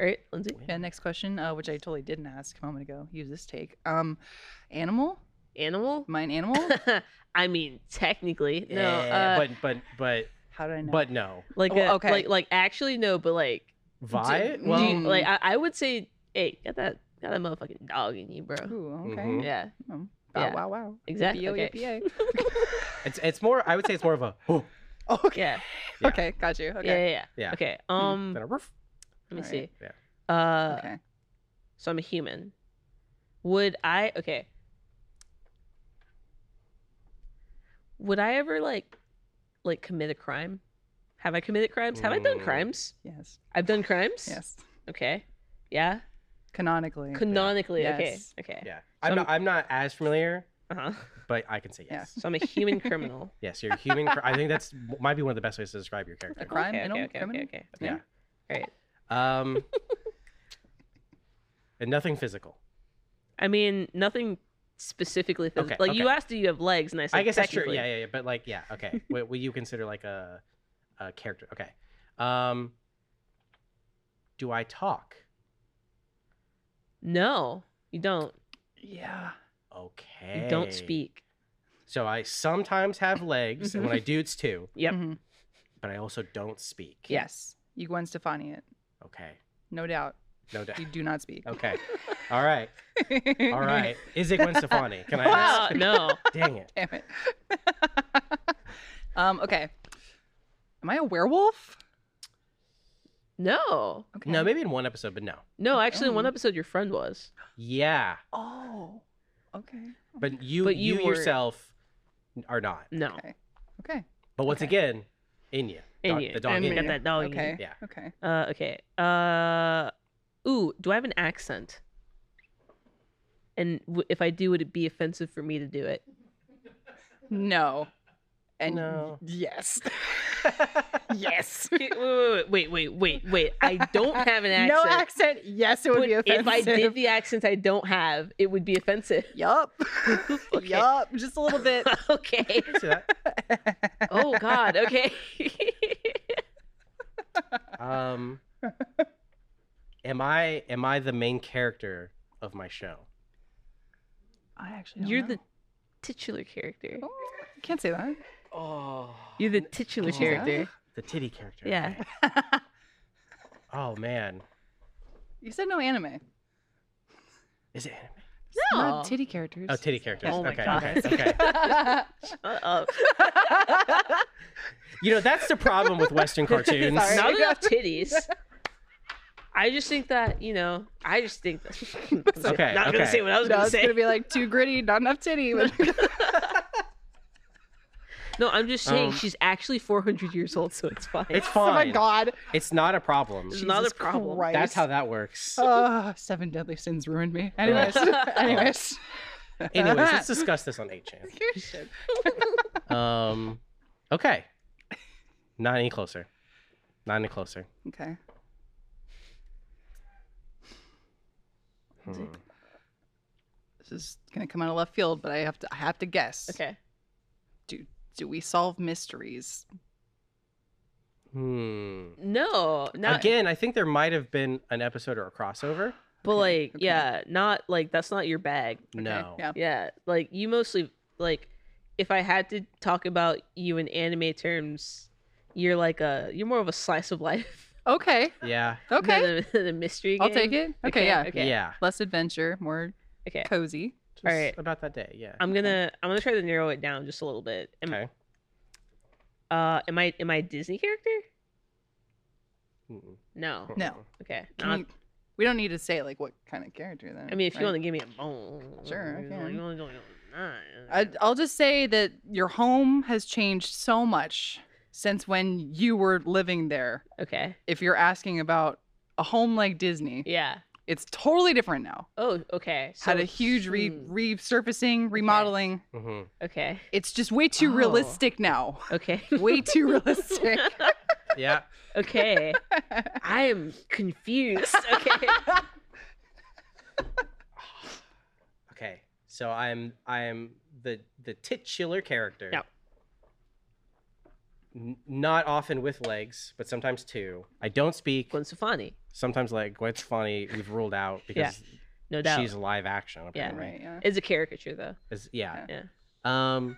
[SPEAKER 2] All right, Lindsay.
[SPEAKER 7] Yeah, next question, uh, which I totally didn't ask a moment ago. Use this take. Um, animal?
[SPEAKER 2] Animal.
[SPEAKER 7] Am I an animal?
[SPEAKER 2] I mean, technically, no.
[SPEAKER 4] Yeah,
[SPEAKER 2] uh,
[SPEAKER 4] but but but
[SPEAKER 7] How do I know?
[SPEAKER 4] but no.
[SPEAKER 2] like,
[SPEAKER 7] Well,
[SPEAKER 2] a-
[SPEAKER 7] Oh, okay.
[SPEAKER 2] like, like, actually, no. But like,
[SPEAKER 4] Vi.
[SPEAKER 2] do
[SPEAKER 4] well,
[SPEAKER 2] you-
[SPEAKER 7] Mm.
[SPEAKER 2] like, I, I would say, hey, got that, got that motherfucking dog in you, bro.
[SPEAKER 7] Ooh, okay.
[SPEAKER 4] Mhm.
[SPEAKER 2] Yeah,
[SPEAKER 7] Um,
[SPEAKER 2] Yeah.
[SPEAKER 7] Wow, wow, wow.
[SPEAKER 2] exactly.
[SPEAKER 7] B-O-A-P-A.
[SPEAKER 2] okay.
[SPEAKER 4] it's it's more. I would say it's more of a oh,
[SPEAKER 7] Okay.
[SPEAKER 2] Yeah,
[SPEAKER 4] Yeah.
[SPEAKER 7] Okay, got you.
[SPEAKER 2] yeah,
[SPEAKER 7] Okay. Hmm.
[SPEAKER 2] yeah, yeah.
[SPEAKER 4] Yeah.
[SPEAKER 2] Okay. Um,
[SPEAKER 4] than a roof.
[SPEAKER 2] let me
[SPEAKER 7] All
[SPEAKER 2] see.
[SPEAKER 7] right.
[SPEAKER 4] Yeah.
[SPEAKER 2] Uh,
[SPEAKER 7] okay.
[SPEAKER 2] so I'm a human. Would I? Okay. Would I ever like, like, commit a crime? Have I committed crimes? Have I done
[SPEAKER 4] Mm.
[SPEAKER 2] crimes?
[SPEAKER 7] Yes.
[SPEAKER 2] I've done crimes.
[SPEAKER 7] Yes.
[SPEAKER 2] Okay. Yeah.
[SPEAKER 7] canonically.
[SPEAKER 2] Canonically,
[SPEAKER 7] Yes.
[SPEAKER 2] okay, okay.
[SPEAKER 4] Yeah. I'm, not, I'm not as familiar,
[SPEAKER 2] Uh-huh.
[SPEAKER 4] but I can say
[SPEAKER 7] Yeah.
[SPEAKER 4] yes.
[SPEAKER 2] So I'm a human criminal.
[SPEAKER 4] Yes, you're a human. cr- I think that's might be one of the best ways to describe your
[SPEAKER 7] a
[SPEAKER 4] character.
[SPEAKER 7] crime,
[SPEAKER 2] okay,
[SPEAKER 7] you know,
[SPEAKER 2] okay, okay,
[SPEAKER 7] criminal.
[SPEAKER 2] okay, okay.
[SPEAKER 4] Yeah.
[SPEAKER 2] All right.
[SPEAKER 4] Um, and nothing physical.
[SPEAKER 2] I mean, nothing specifically physical.
[SPEAKER 4] Okay,
[SPEAKER 2] like you
[SPEAKER 4] okay.
[SPEAKER 2] asked, do you have legs? And I said,
[SPEAKER 4] I guess that's true. Yeah,
[SPEAKER 2] technically.
[SPEAKER 4] yeah, yeah. But like, yeah, okay. what, what you consider like a, a character? Okay. Um, do I talk?
[SPEAKER 2] No, you don't.
[SPEAKER 7] Yeah.
[SPEAKER 4] Okay.
[SPEAKER 2] You don't speak.
[SPEAKER 4] So I sometimes have legs, and when I
[SPEAKER 7] Mm-hmm.
[SPEAKER 4] do, it's two.
[SPEAKER 2] Yep.
[SPEAKER 7] Mhm.
[SPEAKER 4] But I also don't speak.
[SPEAKER 7] Yes. You Gwen Stefani it.
[SPEAKER 4] Okay.
[SPEAKER 7] No doubt.
[SPEAKER 4] No doubt.
[SPEAKER 7] You do not speak.
[SPEAKER 4] Okay. All right. All right. Is it Gwen Stefani? Can I
[SPEAKER 2] Wow.
[SPEAKER 4] ask?
[SPEAKER 2] no.
[SPEAKER 4] Dang it.
[SPEAKER 7] Damn it. um, okay. Am I a werewolf?
[SPEAKER 2] No.
[SPEAKER 7] Okay.
[SPEAKER 4] No, maybe in one episode, but no.
[SPEAKER 2] No, actually, in one
[SPEAKER 7] Oh.
[SPEAKER 2] episode, your friend was.
[SPEAKER 4] Yeah.
[SPEAKER 7] Oh. Okay.
[SPEAKER 4] But you,
[SPEAKER 2] But
[SPEAKER 4] you,
[SPEAKER 2] you weren't.
[SPEAKER 4] yourself are not.
[SPEAKER 2] No.
[SPEAKER 7] Okay.
[SPEAKER 2] Oh,
[SPEAKER 7] Okay.
[SPEAKER 4] But once
[SPEAKER 7] Okay.
[SPEAKER 4] again, in you.
[SPEAKER 2] And
[SPEAKER 4] Dog-
[SPEAKER 2] you.
[SPEAKER 4] The dog
[SPEAKER 2] and
[SPEAKER 4] in
[SPEAKER 2] you got
[SPEAKER 4] you.
[SPEAKER 2] that dog in you.
[SPEAKER 7] Okay.
[SPEAKER 4] yeah.
[SPEAKER 7] Okay.
[SPEAKER 2] Uh, okay. Uh, ooh, do I have an accent? And w- if I do, would it be offensive for me to do it?
[SPEAKER 7] No. And
[SPEAKER 4] No.
[SPEAKER 7] yes. yes.
[SPEAKER 2] Wait, wait, wait, wait, wait, wait. I don't have an accent.
[SPEAKER 7] No accent. Yes, it would
[SPEAKER 2] But
[SPEAKER 7] be offensive.
[SPEAKER 2] if I did the accent I don't have, it would be offensive.
[SPEAKER 7] Yup.
[SPEAKER 2] Okay.
[SPEAKER 7] Yup. Just a little bit.
[SPEAKER 2] okay.
[SPEAKER 4] I see that.
[SPEAKER 2] Oh God. Okay.
[SPEAKER 4] Um, am I am I the main character of my show?
[SPEAKER 7] I actually don't
[SPEAKER 2] You're
[SPEAKER 7] know.
[SPEAKER 2] the titular character.
[SPEAKER 7] Oh, can't say that.
[SPEAKER 4] Oh,
[SPEAKER 2] You're the titular
[SPEAKER 4] Oh.
[SPEAKER 2] character.
[SPEAKER 4] the titty character.
[SPEAKER 2] Yeah.
[SPEAKER 4] okay. Oh man,
[SPEAKER 7] you said no anime.
[SPEAKER 4] is it anime?
[SPEAKER 2] No. Uh-uh.
[SPEAKER 7] Not titty characters.
[SPEAKER 4] Oh, titty characters.
[SPEAKER 2] Oh my
[SPEAKER 4] okay,
[SPEAKER 2] God.
[SPEAKER 4] okay, okay.
[SPEAKER 2] Shut up.
[SPEAKER 4] You know that's the problem with Western cartoons.
[SPEAKER 2] Not enough titties. I just think that you know. I just think that.
[SPEAKER 4] Okay,
[SPEAKER 2] Not
[SPEAKER 4] okay.
[SPEAKER 2] gonna say what I was
[SPEAKER 7] no,
[SPEAKER 2] gonna
[SPEAKER 7] it's
[SPEAKER 2] say.
[SPEAKER 7] gonna be like too gritty, not enough titty. But
[SPEAKER 2] No, I'm just saying
[SPEAKER 4] Um,
[SPEAKER 2] she's actually 400 years old, so it's fine.
[SPEAKER 4] It's
[SPEAKER 7] oh my
[SPEAKER 4] fine.
[SPEAKER 7] god,
[SPEAKER 4] It's not a problem.
[SPEAKER 2] It's not a
[SPEAKER 7] Jesus
[SPEAKER 2] problem.
[SPEAKER 7] Christ.
[SPEAKER 4] That's how that works.
[SPEAKER 2] Oh,
[SPEAKER 7] Ah, seven deadly sins ruined me. Anyways, anyways.
[SPEAKER 4] Anyways, let's discuss this on 8chan. Um, okay. Not any closer. Not any closer.
[SPEAKER 7] okay.
[SPEAKER 4] Hmm.
[SPEAKER 7] This is gonna come out of left field, but I have to. I have to guess.
[SPEAKER 2] Okay.
[SPEAKER 7] Do do we solve mysteries?
[SPEAKER 4] Hmm.
[SPEAKER 2] No, not
[SPEAKER 4] Again, I think there might have been an episode or a crossover.
[SPEAKER 2] But like,
[SPEAKER 7] okay.
[SPEAKER 2] yeah, not like that's not your bag.
[SPEAKER 4] No.
[SPEAKER 7] Yeah.
[SPEAKER 2] Yeah, like you mostly like if I had to talk about you in anime terms, you're like a you're more of a slice of life.
[SPEAKER 7] Okay.
[SPEAKER 4] Yeah.
[SPEAKER 7] Okay.
[SPEAKER 2] Than a, than a mystery
[SPEAKER 7] I'll
[SPEAKER 2] game.
[SPEAKER 7] take it. Okay. Yeah.
[SPEAKER 2] Okay.
[SPEAKER 4] Yeah.
[SPEAKER 7] Less adventure, more
[SPEAKER 2] Okay.
[SPEAKER 7] cozy.
[SPEAKER 4] Just
[SPEAKER 2] Alright.
[SPEAKER 4] About that day. Yeah.
[SPEAKER 2] I'm gonna I'm gonna try to narrow it down just a little bit. Am,
[SPEAKER 4] okay.
[SPEAKER 2] Uh, am I am I a Disney character?
[SPEAKER 4] Mm-mm.
[SPEAKER 2] No.
[SPEAKER 7] No.
[SPEAKER 2] Okay.
[SPEAKER 7] Can
[SPEAKER 2] Not-
[SPEAKER 7] you- we don't need to say like what kind of character then.
[SPEAKER 2] I mean, if you
[SPEAKER 7] right?
[SPEAKER 2] want to give me a bone,
[SPEAKER 7] Sure, I
[SPEAKER 2] you
[SPEAKER 7] can.
[SPEAKER 2] know, you know, you know, nah.
[SPEAKER 7] I, I'll just say that your home has changed so much since when you were living there.
[SPEAKER 2] okay.
[SPEAKER 7] If you're asking about a home like Disney,
[SPEAKER 2] Yeah.
[SPEAKER 7] it's totally different now.
[SPEAKER 2] Oh, okay. So,
[SPEAKER 7] Had a huge re-
[SPEAKER 2] hmm,
[SPEAKER 7] resurfacing, remodeling.
[SPEAKER 4] Mhm.
[SPEAKER 2] Okay.
[SPEAKER 7] It's just way too
[SPEAKER 2] Oh.
[SPEAKER 7] realistic now.
[SPEAKER 2] Okay.
[SPEAKER 7] Way too realistic.
[SPEAKER 4] Yeah.
[SPEAKER 2] Okay. I am confused. Okay.
[SPEAKER 4] Okay. So I'm I'm the the titular character.
[SPEAKER 2] Yep.
[SPEAKER 4] N- not often with legs, but sometimes two. I don't speak.
[SPEAKER 2] Gwen Stefani,
[SPEAKER 4] Sometimes like Gwen Stefani, we've ruled out because
[SPEAKER 2] no doubt.
[SPEAKER 4] she's live action. Apparently.
[SPEAKER 7] right, yeah.
[SPEAKER 2] It's a caricature though.
[SPEAKER 4] Is yeah.
[SPEAKER 2] Yeah.
[SPEAKER 4] Um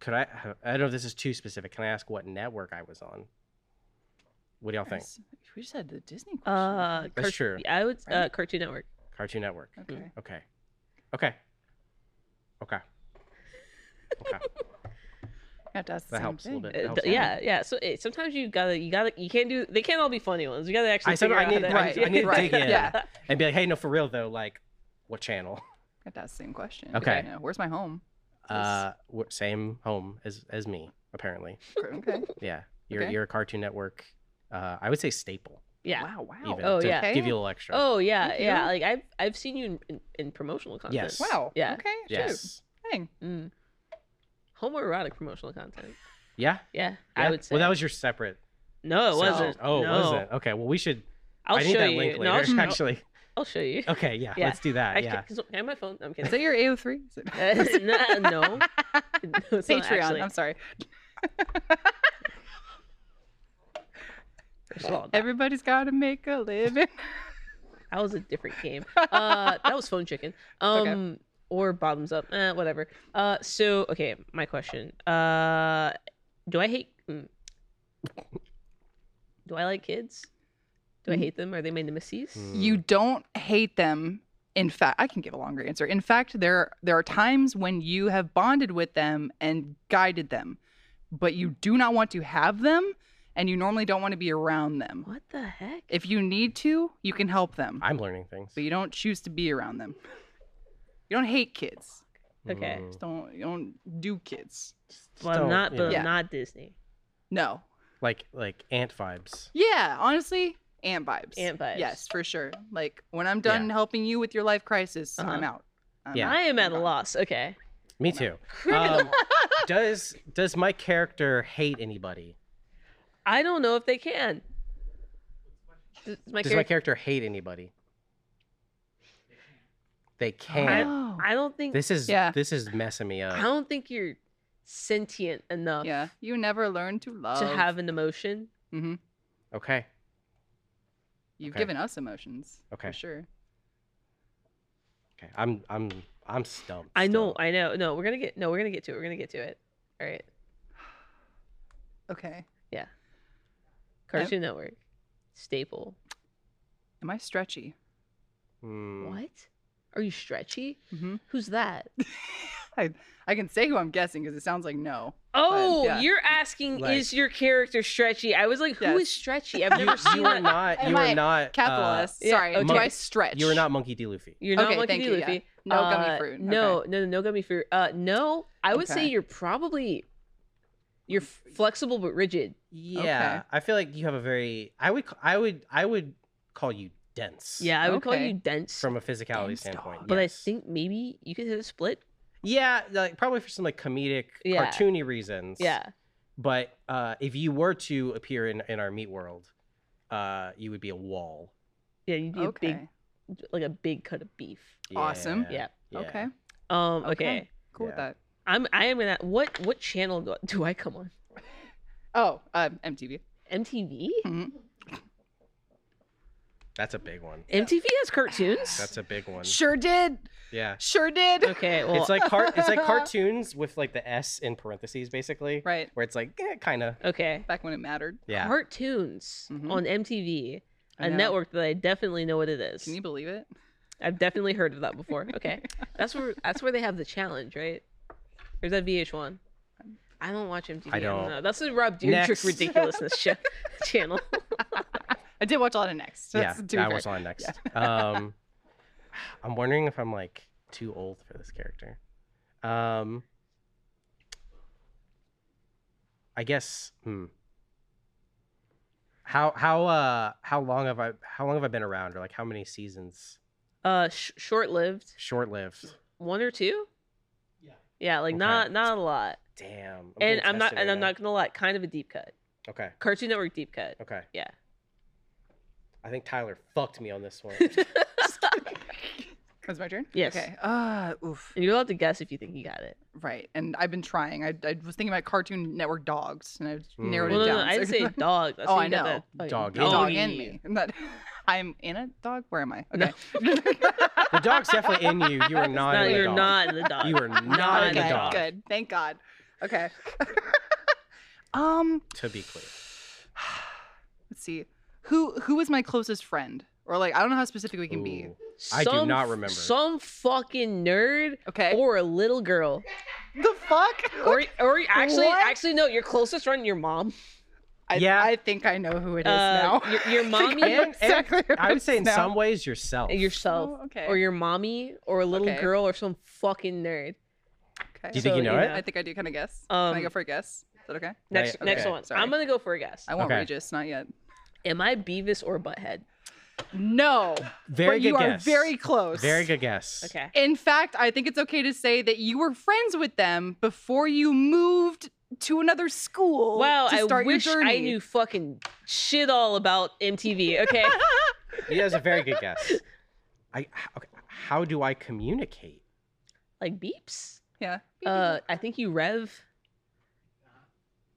[SPEAKER 4] Could I I don't know if this is too specific. Can I ask what network I was on? What do y'all think?
[SPEAKER 7] Nice. We just had the Disney question. I
[SPEAKER 2] Uh,
[SPEAKER 7] think.
[SPEAKER 4] That's true.
[SPEAKER 2] I would uh,
[SPEAKER 7] Right?
[SPEAKER 2] Cartoon Network.
[SPEAKER 4] Cartoon Network.
[SPEAKER 2] mm.
[SPEAKER 7] okay.
[SPEAKER 4] Okay. Okay. Okay. Okay.
[SPEAKER 7] I have to ask the
[SPEAKER 4] That
[SPEAKER 7] same
[SPEAKER 4] helps a little
[SPEAKER 7] thing.
[SPEAKER 4] bit. That
[SPEAKER 2] Uh,
[SPEAKER 4] helps
[SPEAKER 2] th- yeah, yeah. So it, sometimes you gotta, you gotta, you can't do. They can't all be funny ones. You gotta actually.
[SPEAKER 4] I said
[SPEAKER 2] figure
[SPEAKER 4] I
[SPEAKER 2] out
[SPEAKER 4] need,
[SPEAKER 2] how to-
[SPEAKER 4] I need, I need
[SPEAKER 7] Right,
[SPEAKER 4] to dig in
[SPEAKER 7] yeah.
[SPEAKER 4] and be like, hey, no, for real though, like, what channel?
[SPEAKER 7] I have to ask the same question.
[SPEAKER 4] Okay.
[SPEAKER 7] Yeah, where's my home?
[SPEAKER 4] Uh, wh- same home as as me, apparently.
[SPEAKER 7] Okay.
[SPEAKER 4] Yeah, you're
[SPEAKER 7] Okay.
[SPEAKER 4] you're a Cartoon Network. Uh, I would say staple.
[SPEAKER 2] Yeah.
[SPEAKER 6] Wow. Wow.
[SPEAKER 4] even
[SPEAKER 2] Oh,
[SPEAKER 4] to
[SPEAKER 2] yeah.
[SPEAKER 4] give you a little extra.
[SPEAKER 2] Oh yeah,
[SPEAKER 6] Thank you.
[SPEAKER 2] yeah. Like I've I've seen you in, in, in promotional content.
[SPEAKER 4] Yes.
[SPEAKER 6] Wow.
[SPEAKER 2] Yeah.
[SPEAKER 6] Okay. Shoot.
[SPEAKER 4] yes.
[SPEAKER 6] Dang.
[SPEAKER 2] Mm. Homoerotic promotional content.
[SPEAKER 4] Yeah?
[SPEAKER 2] Yeah,
[SPEAKER 4] Yeah?
[SPEAKER 2] I would say.
[SPEAKER 4] Well, that was your separate.
[SPEAKER 2] no, it
[SPEAKER 4] section.
[SPEAKER 2] wasn't.
[SPEAKER 4] Oh, it
[SPEAKER 2] no.
[SPEAKER 4] wasn't. Okay. Well, we should.
[SPEAKER 2] I'll
[SPEAKER 4] I need
[SPEAKER 2] show
[SPEAKER 4] that
[SPEAKER 2] you.
[SPEAKER 4] link
[SPEAKER 2] No, I'll,
[SPEAKER 4] later.
[SPEAKER 2] sh-
[SPEAKER 4] Actually.
[SPEAKER 2] I'll show you.
[SPEAKER 4] Okay. Yeah,
[SPEAKER 2] Yeah.
[SPEAKER 4] Let's do that.
[SPEAKER 2] I
[SPEAKER 4] yeah.
[SPEAKER 2] can't, 'cause I have my phone. I'm
[SPEAKER 6] Is
[SPEAKER 2] kidding.
[SPEAKER 6] that your AO3? Is it-
[SPEAKER 2] Uh, no, no. No, it's not
[SPEAKER 6] Patreon.
[SPEAKER 2] actually.
[SPEAKER 6] I'm sorry.
[SPEAKER 2] First of all, that,
[SPEAKER 6] Everybody's got to make a living.
[SPEAKER 2] that was a different game. Uh, that was phone chicken. Um,
[SPEAKER 6] Okay.
[SPEAKER 2] or bottoms up. Eh, whatever. Uh, so okay, my question. Uh, do I hate? mm. Do I like kids? Do I
[SPEAKER 6] Mm.
[SPEAKER 2] hate them? Are they my nemesis?
[SPEAKER 6] you
[SPEAKER 4] Mm.
[SPEAKER 6] don't hate them in fact i can give a longer answer in fact there there are times when you have bonded with them and guided them but you do not want to have them and you normally don't want to be around them
[SPEAKER 2] What the heck?
[SPEAKER 6] if you need to you can help them
[SPEAKER 4] I'm learning things.
[SPEAKER 6] but you don't choose to be around them you don't hate kids
[SPEAKER 2] Okay.
[SPEAKER 4] Mm.
[SPEAKER 6] Just don't you don't do kids
[SPEAKER 2] well, I'm
[SPEAKER 4] Still,
[SPEAKER 2] not,
[SPEAKER 4] you
[SPEAKER 2] but
[SPEAKER 4] know,
[SPEAKER 2] I'm
[SPEAKER 6] Yeah.
[SPEAKER 2] not Disney.
[SPEAKER 6] no
[SPEAKER 4] Like like ant vibes.
[SPEAKER 6] yeah honestly ant vibes
[SPEAKER 2] Ant vibes.
[SPEAKER 6] yes for sure like when i'm done helping you with your life crisis i'm
[SPEAKER 2] Uh-huh.
[SPEAKER 6] out I'm
[SPEAKER 4] Yeah.
[SPEAKER 6] out.
[SPEAKER 2] I am at a
[SPEAKER 6] I'm out.
[SPEAKER 2] loss. Okay.
[SPEAKER 4] Me too. Um, does does my character hate anybody?
[SPEAKER 2] I don't know if they can. Does my
[SPEAKER 4] Does my
[SPEAKER 2] character?
[SPEAKER 4] character hate anybody? They can't.
[SPEAKER 6] Oh.
[SPEAKER 2] I don't think.
[SPEAKER 4] This is
[SPEAKER 6] Yeah.
[SPEAKER 4] this is messing me up.
[SPEAKER 2] I don't think you're sentient enough
[SPEAKER 6] Uh. Yeah, you never learn to love.
[SPEAKER 2] to have an emotion.
[SPEAKER 6] hmm
[SPEAKER 4] Okay.
[SPEAKER 6] You've
[SPEAKER 4] Okay.
[SPEAKER 6] given us emotions.
[SPEAKER 4] Okay.
[SPEAKER 6] For sure.
[SPEAKER 4] Okay. I'm I'm I'm stumped.
[SPEAKER 2] I know.
[SPEAKER 4] still.
[SPEAKER 2] I know. No, we're gonna get. No, we're gonna get to it. We're gonna get to it. All right.
[SPEAKER 6] Okay.
[SPEAKER 2] Cartoon Network staple.
[SPEAKER 6] Am I stretchy? Mm.
[SPEAKER 4] Hmm.
[SPEAKER 2] What? Are you stretchy?
[SPEAKER 6] Mhm.
[SPEAKER 2] Who's that?
[SPEAKER 6] I I can say who I'm guessing because it sounds like no.
[SPEAKER 2] Oh,
[SPEAKER 6] yeah.
[SPEAKER 2] you're asking
[SPEAKER 4] Like-
[SPEAKER 2] is your character stretchy? I was like, who is
[SPEAKER 6] Yes.
[SPEAKER 2] stretchy? I've
[SPEAKER 4] You,
[SPEAKER 2] never seen
[SPEAKER 4] you are
[SPEAKER 2] that.
[SPEAKER 4] not. You
[SPEAKER 6] Am I-
[SPEAKER 4] are not.
[SPEAKER 6] Capital
[SPEAKER 4] uh,
[SPEAKER 6] S.
[SPEAKER 2] yeah,
[SPEAKER 6] Sorry. Do
[SPEAKER 4] okay.
[SPEAKER 6] I stretch?
[SPEAKER 4] You are not Monkey D. Luffy.
[SPEAKER 2] You're not
[SPEAKER 6] Okay,
[SPEAKER 2] Monkey
[SPEAKER 6] thank
[SPEAKER 2] D.
[SPEAKER 6] you, yeah.
[SPEAKER 2] Luffy.
[SPEAKER 6] No gummy
[SPEAKER 2] Uh,
[SPEAKER 6] fruit,
[SPEAKER 2] No, no, no, no gummy fruit. Uh, no, I would say
[SPEAKER 6] Okay.
[SPEAKER 2] you're probably you're f- flexible but rigid.
[SPEAKER 4] Yeah. I feel like you have a very. I would. ca- I would. I would call you dense.
[SPEAKER 2] Yeah, I would call
[SPEAKER 6] Okay.
[SPEAKER 2] you dense.
[SPEAKER 4] From a physicality
[SPEAKER 6] Dense
[SPEAKER 4] standpoint.
[SPEAKER 6] dog.
[SPEAKER 2] but I
[SPEAKER 4] yes.
[SPEAKER 2] think maybe you could hit a split.
[SPEAKER 4] Yeah, like probably for some like comedic,
[SPEAKER 2] Yeah.
[SPEAKER 4] cartoony reasons.
[SPEAKER 2] Yeah.
[SPEAKER 4] But uh, if you were to appear in in our meat world, uh, you would be a wall.
[SPEAKER 2] Yeah, you'd be
[SPEAKER 6] Okay.
[SPEAKER 2] a big like a big cut of beef.
[SPEAKER 6] Awesome.
[SPEAKER 2] Yeah.
[SPEAKER 4] yeah.
[SPEAKER 6] Okay.
[SPEAKER 2] Um,
[SPEAKER 6] Okay.
[SPEAKER 2] okay.
[SPEAKER 6] Cool with
[SPEAKER 4] Yeah.
[SPEAKER 6] that.
[SPEAKER 2] I'm I am gonna what what channel do, do I come on?
[SPEAKER 6] Oh, uh, MTV.
[SPEAKER 2] MTV?
[SPEAKER 6] Mhm.
[SPEAKER 4] That's a big one.
[SPEAKER 2] MTV has cartoons.
[SPEAKER 4] That's a big one.
[SPEAKER 6] Sure did.
[SPEAKER 4] Yeah.
[SPEAKER 6] Sure did.
[SPEAKER 2] okay, well
[SPEAKER 4] It's like car- it's like cartoons with like the S in parentheses basically.
[SPEAKER 6] Right.
[SPEAKER 4] Where it's like eh, kind of.
[SPEAKER 2] okay.
[SPEAKER 6] Back when it mattered.
[SPEAKER 4] Yeah.
[SPEAKER 2] Cartoons
[SPEAKER 6] Mhm.
[SPEAKER 2] on MTV,
[SPEAKER 6] I
[SPEAKER 2] a
[SPEAKER 6] know.
[SPEAKER 2] network that I definitely know what it is.
[SPEAKER 6] Can you believe it?
[SPEAKER 2] I've definitely heard of that before. Okay, that's where that's where they have the challenge, right? Or is that VH1? I don't watch MTV. I don't,
[SPEAKER 4] don't.
[SPEAKER 2] know. That's the Rob Deirdrick
[SPEAKER 4] Next.
[SPEAKER 2] ridiculousness sh- channel.
[SPEAKER 6] I did watch a lot of Next. So
[SPEAKER 4] yeah.
[SPEAKER 6] that's, to be
[SPEAKER 4] That
[SPEAKER 6] fair.
[SPEAKER 4] was on next. um I'm wondering if I'm like too old for this character. Um I guess hmm. How how uh how long have I how long have I been around or like how many seasons?
[SPEAKER 2] Uh, sh- short-lived,
[SPEAKER 4] Short lived.
[SPEAKER 2] one or two. Yeah, like
[SPEAKER 4] Okay.
[SPEAKER 2] not not a lot.
[SPEAKER 4] Damn. I'm
[SPEAKER 2] and
[SPEAKER 4] getting
[SPEAKER 2] I'm not
[SPEAKER 4] tested
[SPEAKER 2] and
[SPEAKER 4] right
[SPEAKER 2] I'm
[SPEAKER 4] now.
[SPEAKER 2] not gonna lie, kind of a deep cut.
[SPEAKER 4] Okay.
[SPEAKER 2] Cartoon Network deep cut.
[SPEAKER 4] Okay.
[SPEAKER 2] Yeah.
[SPEAKER 4] I think Tyler fucked me on this one.
[SPEAKER 6] That's my turn?
[SPEAKER 2] Yes.
[SPEAKER 6] Okay. Uh, oof.
[SPEAKER 2] And you're allowed to guess if you think you got it.
[SPEAKER 6] Right. And I've been trying. I, I was thinking about Cartoon Network dogs and I
[SPEAKER 4] Hmm.
[SPEAKER 6] narrowed
[SPEAKER 2] Well,
[SPEAKER 6] it
[SPEAKER 2] no,
[SPEAKER 6] down.
[SPEAKER 2] no, I didn't
[SPEAKER 6] so-
[SPEAKER 2] say dog. That's
[SPEAKER 6] Oh,
[SPEAKER 2] how
[SPEAKER 6] I
[SPEAKER 2] you got
[SPEAKER 6] know.
[SPEAKER 2] that fucking
[SPEAKER 4] Dog in
[SPEAKER 6] A dog
[SPEAKER 4] me.
[SPEAKER 6] in me. I'm not. I'm in a dog. Where am I?
[SPEAKER 2] No.
[SPEAKER 6] Okay.
[SPEAKER 4] the dog's definitely in you. You are not.
[SPEAKER 2] No,
[SPEAKER 4] in the
[SPEAKER 2] you're
[SPEAKER 4] dog.
[SPEAKER 2] not in the dog.
[SPEAKER 4] You are not, in the
[SPEAKER 6] okay.
[SPEAKER 4] dog.
[SPEAKER 6] Good. Thank God. Okay. um.
[SPEAKER 4] To be clear.
[SPEAKER 6] Let's see. Who Who is my closest friend? Or like, I don't know how specific we can be.
[SPEAKER 4] Ooh. I do
[SPEAKER 2] Some-
[SPEAKER 4] not remember.
[SPEAKER 2] Some fucking nerd
[SPEAKER 6] Okay.
[SPEAKER 2] or a little girl.
[SPEAKER 6] the fuck?
[SPEAKER 2] Or or actually
[SPEAKER 6] What?
[SPEAKER 2] actually no, your closest friend, your mom.
[SPEAKER 6] I,
[SPEAKER 4] Yeah.
[SPEAKER 6] I think I know who it is
[SPEAKER 2] Uh,
[SPEAKER 6] now.
[SPEAKER 2] your- your
[SPEAKER 6] I think
[SPEAKER 2] mommy-
[SPEAKER 6] I know
[SPEAKER 2] And- and
[SPEAKER 6] exactly. who
[SPEAKER 4] I
[SPEAKER 6] it
[SPEAKER 4] would say
[SPEAKER 6] is
[SPEAKER 4] in
[SPEAKER 6] now.
[SPEAKER 4] some ways yourself.
[SPEAKER 2] Yourself.
[SPEAKER 6] Oh, okay.
[SPEAKER 2] Or your mommy or a little
[SPEAKER 6] Okay.
[SPEAKER 2] girl or some fucking nerd.
[SPEAKER 6] Okay.
[SPEAKER 4] Do you think
[SPEAKER 2] So,
[SPEAKER 4] you know
[SPEAKER 2] you
[SPEAKER 4] it?
[SPEAKER 2] know.
[SPEAKER 6] I think I do. Can I guess? Can I
[SPEAKER 2] Um,
[SPEAKER 6] go for a guess? Is that okay?
[SPEAKER 2] Next
[SPEAKER 4] Right,
[SPEAKER 2] next
[SPEAKER 4] okay.
[SPEAKER 2] one.
[SPEAKER 6] Sorry.
[SPEAKER 2] I'm gonna go for a guess.
[SPEAKER 6] I won't
[SPEAKER 4] Okay.
[SPEAKER 6] Regis. Not yet.
[SPEAKER 2] Am I Beavis or Butthead?
[SPEAKER 6] No,
[SPEAKER 4] Very
[SPEAKER 6] but
[SPEAKER 4] good
[SPEAKER 6] you
[SPEAKER 4] guess.
[SPEAKER 6] are very close.
[SPEAKER 4] Very good guess.
[SPEAKER 2] Okay.
[SPEAKER 6] In fact, I think it's okay to say that you were friends with them before you moved to another school
[SPEAKER 2] Wow,
[SPEAKER 6] to
[SPEAKER 2] I
[SPEAKER 6] start
[SPEAKER 2] wish
[SPEAKER 6] your journey.
[SPEAKER 2] I knew fucking shit all about MTV. Okay.
[SPEAKER 4] You guys a very good guess. I h- okay. How do I communicate?
[SPEAKER 2] like beeps.
[SPEAKER 6] Yeah.
[SPEAKER 2] Uh, I think you rev,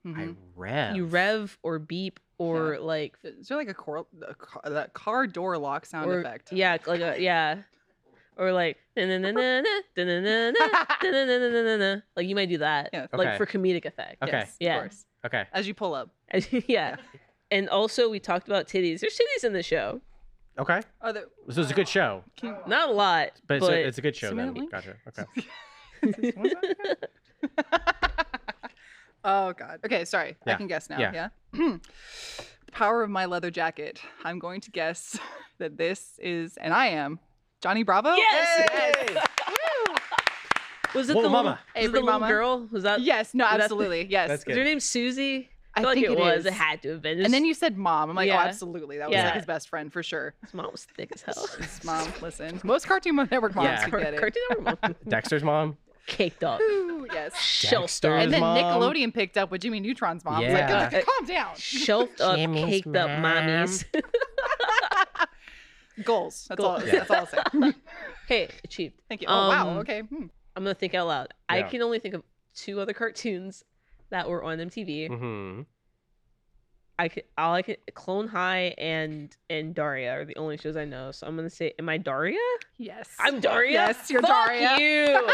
[SPEAKER 6] Mhm.
[SPEAKER 4] I rev.
[SPEAKER 2] you rev or beep or
[SPEAKER 6] Yeah.
[SPEAKER 2] like
[SPEAKER 6] Is there like a, cor- a car, that car door lock sound
[SPEAKER 2] or,
[SPEAKER 6] effect?
[SPEAKER 2] Yeah, like a, yeah, or like "Na-na-na-na-na, da-na-na-na, da-na-na-na-na-na." like you might do that,
[SPEAKER 6] Yeah.
[SPEAKER 2] like
[SPEAKER 4] Okay.
[SPEAKER 2] for comedic effect.
[SPEAKER 4] Okay.
[SPEAKER 6] Yes,
[SPEAKER 2] Yeah.
[SPEAKER 6] Of course.
[SPEAKER 4] Okay.
[SPEAKER 6] As you pull up.
[SPEAKER 2] yeah. And also, we talked about titties. There's titties in the show.
[SPEAKER 4] Okay.
[SPEAKER 6] Are there,
[SPEAKER 4] This is a good show,
[SPEAKER 6] can you-
[SPEAKER 2] Not a lot,
[SPEAKER 4] but,
[SPEAKER 2] but,
[SPEAKER 4] it's, a, it's a good show.
[SPEAKER 6] So we
[SPEAKER 4] Then
[SPEAKER 6] don't like-
[SPEAKER 4] gotcha. Okay.
[SPEAKER 6] oh god. Okay, sorry. I
[SPEAKER 4] Yeah,
[SPEAKER 6] can guess now. Yeah.
[SPEAKER 4] yeah.
[SPEAKER 6] Power of my leather jacket. I'm going to guess that this is, and I am Johnny Bravo.
[SPEAKER 2] Yes! was it
[SPEAKER 4] Whoa,
[SPEAKER 2] the
[SPEAKER 4] mama.
[SPEAKER 2] little- was it the
[SPEAKER 6] Avery
[SPEAKER 2] little
[SPEAKER 6] mama.
[SPEAKER 2] girl? Was that?
[SPEAKER 6] Yes. No.
[SPEAKER 2] That's-
[SPEAKER 6] Absolutely. Yes.
[SPEAKER 4] That's
[SPEAKER 2] Is
[SPEAKER 4] good.
[SPEAKER 2] her name Susie?
[SPEAKER 6] I
[SPEAKER 2] feel
[SPEAKER 6] think
[SPEAKER 2] like it, was. It
[SPEAKER 6] is.
[SPEAKER 2] had to have been.
[SPEAKER 6] And then you said mom. I'm like,
[SPEAKER 2] Yeah.
[SPEAKER 6] oh, absolutely. That was
[SPEAKER 2] Yeah.
[SPEAKER 6] like his best friend for sure.
[SPEAKER 2] his mom was thick as hell.
[SPEAKER 6] His mom. Listen, most Cartoon Network moms
[SPEAKER 4] Yeah.
[SPEAKER 6] could
[SPEAKER 2] Car-
[SPEAKER 6] get it.
[SPEAKER 2] Cartoon Network mom.
[SPEAKER 4] Dexter's mom.
[SPEAKER 2] Caked up.
[SPEAKER 6] Ooh, yes.
[SPEAKER 2] Shelf
[SPEAKER 4] Dexter.
[SPEAKER 2] star.
[SPEAKER 6] And then
[SPEAKER 4] mom.
[SPEAKER 6] Nickelodeon picked up with Jimmy Neutron's mom. It's like,
[SPEAKER 4] Yeah.
[SPEAKER 6] "Guys, calm down.
[SPEAKER 2] shelved up,
[SPEAKER 4] Jimmy's
[SPEAKER 2] caked up mommies.
[SPEAKER 6] Goals. That's all.
[SPEAKER 4] Goals.
[SPEAKER 6] That's all I'll say.
[SPEAKER 2] hey, achieved.
[SPEAKER 6] Thank you. Oh wow.
[SPEAKER 2] Um,
[SPEAKER 6] Okay. Hmm.
[SPEAKER 2] I'm gonna think out loud. I
[SPEAKER 4] Yeah.
[SPEAKER 2] can only think of two other cartoons that were on MTV.
[SPEAKER 4] Mm-hmm.
[SPEAKER 2] I could, all I could, Clone High and and Daria are the only shows I know. So I'm gonna say, am I Daria?
[SPEAKER 6] Yes.
[SPEAKER 2] I'm Daria.
[SPEAKER 6] Yes, you're
[SPEAKER 2] Fuck
[SPEAKER 6] Daria.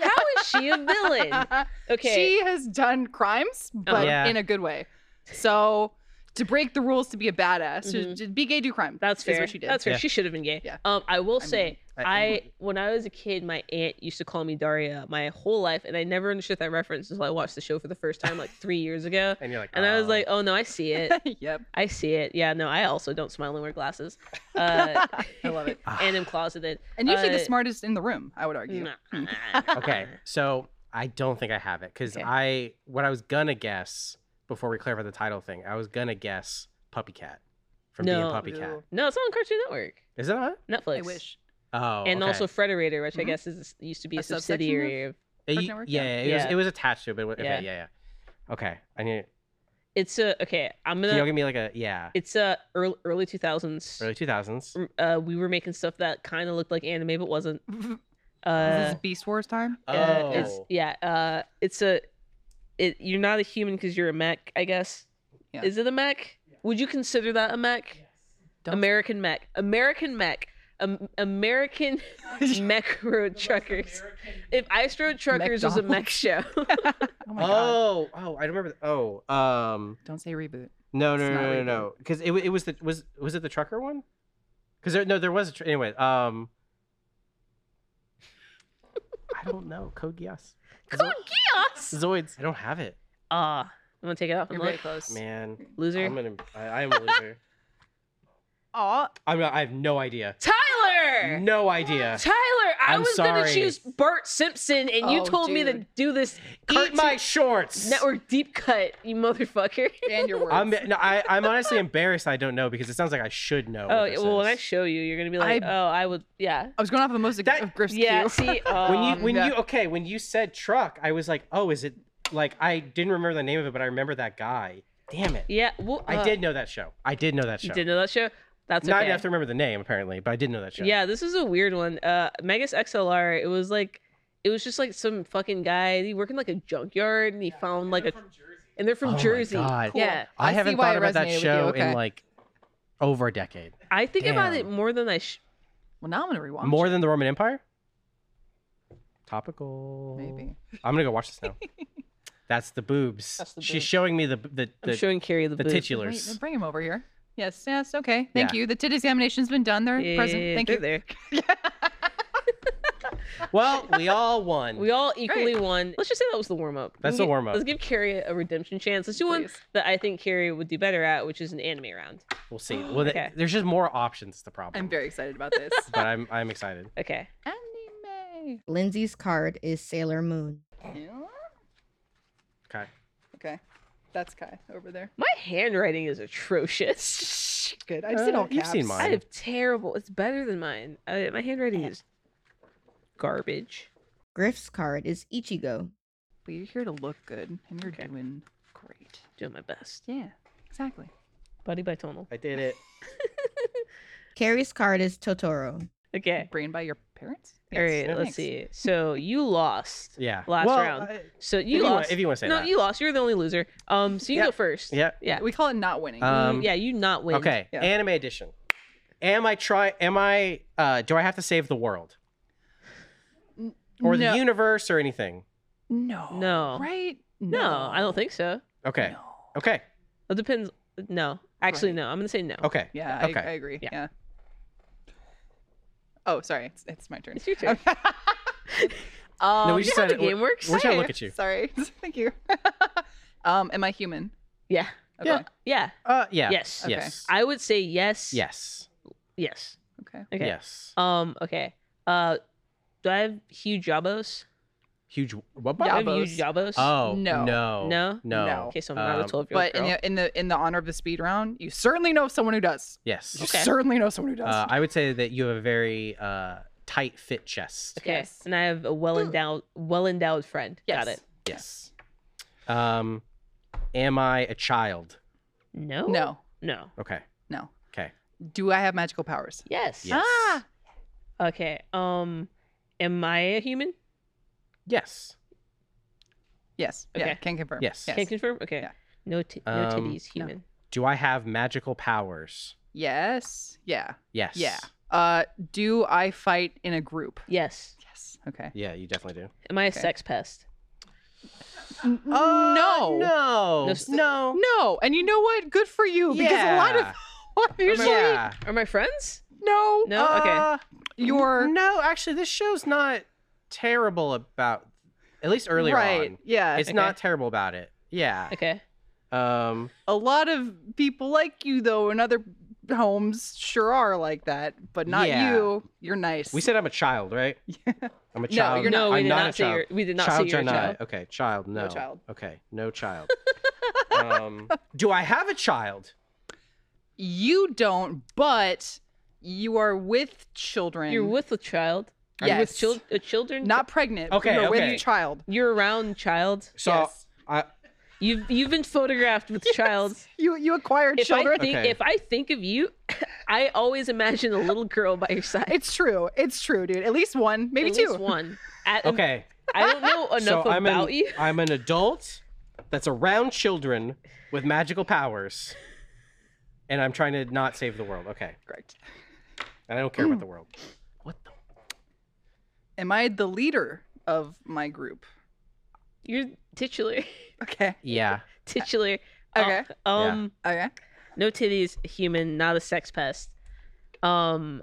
[SPEAKER 2] You. How is she a villain? Okay.
[SPEAKER 6] She has done crimes, but
[SPEAKER 4] Yeah.
[SPEAKER 6] in a good way. So to break the rules to be a badass, to- to be gay, do crime.
[SPEAKER 2] Mm-hmm. that's fair.
[SPEAKER 6] Is what she did.
[SPEAKER 2] That's fair.
[SPEAKER 4] Yeah.
[SPEAKER 2] She should have been gay.
[SPEAKER 6] Yeah.
[SPEAKER 2] Um, I will
[SPEAKER 6] I
[SPEAKER 2] say,
[SPEAKER 6] mean,
[SPEAKER 2] I, when I was a kid, my aunt used to call me Daria my whole life, and I never understood that reference until I watched the show for the first time like three years ago.
[SPEAKER 4] And you're like,
[SPEAKER 2] And I was
[SPEAKER 4] "Oh."
[SPEAKER 2] like, oh no, I see it.
[SPEAKER 6] yep.
[SPEAKER 2] I see it. Yeah, no, I also don't smile and wear glasses. Uh,
[SPEAKER 6] I love it.
[SPEAKER 4] Ah,
[SPEAKER 2] and am closeted.
[SPEAKER 6] And usually
[SPEAKER 2] Uh,
[SPEAKER 6] the smartest in the room, I would
[SPEAKER 2] Mm,
[SPEAKER 6] argue.
[SPEAKER 2] nah.
[SPEAKER 4] okay. So I don't think I have it because
[SPEAKER 6] Okay.
[SPEAKER 4] I what I was gonna guess before we clarify the title thing. I was gonna guess Puppy Cat from
[SPEAKER 2] No.
[SPEAKER 4] being Puppy Cat.
[SPEAKER 6] Ooh.
[SPEAKER 2] No, it's on Cartoon Network,
[SPEAKER 4] Is that not?
[SPEAKER 2] Netflix.
[SPEAKER 6] I wish.
[SPEAKER 4] Oh,
[SPEAKER 2] And
[SPEAKER 4] okay.
[SPEAKER 2] also Frederator, which I
[SPEAKER 6] Mhm.
[SPEAKER 2] guess is used to be a,
[SPEAKER 6] A subsection
[SPEAKER 2] subsidiary of.
[SPEAKER 4] Uh,
[SPEAKER 6] Cartoon
[SPEAKER 4] y-
[SPEAKER 6] Network?
[SPEAKER 4] yeah,
[SPEAKER 6] Yeah.
[SPEAKER 4] it was
[SPEAKER 2] Yeah.
[SPEAKER 4] it was attached to it, but okay,
[SPEAKER 2] Yeah.
[SPEAKER 4] yeah, yeah. Okay, I need.
[SPEAKER 2] It's a okay. I'm
[SPEAKER 4] Can
[SPEAKER 2] gonna.
[SPEAKER 4] y'all give me like a yeah?
[SPEAKER 2] It's a early early two thousands.
[SPEAKER 4] Early two thousands.
[SPEAKER 6] Mm,
[SPEAKER 2] Uh, we were making stuff that kind of looked like anime but wasn't. Uh,
[SPEAKER 6] Is this Beast Wars time?
[SPEAKER 2] Uh,
[SPEAKER 4] Oh,
[SPEAKER 2] it's, yeah. Uh, it's a. It you're not a human because you're a mech, I guess.
[SPEAKER 6] Yeah.
[SPEAKER 2] Is it a mech? Would you consider that a mech?
[SPEAKER 6] Don't-
[SPEAKER 2] American mech. American mech. Um, American mech road truckers. If Ice Road Truckers was a mech
[SPEAKER 6] McDonald's.
[SPEAKER 2] show,
[SPEAKER 6] Oh my god.
[SPEAKER 4] oh, oh, I remember. th- Oh, um,
[SPEAKER 6] Don't say reboot.
[SPEAKER 4] no, no, no,
[SPEAKER 6] It's not
[SPEAKER 4] no, no,
[SPEAKER 6] reboot.
[SPEAKER 4] no, because it, wa- it was the was was it the trucker one? Because there no, there was a tr- anyway. Um, I don't know. Code Geass.
[SPEAKER 2] Code Geass?
[SPEAKER 4] Zoids. I don't have it,
[SPEAKER 2] Ah, I'm gonna take it off. and
[SPEAKER 6] You're very
[SPEAKER 2] look.
[SPEAKER 6] close.
[SPEAKER 4] man.
[SPEAKER 2] Loser.
[SPEAKER 4] I'm gonna. I, I am a loser.
[SPEAKER 6] Aw,
[SPEAKER 4] I'm. Not, I have no idea.
[SPEAKER 2] Tyler.
[SPEAKER 4] No idea.
[SPEAKER 2] Tyler, I
[SPEAKER 4] I'm
[SPEAKER 2] was gonna
[SPEAKER 4] sorry.
[SPEAKER 2] choose Bart Simpson, and you
[SPEAKER 6] Oh,
[SPEAKER 2] told me to
[SPEAKER 6] dude.
[SPEAKER 2] do this
[SPEAKER 4] Eat
[SPEAKER 2] Cartoon
[SPEAKER 4] my shorts.
[SPEAKER 2] network deep cut, you motherfucker.
[SPEAKER 6] and your words.
[SPEAKER 4] I'm no, I, I'm honestly embarrassed I don't know because it sounds like I should know.
[SPEAKER 2] Oh
[SPEAKER 4] what
[SPEAKER 2] yeah,
[SPEAKER 4] this
[SPEAKER 2] well, when I
[SPEAKER 4] is.
[SPEAKER 2] show you, you're gonna be like,
[SPEAKER 6] I-
[SPEAKER 2] oh, I would, yeah,
[SPEAKER 6] I was going off of most of,
[SPEAKER 4] That-
[SPEAKER 6] of Griff's
[SPEAKER 2] yeah.
[SPEAKER 6] cue.
[SPEAKER 2] See,
[SPEAKER 4] when you
[SPEAKER 2] um,
[SPEAKER 4] when
[SPEAKER 6] yeah.
[SPEAKER 4] you okay when you said truck, I was like, oh, is it like I didn't remember the name of it, but I remember that guy. Damn it!
[SPEAKER 2] yeah, well,
[SPEAKER 4] I
[SPEAKER 2] uh,
[SPEAKER 4] did know that show. I did know that show.
[SPEAKER 2] You did know that show? That's
[SPEAKER 4] Not
[SPEAKER 2] okay.
[SPEAKER 4] enough to remember the name apparently, but I did know that show.
[SPEAKER 2] Yeah, this is a weird one. Uh, Megas XLR. It was like, it was just like some fucking guy. He worked in like a junkyard, and he found like a, and they're
[SPEAKER 4] Oh
[SPEAKER 2] from
[SPEAKER 4] my
[SPEAKER 2] Jersey.
[SPEAKER 4] God.
[SPEAKER 2] Yeah,
[SPEAKER 4] I,
[SPEAKER 6] see
[SPEAKER 4] haven't
[SPEAKER 6] why
[SPEAKER 4] thought
[SPEAKER 6] it
[SPEAKER 4] about that
[SPEAKER 6] resonated with
[SPEAKER 4] show
[SPEAKER 6] you, okay.
[SPEAKER 4] in like over a decade.
[SPEAKER 2] I think about it
[SPEAKER 4] Damn.
[SPEAKER 2] more than I. Sh-
[SPEAKER 6] Well, now I'm gonna rewatch.
[SPEAKER 4] More
[SPEAKER 6] it,
[SPEAKER 4] than the Roman Empire. Topical.
[SPEAKER 6] maybe.
[SPEAKER 4] I'm gonna go watch this now. That's the boobs.
[SPEAKER 2] That's the
[SPEAKER 4] She's
[SPEAKER 2] boobs.
[SPEAKER 4] showing me the the
[SPEAKER 2] I'm
[SPEAKER 4] the,
[SPEAKER 2] showing Carrie the
[SPEAKER 4] the
[SPEAKER 2] boob.
[SPEAKER 4] titulars.
[SPEAKER 6] Wait, bring him over here. Yes, yes, okay. Thank
[SPEAKER 4] Yeah.
[SPEAKER 6] you. The tit examination's been done. They're
[SPEAKER 2] Yeah,
[SPEAKER 6] present. Thank
[SPEAKER 2] they're
[SPEAKER 6] you.
[SPEAKER 2] There.
[SPEAKER 4] Well, we all won.
[SPEAKER 2] We all equally
[SPEAKER 6] Great.
[SPEAKER 2] won. Let's just say that was the warm up.
[SPEAKER 4] That's the warm-up.
[SPEAKER 2] Let's give Carrie a redemption chance. Let's do one
[SPEAKER 6] Please.
[SPEAKER 2] that I think Carrie would do better at, which is an anime round.
[SPEAKER 4] We'll see. Well, th-
[SPEAKER 2] Okay.
[SPEAKER 4] there's just more options. is The problem.
[SPEAKER 6] I'm very excited about this.
[SPEAKER 4] But I'm I'm excited.
[SPEAKER 2] Okay.
[SPEAKER 6] Anime.
[SPEAKER 8] Lindsay's card is Sailor Moon.
[SPEAKER 6] Yeah.
[SPEAKER 4] Okay.
[SPEAKER 6] Okay. That's Kai over there.
[SPEAKER 2] My handwriting is atrocious.
[SPEAKER 6] Good. I've seen
[SPEAKER 4] Uh,
[SPEAKER 6] all caps.
[SPEAKER 4] you've seen
[SPEAKER 2] I
[SPEAKER 4] mine.
[SPEAKER 2] have terrible. It's better than mine. I, my handwriting is garbage.
[SPEAKER 9] Griff's card is Ichigo.
[SPEAKER 6] But you're here to look good, and you're
[SPEAKER 2] Okay.
[SPEAKER 6] doing great.
[SPEAKER 2] Doing my best.
[SPEAKER 6] Yeah, exactly.
[SPEAKER 2] Buddy bitonal.
[SPEAKER 4] I did it.
[SPEAKER 9] Carrie's card is Totoro.
[SPEAKER 2] Okay.
[SPEAKER 6] Brain by your parents.
[SPEAKER 2] All right.
[SPEAKER 6] Yes,
[SPEAKER 2] Let's
[SPEAKER 6] thanks.
[SPEAKER 2] see. So you lost
[SPEAKER 4] Yeah.
[SPEAKER 2] last
[SPEAKER 4] Well,
[SPEAKER 2] round.
[SPEAKER 4] I-
[SPEAKER 2] so
[SPEAKER 4] if
[SPEAKER 2] you
[SPEAKER 4] you
[SPEAKER 2] lost.
[SPEAKER 4] want- if you wanna say
[SPEAKER 2] no,
[SPEAKER 4] that.
[SPEAKER 2] you lost. You're the only loser. Um. So you
[SPEAKER 4] Yeah.
[SPEAKER 2] go first.
[SPEAKER 4] yeah.
[SPEAKER 2] Yeah.
[SPEAKER 6] We call it not winning.
[SPEAKER 4] Um,
[SPEAKER 2] Mm, yeah. You not win.
[SPEAKER 4] Okay.
[SPEAKER 6] Yeah.
[SPEAKER 4] Anime edition. Am I try? Am I? Uh, do I have to save the world or
[SPEAKER 6] no,
[SPEAKER 4] the universe or anything?
[SPEAKER 6] No.
[SPEAKER 2] No.
[SPEAKER 6] Right?
[SPEAKER 2] No, I don't think so.
[SPEAKER 4] Okay. Okay.
[SPEAKER 2] It depends. No. Actually,
[SPEAKER 6] Right.
[SPEAKER 2] no. I'm gonna say no.
[SPEAKER 4] Okay.
[SPEAKER 6] Yeah,
[SPEAKER 4] Okay.
[SPEAKER 6] I, I agree.
[SPEAKER 2] Yeah.
[SPEAKER 6] Yeah. Oh, sorry. It's, it's my turn.
[SPEAKER 2] It's your turn.
[SPEAKER 6] um,
[SPEAKER 4] we
[SPEAKER 2] You
[SPEAKER 4] just
[SPEAKER 2] know how
[SPEAKER 4] said
[SPEAKER 2] the
[SPEAKER 4] it- we're-
[SPEAKER 2] game works.
[SPEAKER 4] We're trying to look at you.
[SPEAKER 6] Sorry. Thank you. um, am I human?
[SPEAKER 2] Yeah.
[SPEAKER 6] Okay.
[SPEAKER 4] Yeah.
[SPEAKER 2] Yeah.
[SPEAKER 4] Uh, yeah.
[SPEAKER 2] Yes.
[SPEAKER 6] Okay.
[SPEAKER 4] Yes.
[SPEAKER 2] I would say yes.
[SPEAKER 4] Yes.
[SPEAKER 2] Yes.
[SPEAKER 6] Okay.
[SPEAKER 2] Okay.
[SPEAKER 4] Yes.
[SPEAKER 2] Um. Okay. Uh. Do I have huge jabos?
[SPEAKER 4] Huge. What?
[SPEAKER 2] Do I have
[SPEAKER 6] Jabos.
[SPEAKER 2] huge jabos?
[SPEAKER 4] Oh
[SPEAKER 6] No.
[SPEAKER 4] No.
[SPEAKER 2] No?
[SPEAKER 4] No.
[SPEAKER 6] No.
[SPEAKER 2] Okay, so I'm not a
[SPEAKER 4] Um,
[SPEAKER 2] 12 year old
[SPEAKER 6] But in
[SPEAKER 2] girl.
[SPEAKER 6] the, in the in the honor of the speed round, you certainly know someone who does.
[SPEAKER 4] Yes.
[SPEAKER 6] You
[SPEAKER 2] Okay.
[SPEAKER 6] certainly know someone who does.
[SPEAKER 4] Uh, I would say that you have a very uh, tight fit chest.
[SPEAKER 2] okay,
[SPEAKER 6] yes.
[SPEAKER 2] and I have a well endowed, well endowed friend. Got
[SPEAKER 6] Yes.
[SPEAKER 2] it.
[SPEAKER 4] Yes. Um, am I a child?
[SPEAKER 2] No.
[SPEAKER 6] No.
[SPEAKER 2] No.
[SPEAKER 4] Okay.
[SPEAKER 6] No.
[SPEAKER 4] Okay.
[SPEAKER 6] Do I have magical powers?
[SPEAKER 2] Yes.
[SPEAKER 4] Yes.
[SPEAKER 6] Ah.
[SPEAKER 2] Okay. Um, am I a human?
[SPEAKER 4] Yes.
[SPEAKER 6] Yes. Yeah.
[SPEAKER 2] Okay.
[SPEAKER 6] Can confirm.
[SPEAKER 4] Yes.
[SPEAKER 6] Yes.
[SPEAKER 2] Can confirm. Okay.
[SPEAKER 6] Yeah.
[SPEAKER 2] No. T- no
[SPEAKER 4] Um,
[SPEAKER 2] titties.
[SPEAKER 6] no.
[SPEAKER 2] Human.
[SPEAKER 4] Do I have magical powers?
[SPEAKER 6] yes. Yeah.
[SPEAKER 4] Yes.
[SPEAKER 6] Yeah. Uh, do I fight in a group?
[SPEAKER 2] Yes.
[SPEAKER 6] Yes. Okay.
[SPEAKER 4] Yeah, you definitely do.
[SPEAKER 2] Am I a
[SPEAKER 6] Okay.
[SPEAKER 2] sex pest?
[SPEAKER 6] no.
[SPEAKER 2] No
[SPEAKER 4] No. No.
[SPEAKER 2] s-
[SPEAKER 4] no.
[SPEAKER 6] No. And you know what? Good for you because a lot
[SPEAKER 4] Yeah.
[SPEAKER 6] of usually
[SPEAKER 4] Yeah.
[SPEAKER 2] Are my friends?
[SPEAKER 6] no.
[SPEAKER 2] No. okay.
[SPEAKER 4] Uh,
[SPEAKER 6] Your
[SPEAKER 4] No, actually, this show's not terrible about. At least earlier
[SPEAKER 6] right. Uh,
[SPEAKER 4] on,
[SPEAKER 6] Yeah.
[SPEAKER 4] it's not terrible about it. Yeah.
[SPEAKER 2] Okay.
[SPEAKER 4] Um.
[SPEAKER 6] a lot of people like you though in other homes sure are like that, but not
[SPEAKER 4] Yeah.
[SPEAKER 6] you. You're nice.
[SPEAKER 4] We said I'm a child, right? I'm a
[SPEAKER 6] No,
[SPEAKER 4] child.
[SPEAKER 6] you're not.
[SPEAKER 2] no, we
[SPEAKER 4] I'm
[SPEAKER 2] did
[SPEAKER 4] not,
[SPEAKER 2] not,
[SPEAKER 4] a
[SPEAKER 2] say
[SPEAKER 4] child.
[SPEAKER 2] your. We did not
[SPEAKER 4] child
[SPEAKER 2] say your
[SPEAKER 4] Janai.
[SPEAKER 2] child.
[SPEAKER 4] Okay, child. No.
[SPEAKER 6] No child.
[SPEAKER 4] Okay, no child. um, do I have a child?
[SPEAKER 6] you don't, but you are with children.
[SPEAKER 2] You're with a child. Are you with
[SPEAKER 6] Yes.
[SPEAKER 2] chil- uh, children.
[SPEAKER 6] not pregnant.
[SPEAKER 4] Okay,
[SPEAKER 6] You're
[SPEAKER 4] okay.
[SPEAKER 6] with child.
[SPEAKER 2] You're around child.
[SPEAKER 4] So
[SPEAKER 6] Yes.
[SPEAKER 4] I
[SPEAKER 2] You've you've been photographed with child.
[SPEAKER 6] You you acquire
[SPEAKER 2] if
[SPEAKER 6] children.
[SPEAKER 2] I think
[SPEAKER 4] Okay.
[SPEAKER 2] if I think of you, I always imagine a little girl by your side.
[SPEAKER 6] It's true. It's true, dude. At least one, maybe
[SPEAKER 2] At
[SPEAKER 6] two.
[SPEAKER 2] least one. At,
[SPEAKER 4] okay.
[SPEAKER 2] I don't know enough
[SPEAKER 4] so I'm
[SPEAKER 2] about
[SPEAKER 4] an
[SPEAKER 2] you.
[SPEAKER 4] I'm an adult that's around children with magical powers, and I'm trying to not save the world. Okay,
[SPEAKER 6] Correct.
[SPEAKER 4] and I don't care about the world. What the?
[SPEAKER 6] Am I the leader of my group?
[SPEAKER 2] You're titular.
[SPEAKER 6] Okay.
[SPEAKER 4] Yeah.
[SPEAKER 2] titular.
[SPEAKER 6] Okay.
[SPEAKER 2] Uh, um,
[SPEAKER 6] Okay.
[SPEAKER 2] no titties, human, not a sex pest. Um,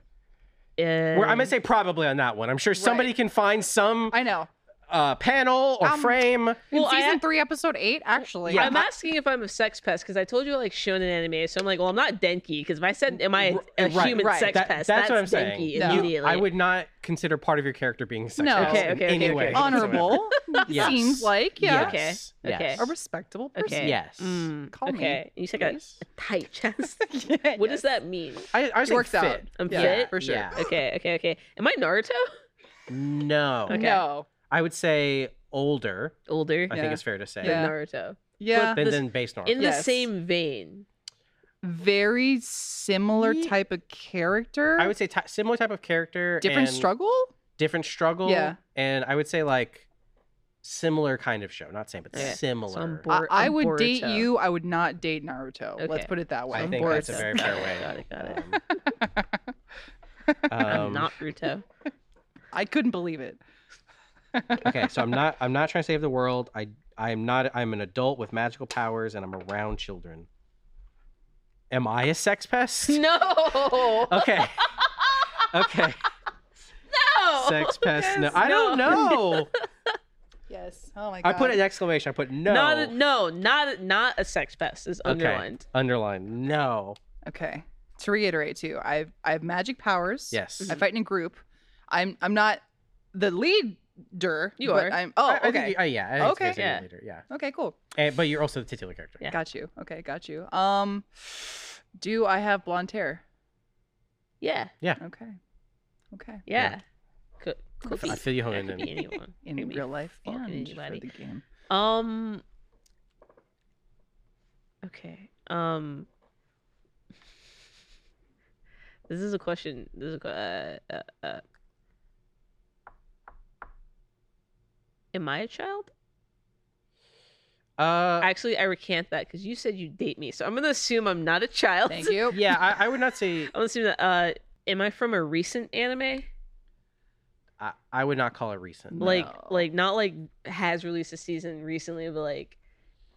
[SPEAKER 4] We're, I'm
[SPEAKER 2] uh,
[SPEAKER 4] gonna say probably on that one. I'm sure somebody
[SPEAKER 6] Right.
[SPEAKER 4] can find some
[SPEAKER 6] I know.
[SPEAKER 4] uh, panel or
[SPEAKER 6] Um,
[SPEAKER 4] frame.
[SPEAKER 6] In
[SPEAKER 2] Well, I-
[SPEAKER 6] season three, episode eight, actually.
[SPEAKER 4] Yeah.
[SPEAKER 2] I'm asking if I'm a sex pest because I told you I like shonen anime, so I'm like, well, I'm not Denki because if I said, am I a, a
[SPEAKER 4] Right,
[SPEAKER 2] human
[SPEAKER 6] right.
[SPEAKER 2] sex
[SPEAKER 4] That-
[SPEAKER 2] pest?
[SPEAKER 4] that's what I'm saying.
[SPEAKER 2] Denki
[SPEAKER 6] No. You-
[SPEAKER 2] immediately.
[SPEAKER 4] I would not consider part of your character being a sex
[SPEAKER 6] No.
[SPEAKER 4] pest
[SPEAKER 6] Okay,
[SPEAKER 4] in
[SPEAKER 2] okay,
[SPEAKER 4] any
[SPEAKER 2] okay,
[SPEAKER 4] way
[SPEAKER 2] okay.
[SPEAKER 4] whatsoever.
[SPEAKER 6] honorable.
[SPEAKER 4] Yes.
[SPEAKER 6] Seems like, yeah.
[SPEAKER 2] Okay.
[SPEAKER 4] Yes.
[SPEAKER 2] okay.
[SPEAKER 4] Yes.
[SPEAKER 6] A respectable person.
[SPEAKER 2] Okay.
[SPEAKER 4] Yes.
[SPEAKER 2] Mm,
[SPEAKER 6] Call me.
[SPEAKER 2] okay. You said I got
[SPEAKER 6] Yes.
[SPEAKER 2] a tight chest.
[SPEAKER 6] Yeah,
[SPEAKER 2] What
[SPEAKER 6] yes.
[SPEAKER 2] does that mean?
[SPEAKER 4] I, I was
[SPEAKER 6] It works
[SPEAKER 4] fit.
[SPEAKER 6] out.
[SPEAKER 2] I'm
[SPEAKER 6] yeah,
[SPEAKER 2] fit?
[SPEAKER 6] For sure.
[SPEAKER 4] Yeah.
[SPEAKER 2] Okay, okay, okay. Am I Naruto?
[SPEAKER 4] No.
[SPEAKER 2] Okay.
[SPEAKER 6] No.
[SPEAKER 4] I would say older.
[SPEAKER 2] Older
[SPEAKER 4] I
[SPEAKER 2] than
[SPEAKER 4] think
[SPEAKER 6] Yeah.
[SPEAKER 4] it's fair to say.
[SPEAKER 6] Yeah.
[SPEAKER 2] Naruto.
[SPEAKER 6] Yeah.
[SPEAKER 4] Than,
[SPEAKER 2] This-
[SPEAKER 4] than base norm.
[SPEAKER 2] In the
[SPEAKER 6] Yes.
[SPEAKER 2] same vein.
[SPEAKER 6] Very similar
[SPEAKER 4] Ye-
[SPEAKER 6] type of character.
[SPEAKER 4] I would say ty similar type of character.
[SPEAKER 6] different
[SPEAKER 4] and
[SPEAKER 6] struggle.
[SPEAKER 4] Different struggle.
[SPEAKER 6] Yeah.
[SPEAKER 4] And I would say like similar kind of show. Not same, but
[SPEAKER 2] Okay.
[SPEAKER 4] similar.
[SPEAKER 2] So I'm
[SPEAKER 6] I,
[SPEAKER 2] Bor-
[SPEAKER 6] I
[SPEAKER 2] I'm
[SPEAKER 6] would date
[SPEAKER 2] Boruto.
[SPEAKER 6] you. I would not date Naruto.
[SPEAKER 2] Oh, Okay.
[SPEAKER 6] Let's put it that way.
[SPEAKER 4] I
[SPEAKER 2] I'm
[SPEAKER 4] think
[SPEAKER 2] bored,
[SPEAKER 4] that's a
[SPEAKER 2] so-
[SPEAKER 4] very fair
[SPEAKER 2] Got it,
[SPEAKER 4] way.
[SPEAKER 2] got it, got it.
[SPEAKER 4] Um,
[SPEAKER 2] I'm not Naruto.
[SPEAKER 6] I couldn't believe it.
[SPEAKER 4] okay, so I'm not. I'm not trying to save the world. I. I'm not. I'm an adult with magical powers, and I'm around children. Am I a sex pest?
[SPEAKER 2] No.
[SPEAKER 4] Okay. Okay.
[SPEAKER 2] No.
[SPEAKER 4] Sex pest. No,
[SPEAKER 2] Oh, Yes,
[SPEAKER 4] I don't know.
[SPEAKER 6] Yes. Oh my god.
[SPEAKER 4] I put an exclamation. I put no.
[SPEAKER 2] Not a, no, not a, not a sex pest is underlined.
[SPEAKER 4] Underline. No.
[SPEAKER 6] Okay. To reiterate too,
[SPEAKER 2] mm-hmm.
[SPEAKER 6] I've I have magic powers.
[SPEAKER 4] Yes.
[SPEAKER 6] I fight in a group. I'm I'm not the lead
[SPEAKER 7] der.
[SPEAKER 2] You
[SPEAKER 7] but
[SPEAKER 2] are.
[SPEAKER 7] I'm, oh,
[SPEAKER 4] I- I think
[SPEAKER 7] okay.
[SPEAKER 4] you- uh, yeah. I think it's
[SPEAKER 7] Okay.
[SPEAKER 4] gonna say
[SPEAKER 2] Yeah.
[SPEAKER 4] Later. Yeah.
[SPEAKER 7] okay, cool.
[SPEAKER 4] And, but you're also the titular character.
[SPEAKER 2] Yeah.
[SPEAKER 7] Got you. Okay, got you. Um, do I have blonde hair?
[SPEAKER 2] Yeah,
[SPEAKER 7] Okay. Okay.
[SPEAKER 2] yeah. Could, could
[SPEAKER 4] I
[SPEAKER 2] be.
[SPEAKER 4] feel you
[SPEAKER 2] That
[SPEAKER 4] honing
[SPEAKER 2] could
[SPEAKER 4] in.
[SPEAKER 2] be anyone.
[SPEAKER 7] In
[SPEAKER 2] Could be
[SPEAKER 7] real life
[SPEAKER 2] fucking
[SPEAKER 7] and for
[SPEAKER 2] anybody.
[SPEAKER 7] the game.
[SPEAKER 2] Um. Okay. Um. This is a question. This is a que- uh, uh, uh. Am I a child?
[SPEAKER 4] Uh,
[SPEAKER 2] Actually, I recant that because you said you date me, so I'm gonna assume I'm not a child.
[SPEAKER 7] Thank you.
[SPEAKER 4] yeah, I, I would not say.
[SPEAKER 2] I'm gonna assume that. Uh, am I from a recent anime?
[SPEAKER 4] I, I would not call it recent.
[SPEAKER 2] Like,
[SPEAKER 7] No.
[SPEAKER 2] like not like has released a season recently, but like,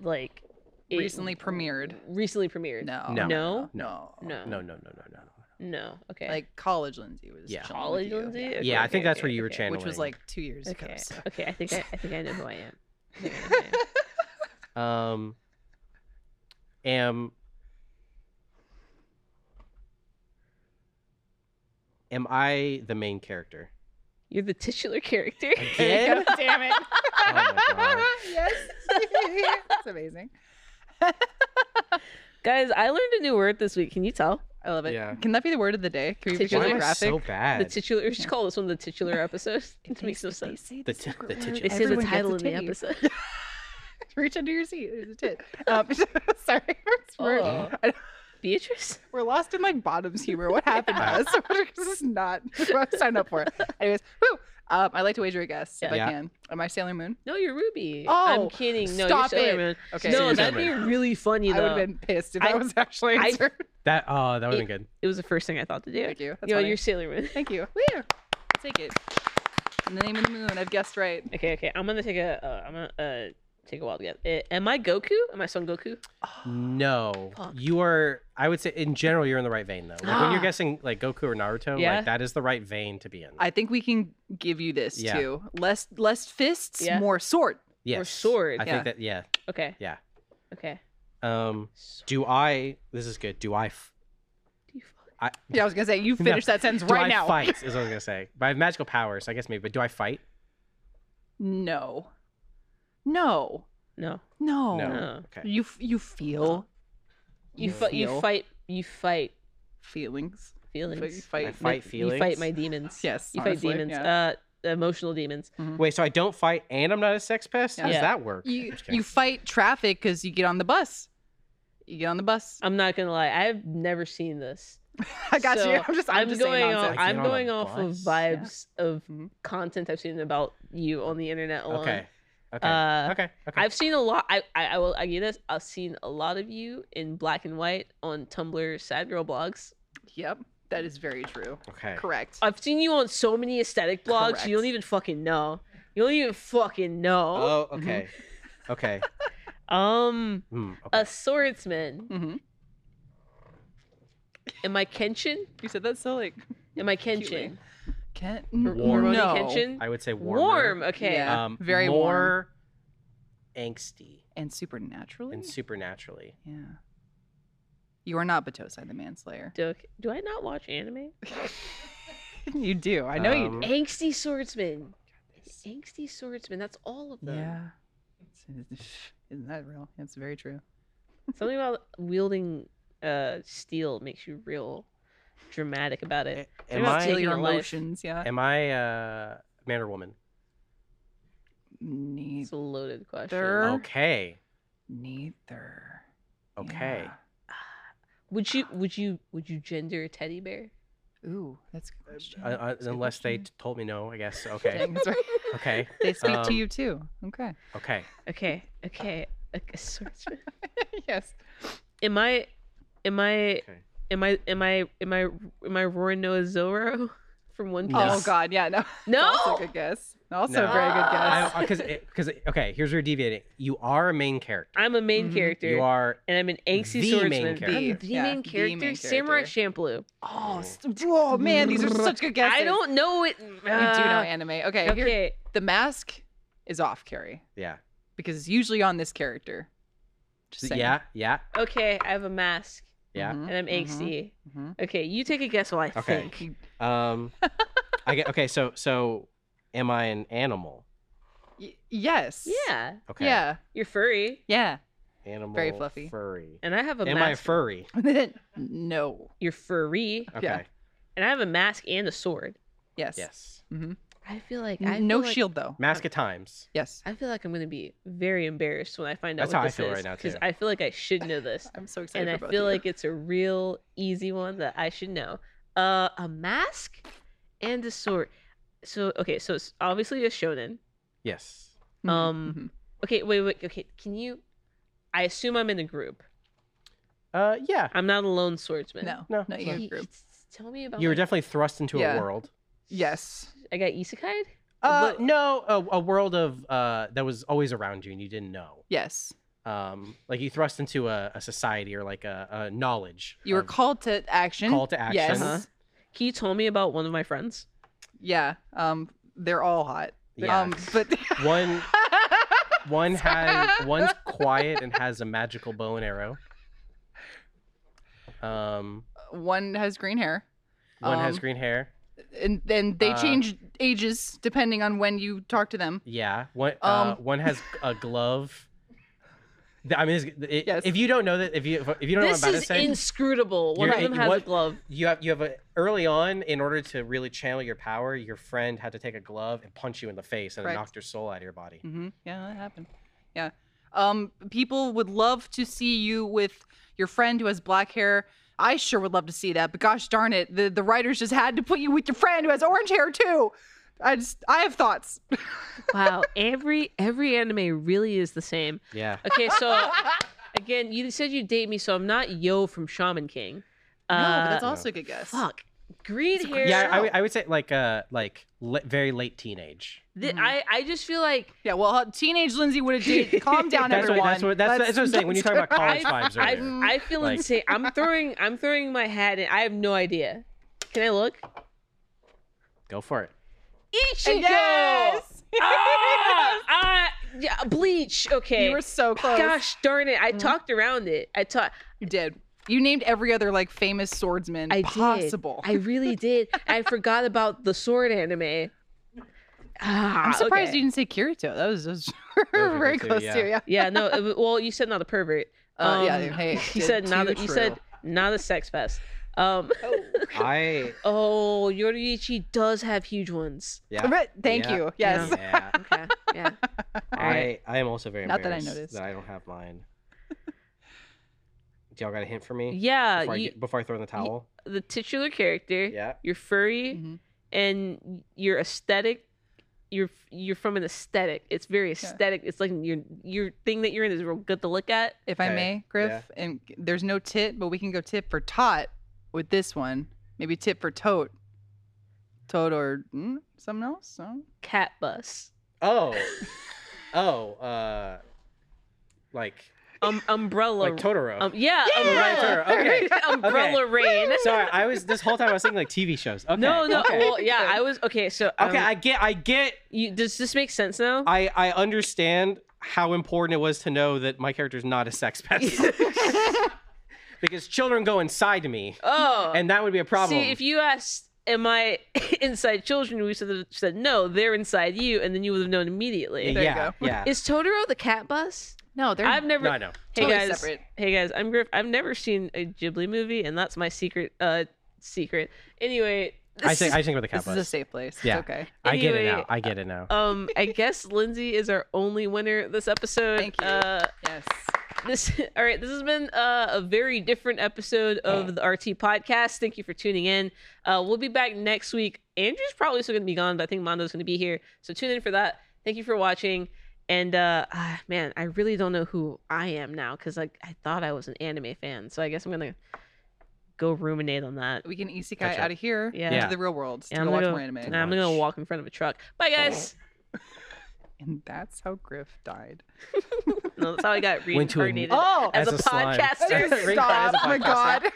[SPEAKER 2] like it-
[SPEAKER 7] Recently premiered.
[SPEAKER 2] Recently premiered.
[SPEAKER 7] No.
[SPEAKER 4] No.
[SPEAKER 2] No?
[SPEAKER 7] No.
[SPEAKER 2] No.
[SPEAKER 4] No, no, no, no, no, no.
[SPEAKER 2] No. Okay.
[SPEAKER 7] Like college Lindsay was. chilling
[SPEAKER 4] Yeah.
[SPEAKER 7] with
[SPEAKER 2] college,
[SPEAKER 7] you.
[SPEAKER 2] Lindsay.
[SPEAKER 7] Yeah.
[SPEAKER 2] Okay,
[SPEAKER 4] Yeah, I think
[SPEAKER 2] okay,
[SPEAKER 4] that's
[SPEAKER 2] okay,
[SPEAKER 4] where you were
[SPEAKER 2] okay.
[SPEAKER 4] channeling.
[SPEAKER 7] Which was like two years ago.
[SPEAKER 2] Okay.
[SPEAKER 7] So.
[SPEAKER 2] Okay. I think I, I think I know who I am. I think I know who I am.
[SPEAKER 4] um, am am I the main character?
[SPEAKER 2] You're the titular character.
[SPEAKER 4] Again?
[SPEAKER 2] God damn it.
[SPEAKER 4] Oh my
[SPEAKER 7] yes. It's amazing.
[SPEAKER 2] Guys, I learned a new word this week. Can you tell?
[SPEAKER 7] I love it.
[SPEAKER 4] Yeah.
[SPEAKER 7] Can that be the word of the day? Can we
[SPEAKER 2] Did
[SPEAKER 4] god!
[SPEAKER 7] picture
[SPEAKER 2] you
[SPEAKER 4] Why
[SPEAKER 2] like
[SPEAKER 7] the
[SPEAKER 4] am I
[SPEAKER 7] graphic?
[SPEAKER 4] so bad?
[SPEAKER 2] The titular. We should call this one the titular episode. it makes no sense.
[SPEAKER 4] The ti- the
[SPEAKER 2] They
[SPEAKER 4] titular.
[SPEAKER 2] say the title of the
[SPEAKER 7] episode.
[SPEAKER 2] episode.
[SPEAKER 7] Reach under your seat. There's a tit. Um, sorry, we're,
[SPEAKER 2] Oh.
[SPEAKER 7] I don't-
[SPEAKER 2] Beatrice.
[SPEAKER 7] we're lost in like bottoms humor. What happened to us? this is not what I signed up for. Anyways, woo. Um, I like to wager a guess if
[SPEAKER 4] Yeah.
[SPEAKER 7] I can. Am I Sailor Moon?
[SPEAKER 2] No, you're Ruby.
[SPEAKER 7] Oh,
[SPEAKER 2] I'm kidding. No,
[SPEAKER 7] stop
[SPEAKER 2] you're Sailor
[SPEAKER 7] it.
[SPEAKER 2] Moon.
[SPEAKER 7] Okay.
[SPEAKER 4] So
[SPEAKER 2] No,
[SPEAKER 4] you're
[SPEAKER 2] that'd be
[SPEAKER 4] Sailor
[SPEAKER 2] really funny
[SPEAKER 7] I would
[SPEAKER 2] though.
[SPEAKER 7] have been pissed if
[SPEAKER 2] I-
[SPEAKER 7] that was actually
[SPEAKER 2] I-
[SPEAKER 7] answered.
[SPEAKER 4] That oh, that would have been good.
[SPEAKER 2] It was the first thing I thought to do.
[SPEAKER 7] Thank you. That's
[SPEAKER 2] Yo,
[SPEAKER 7] funny.
[SPEAKER 2] you're Sailor Moon.
[SPEAKER 7] Thank you. Woo. Take it. In the name of the moon, I've guessed right.
[SPEAKER 2] Okay, okay. I'm gonna take a. Uh, I'm gonna uh, take a wild guess. Uh, am I Goku? Am I Son Goku?
[SPEAKER 4] No,
[SPEAKER 2] Fuck.
[SPEAKER 4] you are. I would say in general, you're in the right vein though. Like, when
[SPEAKER 2] Ah.
[SPEAKER 4] you're guessing like Goku or Naruto,
[SPEAKER 2] Yeah.
[SPEAKER 4] like that is the right vein to be in.
[SPEAKER 7] I think we can give you this
[SPEAKER 4] Yeah.
[SPEAKER 7] too. Less less fists,
[SPEAKER 2] Yeah.
[SPEAKER 7] more sword.
[SPEAKER 4] yes.
[SPEAKER 2] sword,
[SPEAKER 4] I
[SPEAKER 7] yeah.
[SPEAKER 4] think that yeah.
[SPEAKER 2] Okay.
[SPEAKER 4] Yeah.
[SPEAKER 2] Okay.
[SPEAKER 4] Um,
[SPEAKER 2] So,
[SPEAKER 4] do I? This is good. Do I? F-
[SPEAKER 2] do you fuck-
[SPEAKER 4] I
[SPEAKER 7] Yeah, I was gonna say you
[SPEAKER 4] No.
[SPEAKER 7] finish that sentence
[SPEAKER 4] do
[SPEAKER 7] right
[SPEAKER 4] I
[SPEAKER 7] now.
[SPEAKER 4] fight? Is what I was gonna say. But I have magical powers, I guess maybe. But do I fight?
[SPEAKER 7] No. No.
[SPEAKER 2] no.
[SPEAKER 7] No.
[SPEAKER 2] No.
[SPEAKER 4] Okay.
[SPEAKER 7] Oh. You f- you feel
[SPEAKER 2] You fight. You
[SPEAKER 7] feel
[SPEAKER 2] fight. You fight
[SPEAKER 7] feelings. You
[SPEAKER 2] feelings.
[SPEAKER 7] fight,
[SPEAKER 4] I
[SPEAKER 7] my-
[SPEAKER 4] fight
[SPEAKER 2] You fight
[SPEAKER 4] feelings?
[SPEAKER 2] my demons.
[SPEAKER 7] Yes,
[SPEAKER 2] You
[SPEAKER 7] honestly,
[SPEAKER 2] fight demons.
[SPEAKER 7] yeah. Mm.
[SPEAKER 2] Uh, emotional demons.
[SPEAKER 7] Mm-hmm.
[SPEAKER 4] Wait, so I don't fight and I'm not a sex pest? How
[SPEAKER 2] Yeah.
[SPEAKER 4] does that work? I'm
[SPEAKER 7] You
[SPEAKER 4] just kidding.
[SPEAKER 7] you fight traffic because you get on the bus. You get on the bus.
[SPEAKER 2] I'm not gonna lie. I've never seen this.
[SPEAKER 7] I got you.
[SPEAKER 2] So,
[SPEAKER 7] I'm just I'm,
[SPEAKER 2] I'm,
[SPEAKER 7] just
[SPEAKER 2] going.
[SPEAKER 7] saying
[SPEAKER 2] Off,
[SPEAKER 7] nonsense.
[SPEAKER 4] I get
[SPEAKER 2] I'm
[SPEAKER 4] on a
[SPEAKER 2] going off of
[SPEAKER 4] bus?
[SPEAKER 7] Yeah.
[SPEAKER 2] vibes of
[SPEAKER 7] Mhm.
[SPEAKER 2] content I've seen about you on the internet alone.
[SPEAKER 4] Okay. Okay.
[SPEAKER 2] Uh,
[SPEAKER 4] okay. Okay.
[SPEAKER 2] I've seen a lot. I, I, I will. I get this. I've seen a lot of you in black and white on Tumblr, sad girl blogs.
[SPEAKER 7] Yep, that is very true.
[SPEAKER 4] okay.
[SPEAKER 7] Correct.
[SPEAKER 2] I've seen you on so many aesthetic blogs. You
[SPEAKER 7] Correct.
[SPEAKER 2] don't even fucking know. You don't even fucking know.
[SPEAKER 4] Oh,
[SPEAKER 7] Mm-hmm.
[SPEAKER 4] okay. okay.
[SPEAKER 2] um,
[SPEAKER 4] Mm, okay.
[SPEAKER 2] a swordsman.
[SPEAKER 7] hmm
[SPEAKER 2] Am I Kenshin?
[SPEAKER 7] You said that so like
[SPEAKER 2] Am I
[SPEAKER 7] Cutely.
[SPEAKER 2] Kenshin?
[SPEAKER 7] Kent.
[SPEAKER 4] Warm.
[SPEAKER 2] Moroni
[SPEAKER 7] No.
[SPEAKER 2] Kenshin?
[SPEAKER 4] I would say warmer.
[SPEAKER 2] Warm. Okay.
[SPEAKER 7] Yeah.
[SPEAKER 4] Um,
[SPEAKER 7] very
[SPEAKER 4] more
[SPEAKER 7] warm.
[SPEAKER 4] angsty
[SPEAKER 7] And supernaturally.
[SPEAKER 4] and supernaturally.
[SPEAKER 7] yeah. You are not Batosai the Manslayer.
[SPEAKER 2] Do, do I not watch anime?
[SPEAKER 7] you do. I know you
[SPEAKER 4] Um,
[SPEAKER 7] do.
[SPEAKER 2] Angsty swordsman. Angsty swordsman. That's all of them.
[SPEAKER 7] Yeah. It's- Isn't that real? It's very true.
[SPEAKER 2] Something about wielding uh, steel makes you real dramatic about it.
[SPEAKER 4] Am
[SPEAKER 2] Something about
[SPEAKER 4] I-
[SPEAKER 7] Feel
[SPEAKER 2] taking
[SPEAKER 7] your
[SPEAKER 2] a life.
[SPEAKER 7] emotions, yeah.
[SPEAKER 4] Am I uh, man or woman?
[SPEAKER 7] Neither.
[SPEAKER 2] It's a loaded question.
[SPEAKER 7] There- Sure.
[SPEAKER 4] Okay.
[SPEAKER 7] Neither.
[SPEAKER 4] Okay.
[SPEAKER 2] Would you would you would you gender a teddy bear?
[SPEAKER 7] Yeah. Ooh, that's a good question.
[SPEAKER 4] Uh, uh,
[SPEAKER 7] That's a good
[SPEAKER 4] unless they
[SPEAKER 7] question.
[SPEAKER 4] t- told me no, I guess. Okay.
[SPEAKER 7] Dang, that's right.
[SPEAKER 4] okay.
[SPEAKER 7] They speak to
[SPEAKER 4] Um,
[SPEAKER 7] you too. Okay.
[SPEAKER 4] Okay.
[SPEAKER 2] Okay, okay. A, a swordsman.
[SPEAKER 7] yes.
[SPEAKER 2] am I am I
[SPEAKER 4] Okay.
[SPEAKER 2] am I am I am I am I Roaring Noah Zoro from One Piece?
[SPEAKER 4] No.
[SPEAKER 7] Oh God, yeah, no. That's
[SPEAKER 2] No.
[SPEAKER 7] Also a good guess. Also
[SPEAKER 4] No.
[SPEAKER 7] a very good guess.
[SPEAKER 2] Ah.
[SPEAKER 4] Because because okay, here's where we're deviating. You are a main character.
[SPEAKER 2] I'm a main
[SPEAKER 7] Mhm.
[SPEAKER 2] character.
[SPEAKER 4] You are
[SPEAKER 2] and I'm an angsty
[SPEAKER 4] the main
[SPEAKER 2] swordsman. I'm
[SPEAKER 4] character.
[SPEAKER 2] the,
[SPEAKER 7] Yeah,
[SPEAKER 2] main
[SPEAKER 7] the
[SPEAKER 2] character,
[SPEAKER 7] main
[SPEAKER 2] Samurai
[SPEAKER 7] character.
[SPEAKER 2] Champloo.
[SPEAKER 7] Oh, st- oh man, these are such good guesses.
[SPEAKER 2] I don't know it.
[SPEAKER 7] You do know
[SPEAKER 2] uh,
[SPEAKER 7] anime. Okay. here-
[SPEAKER 2] Okay,
[SPEAKER 7] the mask is off, Carrie,
[SPEAKER 4] yeah
[SPEAKER 7] because it's usually on this character. Just saying.
[SPEAKER 4] yeah yeah
[SPEAKER 2] okay. I have a mask
[SPEAKER 4] yeah.
[SPEAKER 7] Mhm,
[SPEAKER 2] and I'm
[SPEAKER 7] mhm,
[SPEAKER 2] angsty.
[SPEAKER 7] mhm. Mm-hmm.
[SPEAKER 2] Okay, you take a guess while I
[SPEAKER 4] Okay.
[SPEAKER 2] think.
[SPEAKER 4] Um, I get okay. So so am I an animal?
[SPEAKER 7] Y- yes.
[SPEAKER 2] Yeah.
[SPEAKER 4] Okay.
[SPEAKER 7] Yeah.
[SPEAKER 2] You're furry.
[SPEAKER 7] Yeah.
[SPEAKER 4] Animal.
[SPEAKER 7] Very fluffy.
[SPEAKER 4] Furry.
[SPEAKER 2] And I have a
[SPEAKER 4] am I a
[SPEAKER 2] mask.
[SPEAKER 4] furry?
[SPEAKER 7] no.
[SPEAKER 2] You're furry.
[SPEAKER 4] Okay.
[SPEAKER 7] Yeah.
[SPEAKER 2] And I have a mask and a sword.
[SPEAKER 7] Yes.
[SPEAKER 4] Yes.
[SPEAKER 2] I feel like I
[SPEAKER 7] N- No
[SPEAKER 2] feel like-
[SPEAKER 7] shield though.
[SPEAKER 4] Mask of times.
[SPEAKER 7] Yes.
[SPEAKER 2] I feel like I'm gonna be very embarrassed when I find out
[SPEAKER 4] That's
[SPEAKER 2] what
[SPEAKER 4] how I
[SPEAKER 2] this
[SPEAKER 4] feel
[SPEAKER 2] is,
[SPEAKER 4] right now,
[SPEAKER 2] Because
[SPEAKER 4] too.
[SPEAKER 2] I feel like I should know this.
[SPEAKER 7] I'm so excited.
[SPEAKER 2] and I
[SPEAKER 7] for both
[SPEAKER 2] feel
[SPEAKER 7] of you.
[SPEAKER 2] like it's a real easy one that I should know. Uh, a mask and a sword. So okay, so it's obviously a shonen.
[SPEAKER 4] Yes.
[SPEAKER 7] Mhm,
[SPEAKER 2] um,
[SPEAKER 7] mhm.
[SPEAKER 2] Okay, wait, wait, okay. Can you? I assume I'm in a group.
[SPEAKER 4] Uh, yeah.
[SPEAKER 2] I'm not a lone swordsman.
[SPEAKER 7] no,
[SPEAKER 4] No.
[SPEAKER 7] not
[SPEAKER 2] Can
[SPEAKER 7] you
[SPEAKER 2] you
[SPEAKER 7] group.
[SPEAKER 2] s- Tell me about.
[SPEAKER 4] You were
[SPEAKER 2] my-
[SPEAKER 4] definitely thrust into
[SPEAKER 7] Yeah.
[SPEAKER 4] a world.
[SPEAKER 7] Yes.
[SPEAKER 2] I got isekai.
[SPEAKER 4] Uh,
[SPEAKER 2] But-
[SPEAKER 4] no, a, a world of uh that was always around you and you didn't know.
[SPEAKER 7] Yes.
[SPEAKER 4] Um, like you thrust into a, a society or like a, a knowledge.
[SPEAKER 7] You were
[SPEAKER 4] of
[SPEAKER 7] called to action.
[SPEAKER 4] Call to action.
[SPEAKER 7] Yes.
[SPEAKER 2] Uh-huh. Can you tell me about one of my friends?
[SPEAKER 7] Yeah. Um, they're all hot.
[SPEAKER 4] Uh-huh. Yeah.
[SPEAKER 7] Um, but
[SPEAKER 4] one one has one's quiet and has a magical bow and arrow. Um,
[SPEAKER 7] one has green hair,
[SPEAKER 4] one has
[SPEAKER 7] Um,
[SPEAKER 4] green hair.
[SPEAKER 7] and then they
[SPEAKER 4] Uh,
[SPEAKER 7] change ages depending on when you talk to them.
[SPEAKER 4] Yeah. One uh,
[SPEAKER 7] Um,
[SPEAKER 4] one has a glove. Th- I mean, it's- it,
[SPEAKER 7] Yes.
[SPEAKER 4] if you don't know that, if you if you don't
[SPEAKER 2] this
[SPEAKER 4] know what I'm about
[SPEAKER 2] is
[SPEAKER 4] to say,
[SPEAKER 2] inscrutable. One
[SPEAKER 4] You're-
[SPEAKER 2] of them
[SPEAKER 4] hey,
[SPEAKER 2] has a
[SPEAKER 4] what-
[SPEAKER 2] glove.
[SPEAKER 4] you have you have a early on in order to really channel your power, your friend had to take a glove and punch you in the face, and it
[SPEAKER 7] Correct.
[SPEAKER 4] knocked your soul out of your body.
[SPEAKER 7] Mm-hmm. Yeah, that happened. Yeah. Um, people would love to see you with your friend who has black hair. I sure would love to see that, but gosh darn it, the, the writers just had to put you with your friend who has orange hair too. I just I have thoughts.
[SPEAKER 2] wow, every every anime really is the same.
[SPEAKER 4] Yeah.
[SPEAKER 2] Okay, so again, you said you date me, so I'm not Yo from Shaman King.
[SPEAKER 7] no, but that's
[SPEAKER 2] Uh,
[SPEAKER 7] also a good guess.
[SPEAKER 2] fuck. Green hair.
[SPEAKER 4] Yeah, I, would- I would say like uh like le- very late teenage.
[SPEAKER 2] Th- I, I just feel like
[SPEAKER 7] Yeah, well, teenage Lindsay would have dated. Calm down,
[SPEAKER 4] That's what,
[SPEAKER 7] everyone.
[SPEAKER 4] that's what that's,
[SPEAKER 7] Let's-
[SPEAKER 4] that's what I'm saying when you talk about college
[SPEAKER 2] I-
[SPEAKER 4] vibes
[SPEAKER 2] I,
[SPEAKER 4] earlier.
[SPEAKER 2] I feel
[SPEAKER 4] Like-
[SPEAKER 2] insane. I'm throwing I'm throwing my hat in. I have no idea. Can I look?
[SPEAKER 4] Go for it.
[SPEAKER 2] Ichigo.
[SPEAKER 7] Yes!
[SPEAKER 2] Ah, ah, yeah, bleach. Okay.
[SPEAKER 7] You were so close. Mm-hmm.
[SPEAKER 2] Gosh darn it! I talked around it. I talked.
[SPEAKER 7] You did. You named every other like famous swordsman
[SPEAKER 2] I
[SPEAKER 7] possible.
[SPEAKER 2] Did. I really did. I forgot about the sword anime. Ah,
[SPEAKER 7] am surprised
[SPEAKER 2] okay.
[SPEAKER 7] you didn't say Kirito. That was, that was
[SPEAKER 4] was a
[SPEAKER 7] very
[SPEAKER 4] good too,
[SPEAKER 7] close to
[SPEAKER 4] yeah.
[SPEAKER 7] yeah.
[SPEAKER 2] Yeah, no. it w- Well, you said not a pervert.
[SPEAKER 7] Uh, yeah,
[SPEAKER 2] Um,
[SPEAKER 7] hey,
[SPEAKER 2] you
[SPEAKER 7] did
[SPEAKER 2] said not.
[SPEAKER 7] too
[SPEAKER 2] A, you said
[SPEAKER 7] true.
[SPEAKER 2] not a sex fest. Um.
[SPEAKER 4] I
[SPEAKER 2] Oh, Yoruichi does have huge ones.
[SPEAKER 4] yeah.
[SPEAKER 7] Right, Thank
[SPEAKER 4] Yeah.
[SPEAKER 7] you. Yes.
[SPEAKER 4] Yeah.
[SPEAKER 2] Okay. Yeah.
[SPEAKER 4] I I am also very
[SPEAKER 7] Not that I
[SPEAKER 4] embarrassed
[SPEAKER 7] noticed.
[SPEAKER 4] that I don't have mine. Do y'all got a hint for me?
[SPEAKER 2] Yeah.
[SPEAKER 4] Before, I,
[SPEAKER 2] you-
[SPEAKER 4] get- before I throw in the towel.
[SPEAKER 2] the titular character.
[SPEAKER 4] Yeah.
[SPEAKER 2] You're furry,
[SPEAKER 7] Mhm.
[SPEAKER 2] and your aesthetic. You're you're from an aesthetic. It's very aesthetic. It's like your your thing that you're in is real good to look at.
[SPEAKER 7] If I
[SPEAKER 4] Okay,
[SPEAKER 7] may, Griff, and there's no tit, but we can go tit for tot with this one. Maybe tit for tote. Tote or mm, something else? So.
[SPEAKER 2] Cat bus.
[SPEAKER 4] Oh. Oh. Uh. Like
[SPEAKER 2] Um, umbrella.
[SPEAKER 4] like Totoro.
[SPEAKER 2] um, yeah, umbrella.
[SPEAKER 4] Right, Totoro. Okay.
[SPEAKER 2] umbrella rain.
[SPEAKER 4] Sorry, I was this whole time I was thinking like TV shows. Okay.
[SPEAKER 2] No, no.
[SPEAKER 4] Okay.
[SPEAKER 2] Well, yeah, I was okay. So um,
[SPEAKER 4] okay, I get, I get,
[SPEAKER 2] you, does this make sense now?
[SPEAKER 4] I, I understand how important it was to know that my character's not a sex pest because children go inside me,
[SPEAKER 2] oh,
[SPEAKER 4] and that would be a problem.
[SPEAKER 2] See, if you asked, "Am I inside children?" We said said no. They're inside you, and then you would have known immediately.
[SPEAKER 7] There you
[SPEAKER 4] yeah,
[SPEAKER 7] go.
[SPEAKER 4] yeah.
[SPEAKER 2] Is Totoro the cat bus?
[SPEAKER 7] No, they're
[SPEAKER 2] I've never.
[SPEAKER 4] no, I know.
[SPEAKER 2] Hey
[SPEAKER 7] totally
[SPEAKER 2] guys.
[SPEAKER 7] separate.
[SPEAKER 2] Hey guys. I'm Griff. I've never seen a Ghibli movie, and that's my secret. Uh, secret. Anyway.
[SPEAKER 4] I
[SPEAKER 2] this
[SPEAKER 4] think,
[SPEAKER 2] is-
[SPEAKER 4] I think about the cat
[SPEAKER 7] This is a
[SPEAKER 4] bus.
[SPEAKER 7] safe place.
[SPEAKER 4] Yeah.
[SPEAKER 7] It's okay.
[SPEAKER 4] I get it
[SPEAKER 2] Anyway,
[SPEAKER 4] now. I get it now.
[SPEAKER 2] um, I guess Lindsay is our only winner this episode.
[SPEAKER 7] Thank you.
[SPEAKER 2] Uh,
[SPEAKER 7] Yes.
[SPEAKER 2] this all right this has been uh, a very different episode of the rt podcast thank you for tuning in uh, we'll be back next week andrew's probably still gonna be gone but i think mondo's gonna be here so tune in for that thank you for watching and uh, ah, man i really don't know who i am now because like i thought i was an anime fan so i guess i'm gonna go ruminate on that
[SPEAKER 7] We can isekai
[SPEAKER 4] Gotcha.
[SPEAKER 7] out of here
[SPEAKER 2] Yeah.
[SPEAKER 7] into
[SPEAKER 4] Yeah.
[SPEAKER 7] the real world
[SPEAKER 2] Yeah,
[SPEAKER 7] to
[SPEAKER 2] I'm
[SPEAKER 7] go watch
[SPEAKER 2] gonna
[SPEAKER 7] more anime. Oh.
[SPEAKER 2] Nah, i'm gonna go walk in front of a truck bye guys
[SPEAKER 7] And that's how Griff died.
[SPEAKER 2] no that's how i got
[SPEAKER 4] Went to a-
[SPEAKER 2] reincarnated
[SPEAKER 7] Oh!
[SPEAKER 2] as,
[SPEAKER 4] As
[SPEAKER 2] a,
[SPEAKER 4] a slime.
[SPEAKER 2] podcaster
[SPEAKER 4] Ring card as
[SPEAKER 7] Stop.
[SPEAKER 4] a
[SPEAKER 7] Oh my
[SPEAKER 4] podcast.
[SPEAKER 7] god.